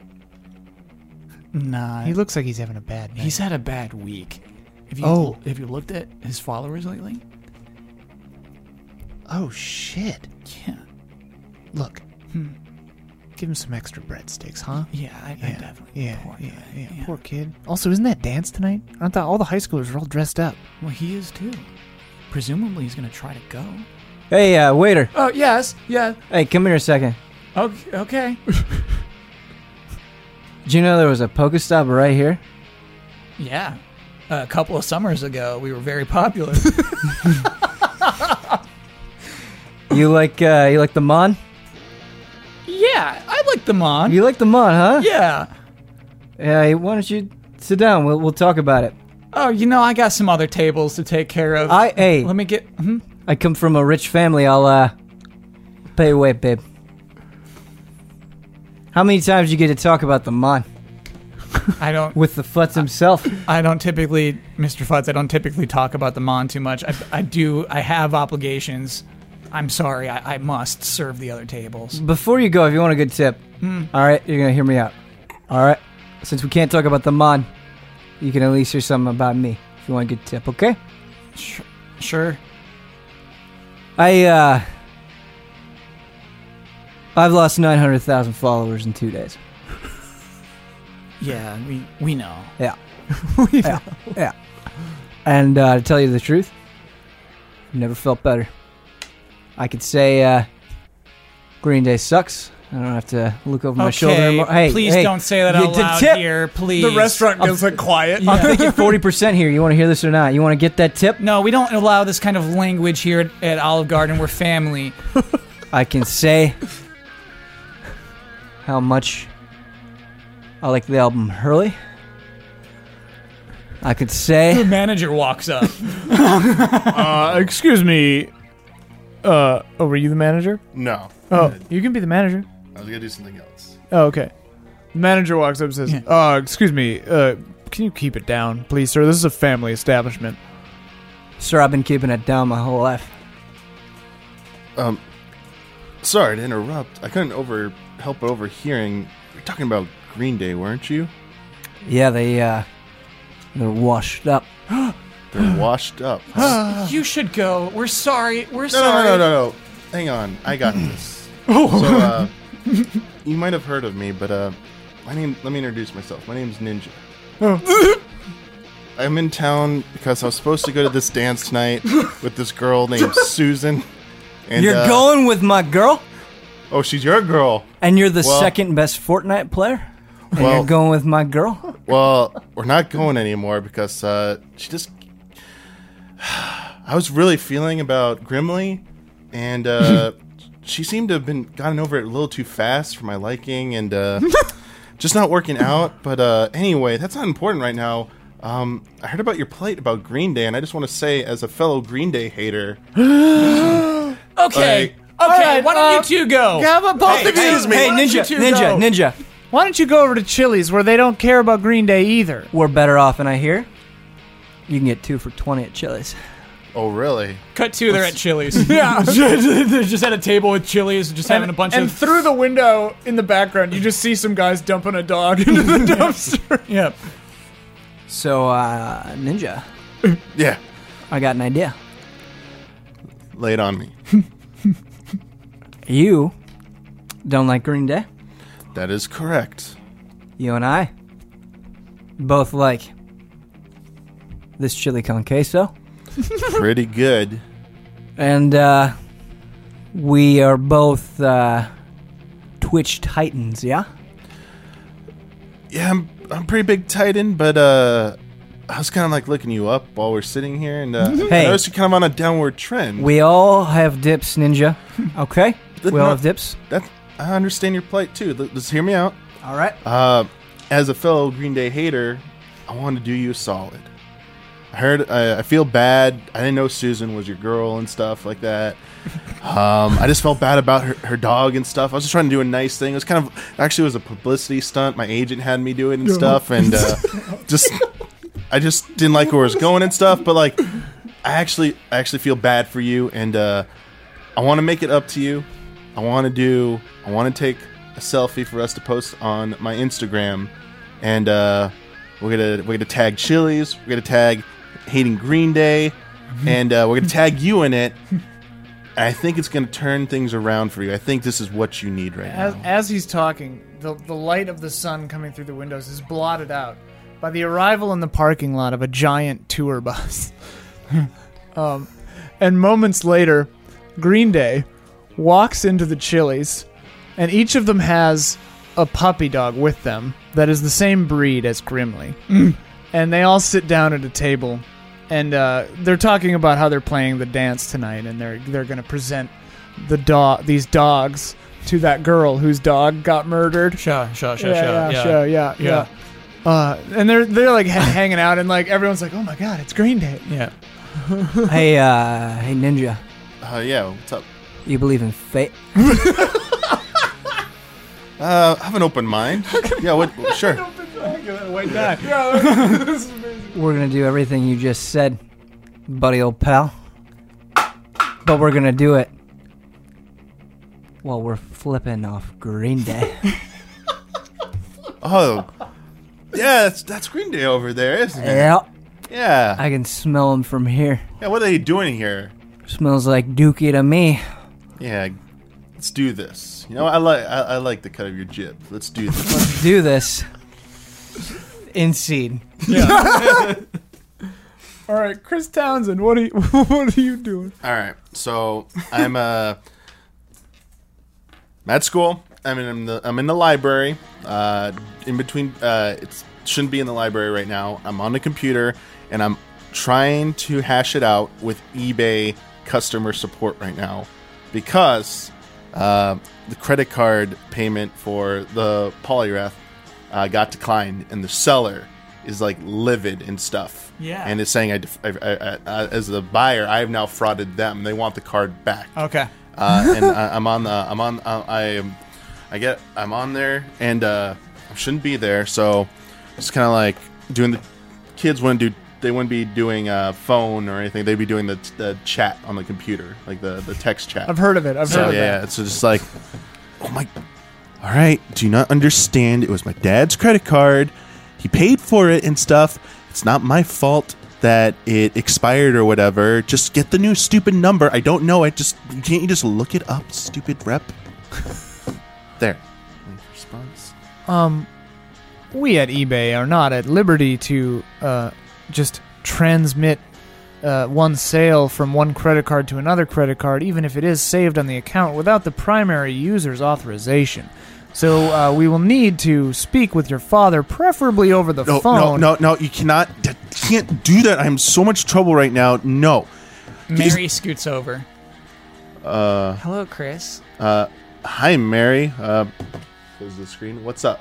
Nah.
He looks like he's having a bad night.
He's had a bad week. Have you
Oh.
have you looked at his followers lately?
oh shit!
Yeah.
Look, give him some extra breadsticks, huh?
Yeah, I, I definitely.
Yeah,
poor
yeah,
guy,
yeah,
yeah.
Poor kid. Also, isn't that dance tonight? Aren't the, all the high schoolers are all dressed up?
Well, he is too. Presumably, he's gonna try to go.
Hey, uh, waiter.
Oh yes, yeah.
Hey, come here a second.
Okay. okay.
Did you know there was a Pokestop right here?
Yeah. A couple of summers ago, we were very popular.
You like uh, you like the Mon?
yeah, I like them on.
You like the Mon, huh?
yeah.
Yeah. why don't you sit down? We'll, we'll talk about it.
Oh, you know, I got some other tables to take care of.
I hey,
Let me get. Hmm?
I come from a rich family. I'll uh, pay your way, babe. How many times you get to talk about the Mon
I don't.
with the Futz himself?
I don't typically, Mr. Futz. I don't typically talk about the Mon too much. I, I do. I have obligations. I'm sorry. I, I must serve the other tables.
Before you go, if you want a good tip,
Hmm.
all right, you're gonna hear me out. All right, since we can't talk about the Mon, you can at least hear something about me if you want a good tip. Okay?
Sure.
I uh, I've lost nine hundred thousand followers in two days.
Yeah, we we know.
And uh, to tell you the truth, I've never felt better. I could say uh, Green Day sucks. I don't have to look over my shoulder.
okay.
anymore. Hey,
please
hey,
don't say that
you
out
did
loud
tip.
here, please.
gets like quiet.
Yeah.
I'm thinking forty percent here. You want to hear this or not? You want to get that tip?
No, we don't allow this kind of language here at, at Olive Garden. We're family.
I can say how much I like the album Hurley. I could say.
The manager walks up.
Uh, excuse me. Uh, oh, were you the manager?
No.
Oh, you can be the manager.
I was gonna do something else.
Oh, okay. The manager walks up and says,
Yeah.
uh, excuse me, uh, can you keep it down, please, sir? This is a family establishment.
Sir, I've been keeping it down my whole life.
Um, sorry to interrupt. I couldn't over help overhearing. You're talking about Green Day, weren't you?
Yeah, they uh, they're washed up.
They're washed up. no,
you should go. We're sorry. We're
no, no,
sorry. Mm.
no, no, no. Hang on. I got this. Oh. So, uh, you might have heard of me, but uh, my name. Let me introduce myself. My name's Ninja.
Oh.
I'm in town because I was supposed to go to this dance tonight with this girl named Susan. And,
You're
uh,
going with my girl,
Oh, she's your girl.
and you're the
Well-
second best Fortnite player. And
Well-
you're going with my girl.
Well, we're not going anymore because uh, she just. I was really feeling about Grimly, and uh, she seemed to have been gotten over it a little too fast for my liking, and uh, just not working out. But uh, anyway, that's not important right now. Um, I heard about your plight about Green Day, and I just want to say, as a fellow Green Day hater,
Okay.
Like-
Okay,
right,
why don't
uh,
you two go?
How about both of you?
Excuse me.
Hey,
Why don't
Ninja,
you two
Ninja,
go?
Ninja.
Why don't you go over to Chili's where they don't care about Green Day either?
We're better off, and I hear you can get two for 20 at Chili's.
Oh, really?
Cut two, they're at Chili's. yeah, they're just at a table with Chili's, just having a bunch
and
of.
through the window in the background, you just see some guys dumping a dog into the dumpster.
yeah.
So, uh, Ninja,
Yeah.
I got an idea.
Lay it on me.
You don't like Green Day.
That is correct.
You and I both like this chili con queso.
Pretty good.
And uh, we are both uh, Twitch Titans, yeah?
yeah, I'm I'm pretty big Titan, but uh, I was kind of like looking you up while we're sitting here, and uh,
Hey.
I noticed you're kind of on a downward trend.
We all have dips, Ninja. Okay?
Did
we all
not-
have dips.
that I understand your plight too. L- Just hear me out.
All right.
Uh, as a fellow Green Day hater, I want to do you a solid. I heard. I I feel bad. I didn't know Susan was your girl and stuff like that. Um, I just felt bad about her, her dog and stuff. I was just trying to do a nice thing. It was kind of actually it was a publicity stunt. My agent had me do it and stuff, and uh, just I just didn't like where it was going and stuff. But like, I actually I actually feel bad for you, and uh, I want to make it up to you. I want to do. I want to take a selfie for us to post on my Instagram, and uh, we're gonna we're gonna tag Chili's. We're gonna tag hating Green Day, and uh, we're gonna tag you in it. I think it's gonna turn things around for you. I think this is what you need right
As,
now.
as he's talking, the, the light of the sun coming through the windows is blotted out by the arrival in the parking lot of a giant tour bus. um, and moments later, Green Day walks into the Chili's, and each of them has a puppy dog with them that is the same breed as Grimly. And they all sit down at a table, and uh, they're talking about how they're playing the dance tonight, and they're they're going to present the dog these dogs to that girl whose dog got murdered.
Sha, sha, sha,
yeah,
sha.
yeah, sure, yeah, yeah. Uh, and they're they're like ha- hanging out, and like everyone's like, "Oh my god, it's Green Day!"
Yeah.
hey, uh, hey, Ninja,
Uh, yeah, what's up?
you believe in fate?
Uh, have an open mind. yeah, what? Sure.
We're gonna do everything you just said, buddy old pal. But we're gonna do it while we're flipping off Green Day.
Oh, yeah, that's, that's Green Day over there, isn't it?
yeah,
Yeah.
I can smell them from here.
Yeah. What are they doing here?
Smells like Dookie to me.
Yeah. Let's do this. You know, I like I, I like the cut of your jib. Let's do this.
Let's do this. In scene.
All right, Chris Townsend, what are you what are you doing?
All right. So I'm uh I'm at school. I'm in, the I'm in the library. Uh, in between, uh, it shouldn't be in the library right now. I'm on the computer and I'm trying to hash it out with eBay customer support right now because uh, the credit card payment for the polyrath uh, got declined and the seller is like livid and stuff.
Yeah.
and it's saying I, def- I, I, I as the buyer, I have now frauded them. They want the card back
Okay.
uh, and I, I'm on the I'm on uh, I am I get I'm on there and uh, I shouldn't be there, so it's kind of like doing the kids wouldn't do they wouldn't be doing uh, phone or anything. They'd be doing the, the chat on the computer, like the the text chat.
I've heard of it. I've
So
heard of
yeah, so just like, oh my, all right. Do you not understand? It was my dad's credit card. He paid for it and stuff. It's not my fault that it expired or whatever. Just get the new stupid number. I don't know. I just can't you just look it up, stupid rep. there. Response.
it. Um, we at eBay are not at liberty to uh, just transmit uh, one sale from one credit card to another credit card, even if it is saved on the account, without the primary user's authorization. So uh, we will need to speak with your father, preferably over the
No,
phone.
no, no, no. You cannot. that- Can't do that. I'm in so much trouble right now. No.
Mary scoots over.
Uh.
Hello, Chris.
Uh. Hi, Mary. Uh. Close the screen. What's up?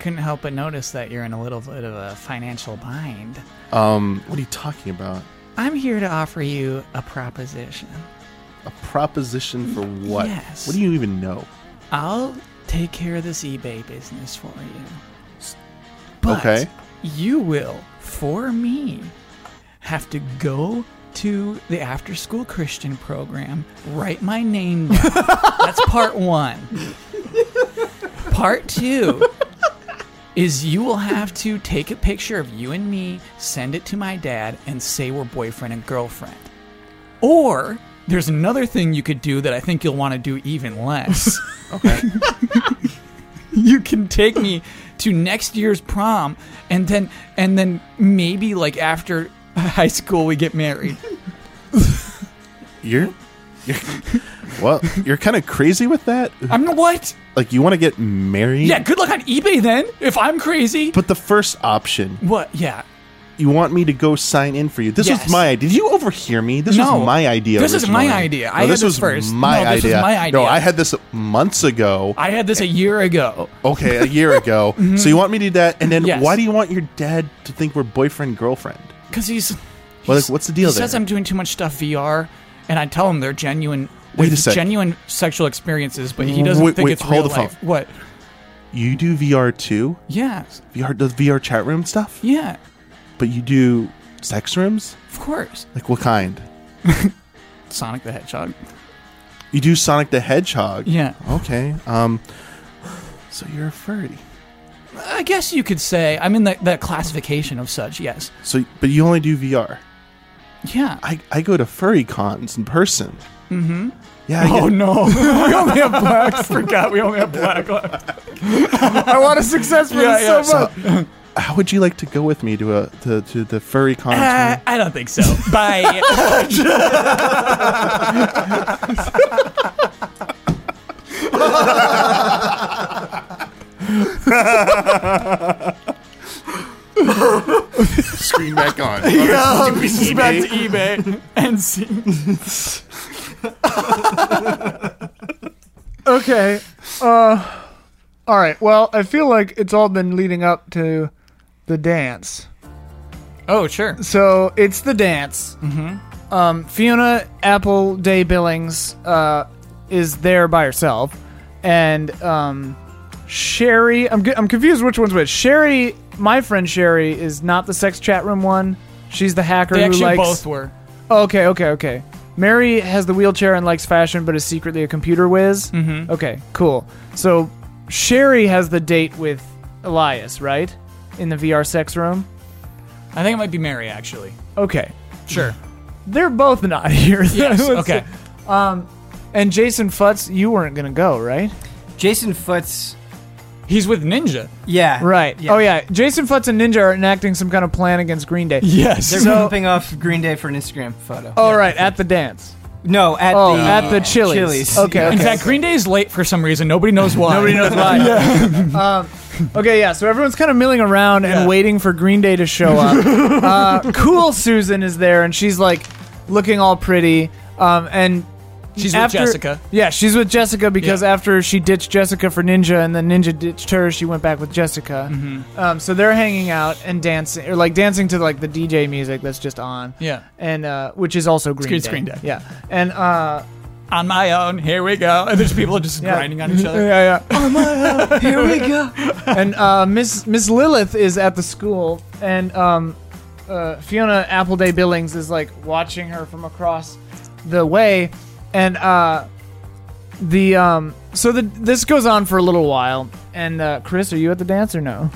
Couldn't help but notice that you're in a little bit of a financial bind.
Um. What are you talking about?
I'm here to offer you a proposition.
A proposition for what?
Yes.
What do you even know?
I'll take care of this eBay business for you. But
Okay.
you will, for me, have to go to the after school Christian program, write my name down. That's part one. Part two is you will have to take a picture of you and me, send it to my dad, and say we're boyfriend and girlfriend. Or there's another thing you could do that I think you'll want to do even less. you can take me to next year's prom and then and then maybe like after high school we get married.
You're, you're well, you're kind of crazy with that.
I'm what?
Like you want to get married?
Yeah, good luck on eBay then if I'm crazy.
But the first option,
What? Yeah.
you want me to go sign in for you. This
Yes.
was my idea. Did you overhear me? This
No.
was my idea.
This is my
originally.
idea. I
No,
had
this
this
was
first.
My
No,
idea.
this was my idea.
No, I had this months ago.
I had this a year ago.
Okay, a year ago. So you want me to do that, and then
Mm-hmm. Yes.
why do you want your dad to think we're boyfriend girlfriend?
Cuz he's,
Well,
he's-
like, what's the deal
He says
there?
I'm doing too much stuff VR and I tell him they're genuine
Wait a
they're
sec.
genuine sexual experiences, but he doesn't
Wait,
think
wait,
it's
hold
real
the phone.
life. What?
You do VR too.
Yeah.
VR does VR chat room stuff,
Yeah.
but you do sex rooms.
Of course.
Like what kind?
Sonic the Hedgehog.
You do Sonic the Hedgehog.
Yeah.
Okay. Um. So you're a furry.
I guess you could say I'm in the, the classification of such. Yes.
So, but you only do VR.
Yeah.
I, I go to furry cons in person. Mm-hmm. Yeah. I
Oh
get-
no! we only have black. I forgot we only have black.
I want a success for
Yeah,
this
yeah.
so much.
How would you like to go with me to a to, to the furry cons?
Ah.
Uh, I don't think so. Bye.
Screen back on. yeah,
back to eBay and see.
Okay. Uh, all right. Well, I feel like it's all been leading up to the dance.
Oh sure.
So it's the dance. Mm-hmm. Um, Fiona Apple Day Billings uh, is there by herself, and um, Sherry. I'm g- I'm confused which one's which. Sherry, my friend Sherry, is not the sex chat room one. She's the hacker
They
who
actually
likes.
both were.
Okay, okay, okay. Mary has the wheelchair and likes fashion, but is secretly a computer whiz. Mm-hmm. Okay, cool. So Sherry has the date with Elias, right? In the VR sex room.
I think it might be Mary actually.
Okay,
Sure.
they're both not here.
Yes.
Let's-
okay.
um, And Jason Futz, you weren't gonna go, right?
Jason Futz.
He's with Ninja.
Yeah.
Right.
Yeah.
Oh yeah, Jason Futz and Ninja are enacting some kind of plan against Green Day.
Yes.
They're
So-
bumping off Green Day for an Instagram photo.
Oh right, at the dance.
No, at
Oh,
the
at the Chili's.
Chili's.
Okay.
Yeah.
okay.
In fact, Green Day is late for some reason. Nobody knows why.
Nobody knows why. Um, okay, yeah. So everyone's kind of milling around
Yeah.
and waiting for Green Day to show up. uh, cool Susan is there, and she's like looking all pretty. Um, and
She's with
after,
Jessica.
Yeah, she's with Jessica because
Yeah.
after she ditched Jessica for Ninja, and then Ninja ditched her, she went back with Jessica. Um, so they're hanging out and dancing, or like dancing to like the DJ music that's just on.
Yeah.
And uh, which is also Green
Green-
Day.
Green Day.
Yeah. And uh,
On my own. Here we go. And there's people just
yeah.
grinding on each other.
Yeah, yeah.
Here we go.
and uh, Miss Miss Lilith is at the school, and um, uh, Fiona Appleday Billings is like watching her from across the way, and uh, the um, so the this goes on for a little while. And uh, Chris, are you at the dance or no?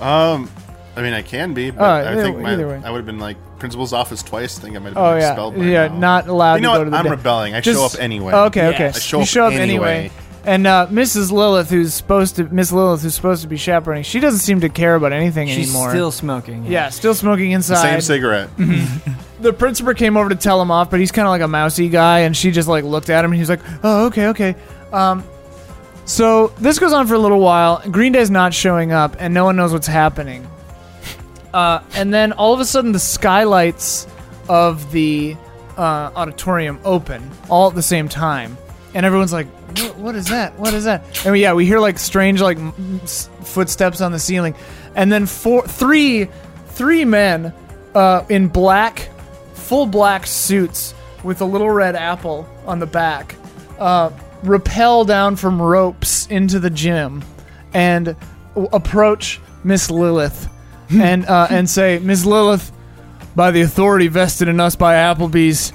Um, I mean, I can be, but
Alright,
I
either-
think my,
either way.
I would have been like principal's office twice. Think I might have been
Oh yeah,
expelled. by
yeah,
now.
not allowed
You know
to go
what?
to the
I'm
da-
rebelling. I show
Just- Oh,
up anyway.
Okay,
Yeah.
okay.
I
show
you
up
show up
anyway.
anyway. And uh, Mrs. Lilith, who's supposed to Miss Lilith, who's supposed to be chaperoning, she doesn't seem to care about anything
She's
anymore.
still smoking.
yeah, still smoking inside.
Same cigarette.
Mm. the principal came over to tell him off, but he's kind of like a mousy guy, and she just like looked at him, and he was like, "Oh, okay, okay." Um, so this goes on for a little while. Green Day's not showing up, and no one knows what's happening. Uh, and then all of a sudden, the skylights of the uh, auditorium open all at the same time, and everyone's like, "Wha- "What is that? What is that?" And we- yeah, we hear like strange like m- s- footsteps on the ceiling, and then four, three, three men uh, in black, full black suits with a little red apple on the back uh, rappel down from ropes into the gym and w- approach Miss Lilith and uh, and say, Miss Lilith, by the authority vested in us by Applebee's,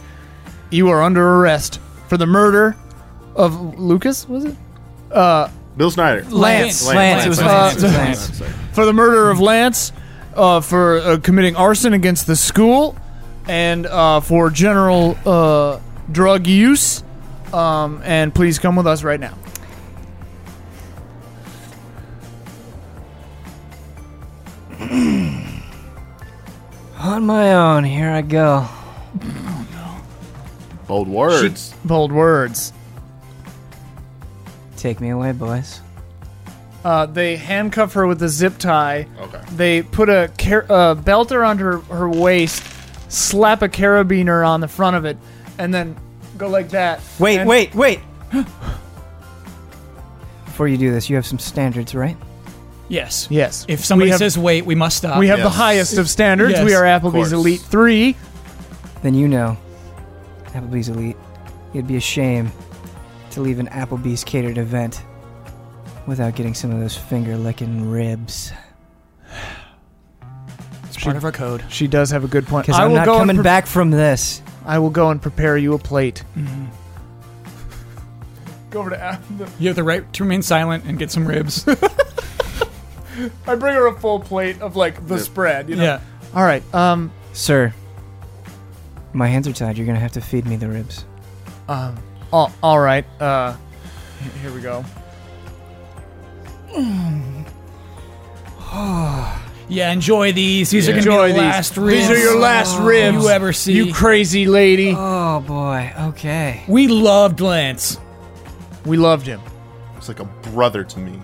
you are under arrest for the murder of Lucas. Was it?
Bill Snyder.
Lance.
Lance, it was Lance,
it was Uh,
Lance. Lance.
for the murder of Lance, uh, for uh, committing arson against the school, and uh, for general uh, drug use. Um, and please come with us right now.
On my own, here I go.
Bold words.
Bold words.
Take me away, boys.
Uh, they handcuff her with a zip tie.
okay.
They put a car- uh, belt around her, her waist, slap a carabiner on the front of it, and then go like that.
Wait,
And-
wait, wait. Before you do this, you have some standards, right?
Yes.
Yes.
If somebody
We have-
says wait, we must stop.
we have the
Yes.
highest of standards.
Yes,
we are
course.
Applebee's Elite 3.
Then you know Applebee's Elite. It'd be a shame to leave an Applebee's catered event without getting some of those finger licking ribs.
it's part of our code.
She does have a good point.
Because
I
I'm
will
not
go and
coming
pre-
back from this.
I will go and prepare you a plate. go over to Apple.
You have the right to remain silent and get some ribs.
I bring her a full plate of like the spread. You know.
yeah.
All right. Um.
Sir, my hands are tied. You're going to have to feed me the ribs.
Um. All, all right. Uh. h- Here we go.
Yeah, enjoy these. These are gonna
Enjoy
be
these.
the last ribs. Oh,
These are your last ribs.
you ever see.
You crazy lady.
Oh, boy. Okay.
we loved Lance.
we loved him.
It's like a brother to me.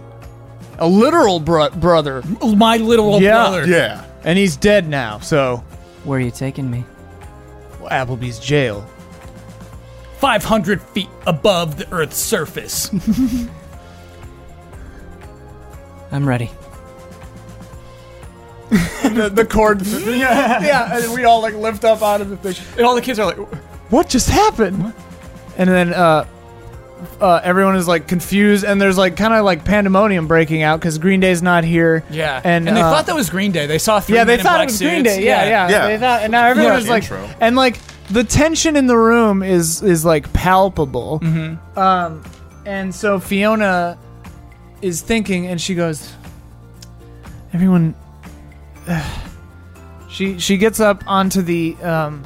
A literal bro- brother,
My literal
Yeah.
brother.
Yeah.
and he's dead now. So
Where are you taking me?
Applebee's jail.
500 feet above the Earth's surface.
I'm ready.
The, the cord. yeah. Yeah. And we all like lift up out of the thing.
and all the kids are like,
what just happened? And then uh, uh, everyone is like confused, and there's like kind of like pandemonium breaking out because Green Day's not here.
yeah.
and,
they
uh,
thought that was Green Day. They saw three
yeah, they
men in
thought
black
it was Green
suits.
Day. Yeah, yeah,
Yeah.
They thought, and now everyone's
Yeah.
like,
Intro.
and like the tension in the room is is like palpable. Um, and so Fiona is thinking, and she goes, "Everyone." She she gets up onto the um,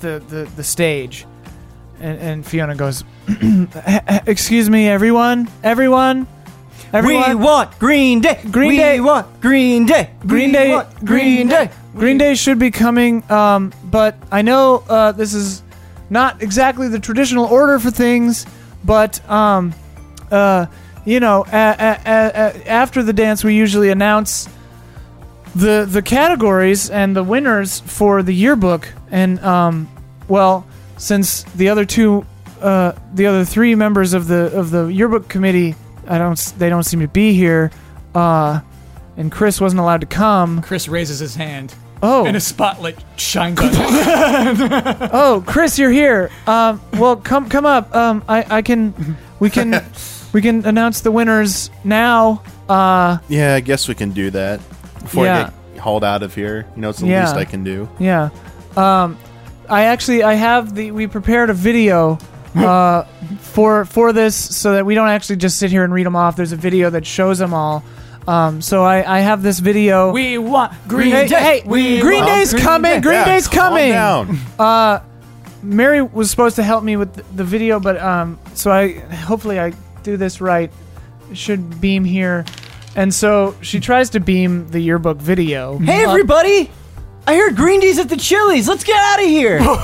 the, the the stage, and, and Fiona goes, "Excuse me, everyone, everyone, everyone."
We want Green Day.
Green
we
Day.
want Green Day.
Green
We
Day,
want Green Day.
Green Day should be coming, um, but I know uh, this is not exactly the traditional order for things. But um, uh, you know, a- a- a- a- after the dance, we usually announce the the categories and the winners for the yearbook. And um, well, since the other two, uh, the other three members of the of the yearbook committee, I don't s- they don't seem to be here. Uh, and Chris wasn't allowed to come.
Chris raises his hand,
Oh,
and a spotlight shines on him.
oh, Chris, you're here. Um, well, come, come up. Um, I, I can, we can, we can announce the winners now. Uh,
Yeah, I guess we can do that before
Yeah.
I get hauled out of here. You know, it's the
Yeah.
least I can do.
yeah. Um, I actually, I have the. We prepared a video, uh, for for this so that we don't actually just sit here and read them off. There's a video that shows them all. Um, so I, I have this video.
we want Green
Hey,
Day.
hey, Green
want
Day's
Green
coming. Green
Yeah,
Day's
calm
coming.
down.
Mary was supposed to help me with th- the video, but um, so I hopefully I do this right. Should beam here, and so she tries to beam the yearbook video.
Hey, everybody! I heard Green Day's at the Chili's. Let's get out of here.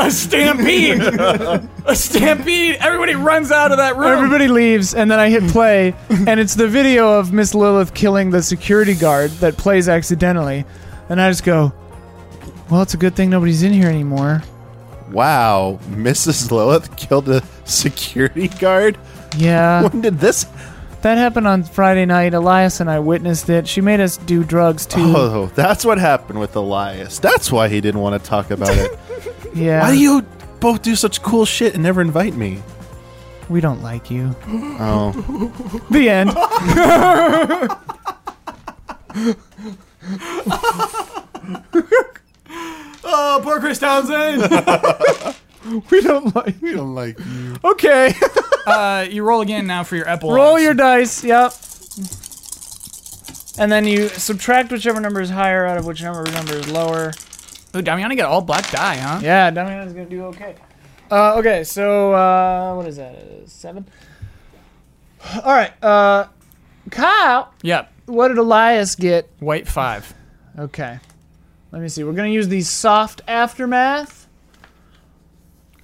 A stampede. a stampede. Everybody runs out of that
Oh.
room.
Everybody leaves, and then I hit play, and it's the video of Miss Lilith killing the security guard that plays accidentally, and I just go, "Well, it's a good thing nobody's in here anymore."
Wow, Mrs. Lilith killed a security guard.
Yeah,
When did this?
that happened on Friday night. Elias and I witnessed it. She made us do drugs too.
Oh,
Oh, that's what happened with Elias. That's why he didn't want to talk about it.
Yeah.
Why do you both do such cool shit and never invite me?
we don't like you.
Oh,
The end.
Oh, poor Chris Townsend.
we don't like.
we don't like you.
Okay.
uh, you roll again now for your epilogue.
Roll your dice. Yep.
And then you subtract whichever number is higher out of which number number is lower.
Ooh, Damiani got all black die, huh?
Yeah, Damiano's gonna do okay. Uh, okay, so uh, what is that? Uh, seven. All right, uh, Kyle.
Yep.
What did Elias get?
White five.
Okay, let me see. We're gonna use the soft aftermath.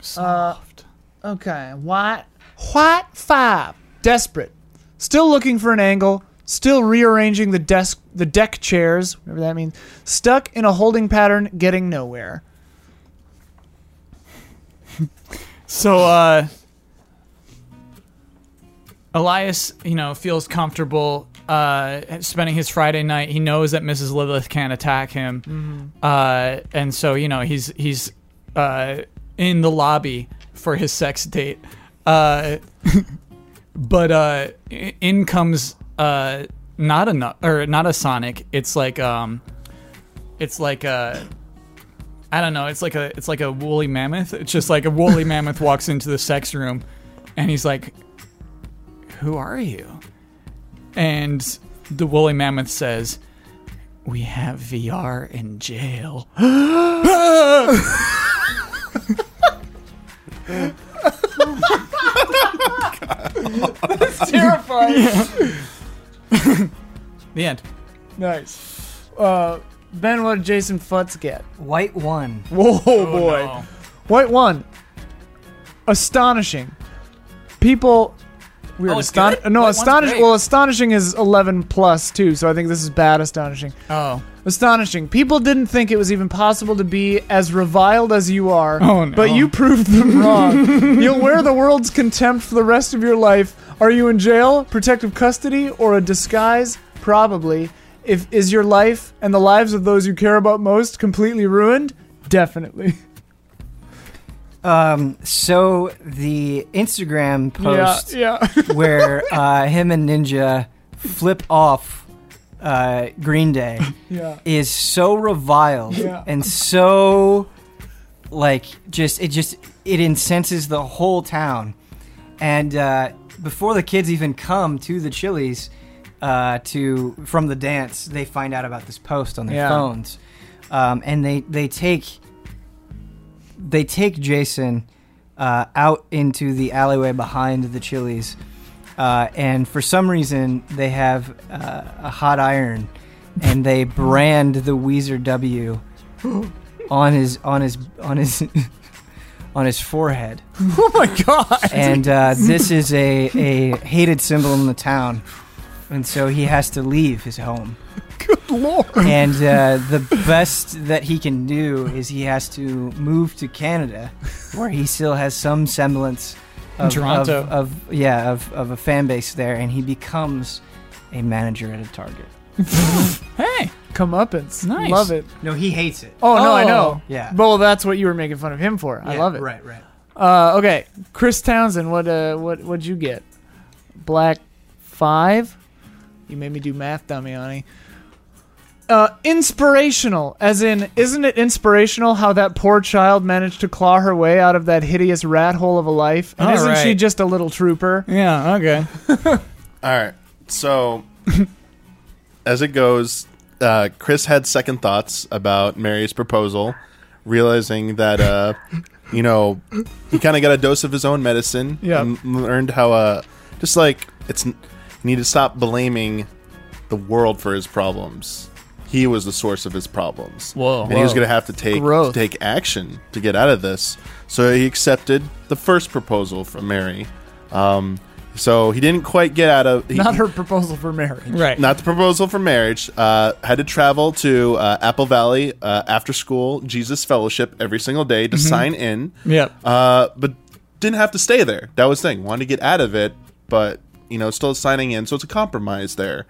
Soft.
Okay, what? What five?
Desperate. Still looking for an angle. Still rearranging the desk, the deck chairs. Whatever that means. Stuck in a holding pattern, getting nowhere.
so, uh, Elias, you know, feels comfortable uh, spending his Friday night. He knows that Mrs. Lilith can't attack him, uh, and so you know he's he's uh, in the lobby for his sex date. Uh, but uh, i- in comes uh, not a nu- or not a Sonic. It's like um, it's like uh, a. I don't know. It's like a it's like a woolly mammoth. It's just like a woolly mammoth walks into the sex room, and he's like, "Who are you?" And the woolly mammoth says, "We have VR in jail."
Terrifying.
The end.
Nice. Uh, ben, what did Jason Futz get?
White one.
Whoa, boy.
Oh,
White one. Astonishing. People. Weird.
Oh, it's
Aston-
good?
no,
White one's
astonishing.
great.
Well, astonishing is 11 plus too, so I think this is bad astonishing.
Oh.
Astonishing. People didn't think it was even possible to be as reviled as you are,
Oh, no.
but you proved them wrong. You'll wear the world's contempt for the rest of your life. Are you in jail, protective custody, or a disguise? Probably. If is your life and the lives of those you care about most completely ruined? Definitely.
Um, so the Instagram post
Yeah,
where uh, him and Ninja flip off uh, Green Day
yeah,
is so reviled
Yeah.
and so like just it just it incenses the whole town. And uh, before the kids even come to the Chili's uh, to from the dance, they find out about this post on their
Yeah.
phones, um, and they they take they take Jason uh, out into the alleyway behind the Chili's, uh, and for some reason they have uh, a hot iron, and they brand the Weezer W on his on his on his on his forehead. Oh my god! And uh, this is a a hated symbol in the town, and so he has to leave his home. Good lord! And uh, the best that he can do is he has to move to Canada, where he still has some semblance. Of,
Toronto.
of, of yeah, of, of a fan base there, and he becomes a manager at a Target.
Hey.
Comeuppance.
Nice.
Love it.
No, he hates it.
Oh, no, I
Oh.
know.
Yeah.
But well, that's what you were making fun of him for. I love it.
Right, right.
Uh, okay, Chris Townsend. What uh, what what'd you get? Black five. You made me do math, Damiani. Uh, inspirational, as in, isn't it inspirational how that poor child managed to claw her way out of that hideous rat hole of a life? And
All
isn't she
right.
just a little trooper?
Yeah, okay.
All right. So, as it goes, uh, Chris had second thoughts about Mary's proposal, realizing that, uh, you know, he kind of got a dose of his own medicine
Yeah.
and learned how, uh, just like, it's you need to stop blaming the world for his problems. He was the source of his problems.
Whoa.
And he was going to have to take
Growth.
take action to get out of this. So he accepted the first proposal from Mary. Um, so he didn't quite get out of he-
Not her proposal for marriage.
Right.
not the proposal for marriage. Uh, had to travel to uh, Apple Valley uh, after school Jesus Fellowship every single day
Mm-hmm.
to sign in.
Yep.
Uh, but didn't have to stay there. That was the thing. Wanted to get out of it, but you know, still signing in. So it's a compromise there.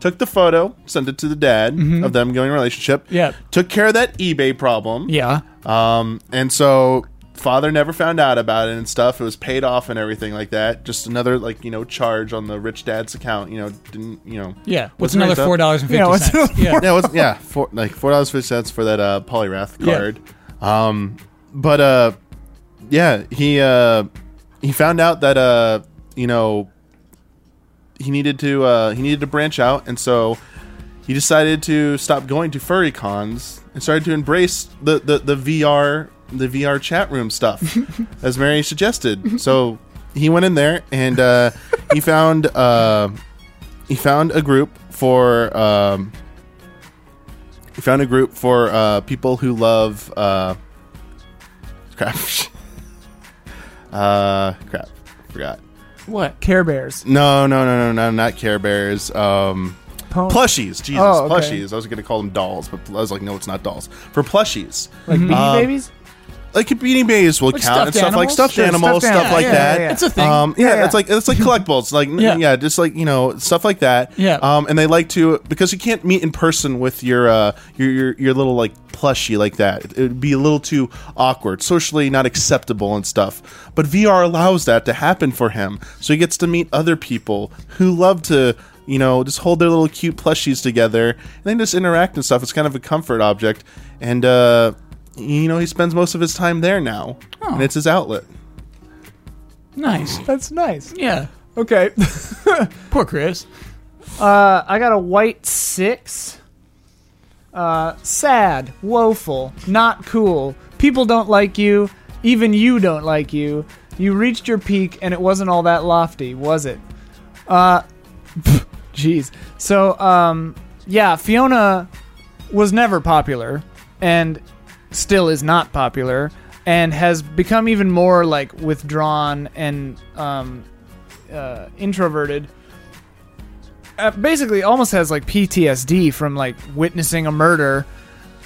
Took the photo, sent it to the dad of them going relationship.
Mm-hmm. Yeah.
Took care of that eBay problem.
Yeah.
Um, and so father never found out about it and stuff. It was paid off and everything like that. Just another like you know charge on the rich dad's account. You know didn't you know
Yeah. What's
wasn't
another
raised up.
four dollars and fifty cents? Yeah.
Yeah, it was, yeah, four, like four dollars fifty cents for that uh, polyrath
Yeah.
card. Um, but uh, yeah, he uh, he found out that uh, you know, he needed to uh, he needed to branch out, and so he decided to stop going to furry cons and started to embrace the the, the VR the VR chat room stuff, as Mary suggested. So he went in there and uh, he found uh, he found a group for. Um, he found a group for uh, people who love uh, crap. uh, crap, forgot.
What?
Care Bears.
No, no, no, no, no, not Care Bears. Um,
Pwn-
plushies. Jesus,
Oh, okay.
plushies. I was gonna call them dolls, but I was like, no, it's not dolls. For plushies,
Like Beanie
Um,
Babies?
like beanie babies will count
stuffed
and stuff like
animals?
stuffed
Sure,
animals,
stuffed
stuff
animals.
like
Yeah,
that.
yeah, yeah.
It's a thing.
Um, yeah,
Yeah,
it's
yeah.
like it's like collectibles, like yeah.
Yeah.
yeah, just like you know stuff like that.
Yeah.
Um, and they like to because you can't meet in person with your uh your your, your little like plushie like that. It would be a little too awkward, socially not acceptable and stuff. But VR allows that to happen for him, so he gets to meet other people who love to. You know, just hold their little cute plushies together and then just interact and stuff. It's kind of a comfort object. And, uh, you know, he spends most of his time there now.
Oh.
And it's his outlet.
Nice.
That's nice.
Yeah.
Okay.
Poor Chris.
Uh, I got a white six. Uh, sad, woeful, not cool. People don't like you. Even you don't like you. You reached your peak, and it wasn't all that lofty, was it? Uh, jeez. So, um, yeah, Fiona was never popular, and still is not popular, and has become even more like withdrawn and um, uh, introverted uh, basically almost has like PTSD from like witnessing a murder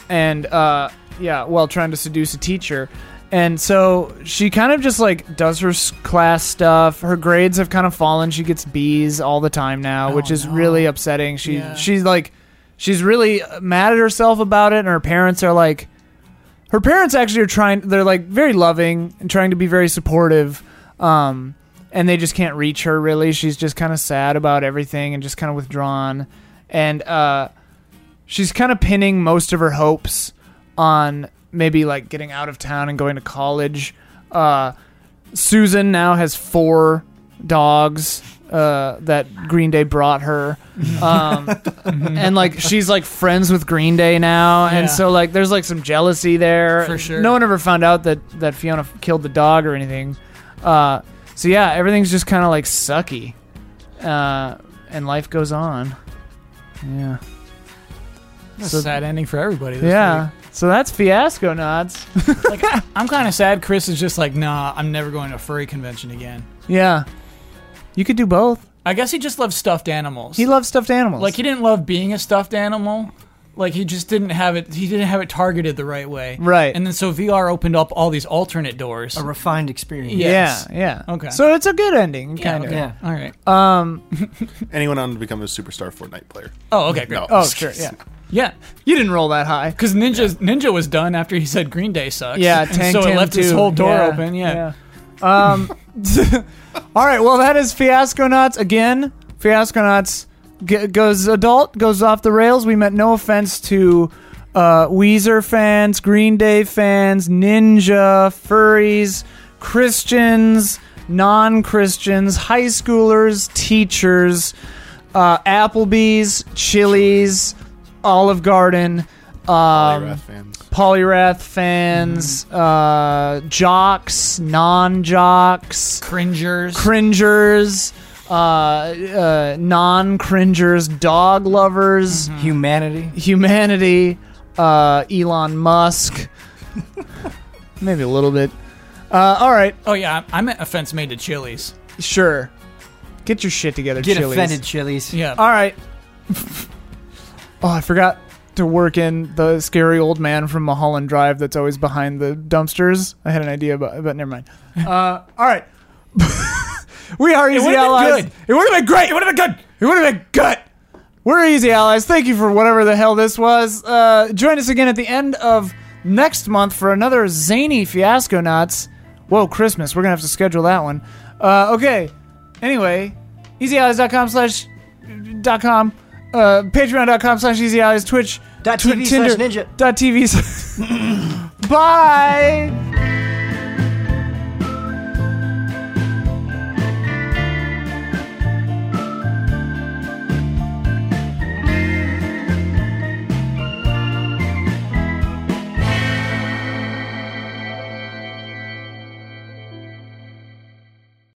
and uh yeah, while trying to seduce a teacher. And so she kind of just like does her s- class stuff. Her grades have kind of fallen. She gets B's all the time now, which is really upsetting. She she's like she's really uh, mad at herself about it and her parents are like her parents actually are trying they're like very loving and trying to be very supportive um and they just can't reach her really she's just kind of sad about everything and just kind of withdrawn and uh she's kind of pinning most of her hopes on maybe like getting out of town and going to college uh susan now has four dogs uh, that Green Day brought her, um, and like she's like friends with Green Day now, and
Yeah.
so like there's like some jealousy there.
For sure.
No one ever found out that that Fiona f- killed the dog or anything. Uh, so yeah, everything's just kind of like sucky, uh, and life goes on. Yeah.
That's
So-
a sad ending for everybody. This
Yeah. So that's fiasco nods.
Week. Like, I'm kind of sad. Chris is just like, nah, I'm never going to a furry convention again.
Yeah. You could do both.
I guess he just loves stuffed animals.
He loves stuffed animals.
like he didn't love being a stuffed animal. Like he just didn't have it. He didn't have it targeted the right way.
Right.
And then so VR opened up all these alternate doors.
a refined experience.
Yes.
Yeah. Yeah.
Okay.
So it's a good ending,
Yeah,
kind of.
okay.
Yeah.
All right.
Um.
Anyone on to become a superstar Fortnite player?
Oh, okay. Great.
No.
Oh, sure. Yeah.
Yeah.
You didn't roll that high.
Because Ninja Ninja was done after he said Green Day sucks.
Yeah,
and
Tank
so it
Tim
left his
too.
whole door
Yeah,
open. Yeah.
yeah. Um, all right. Well, that is Fiasco Nuts again. Fiasco Nuts g- goes adult, goes off the rails. We meant no offense to uh, Weezer fans, Green Day fans, Ninja, furries, Christians, non-Christians, high schoolers, teachers, uh, Applebee's, Chili's, Olive Garden. Um,
Polyrath fans.
polyrath fans,
Mm.
uh, jocks, non jocks,
Cringers.
cringers, uh, uh, non cringers, dog
Mm-hmm.
lovers,
Humanity.
humanity, uh, Elon Musk. Maybe a little bit. Uh, all right,
oh yeah, I I meant offense made to Chili's.
sure. Get your shit together,
Get
Chili's.
offended, Chili's.
Yeah.
All right. oh, I forgot to work in the scary old man from Mulholland Drive that's always behind the dumpsters. I had an idea, but but never mind. Uh, all right. we are easy
would've been
allies.
good.
It would have been great. It would have been good. It would have been good. We're Easy Allies. Thank you for whatever the hell this was. Uh, join us again at the end of next month for another zany fiasco nuts. Whoa, Christmas. We're going to have to schedule that one. Uh, okay. Anyway, easyallies.com slash dot com, uh, patreon.com slash easyallies, twitch,
Dot
tw-
TV slash
Tinder-
ninja.
dot TV. slash- Bye.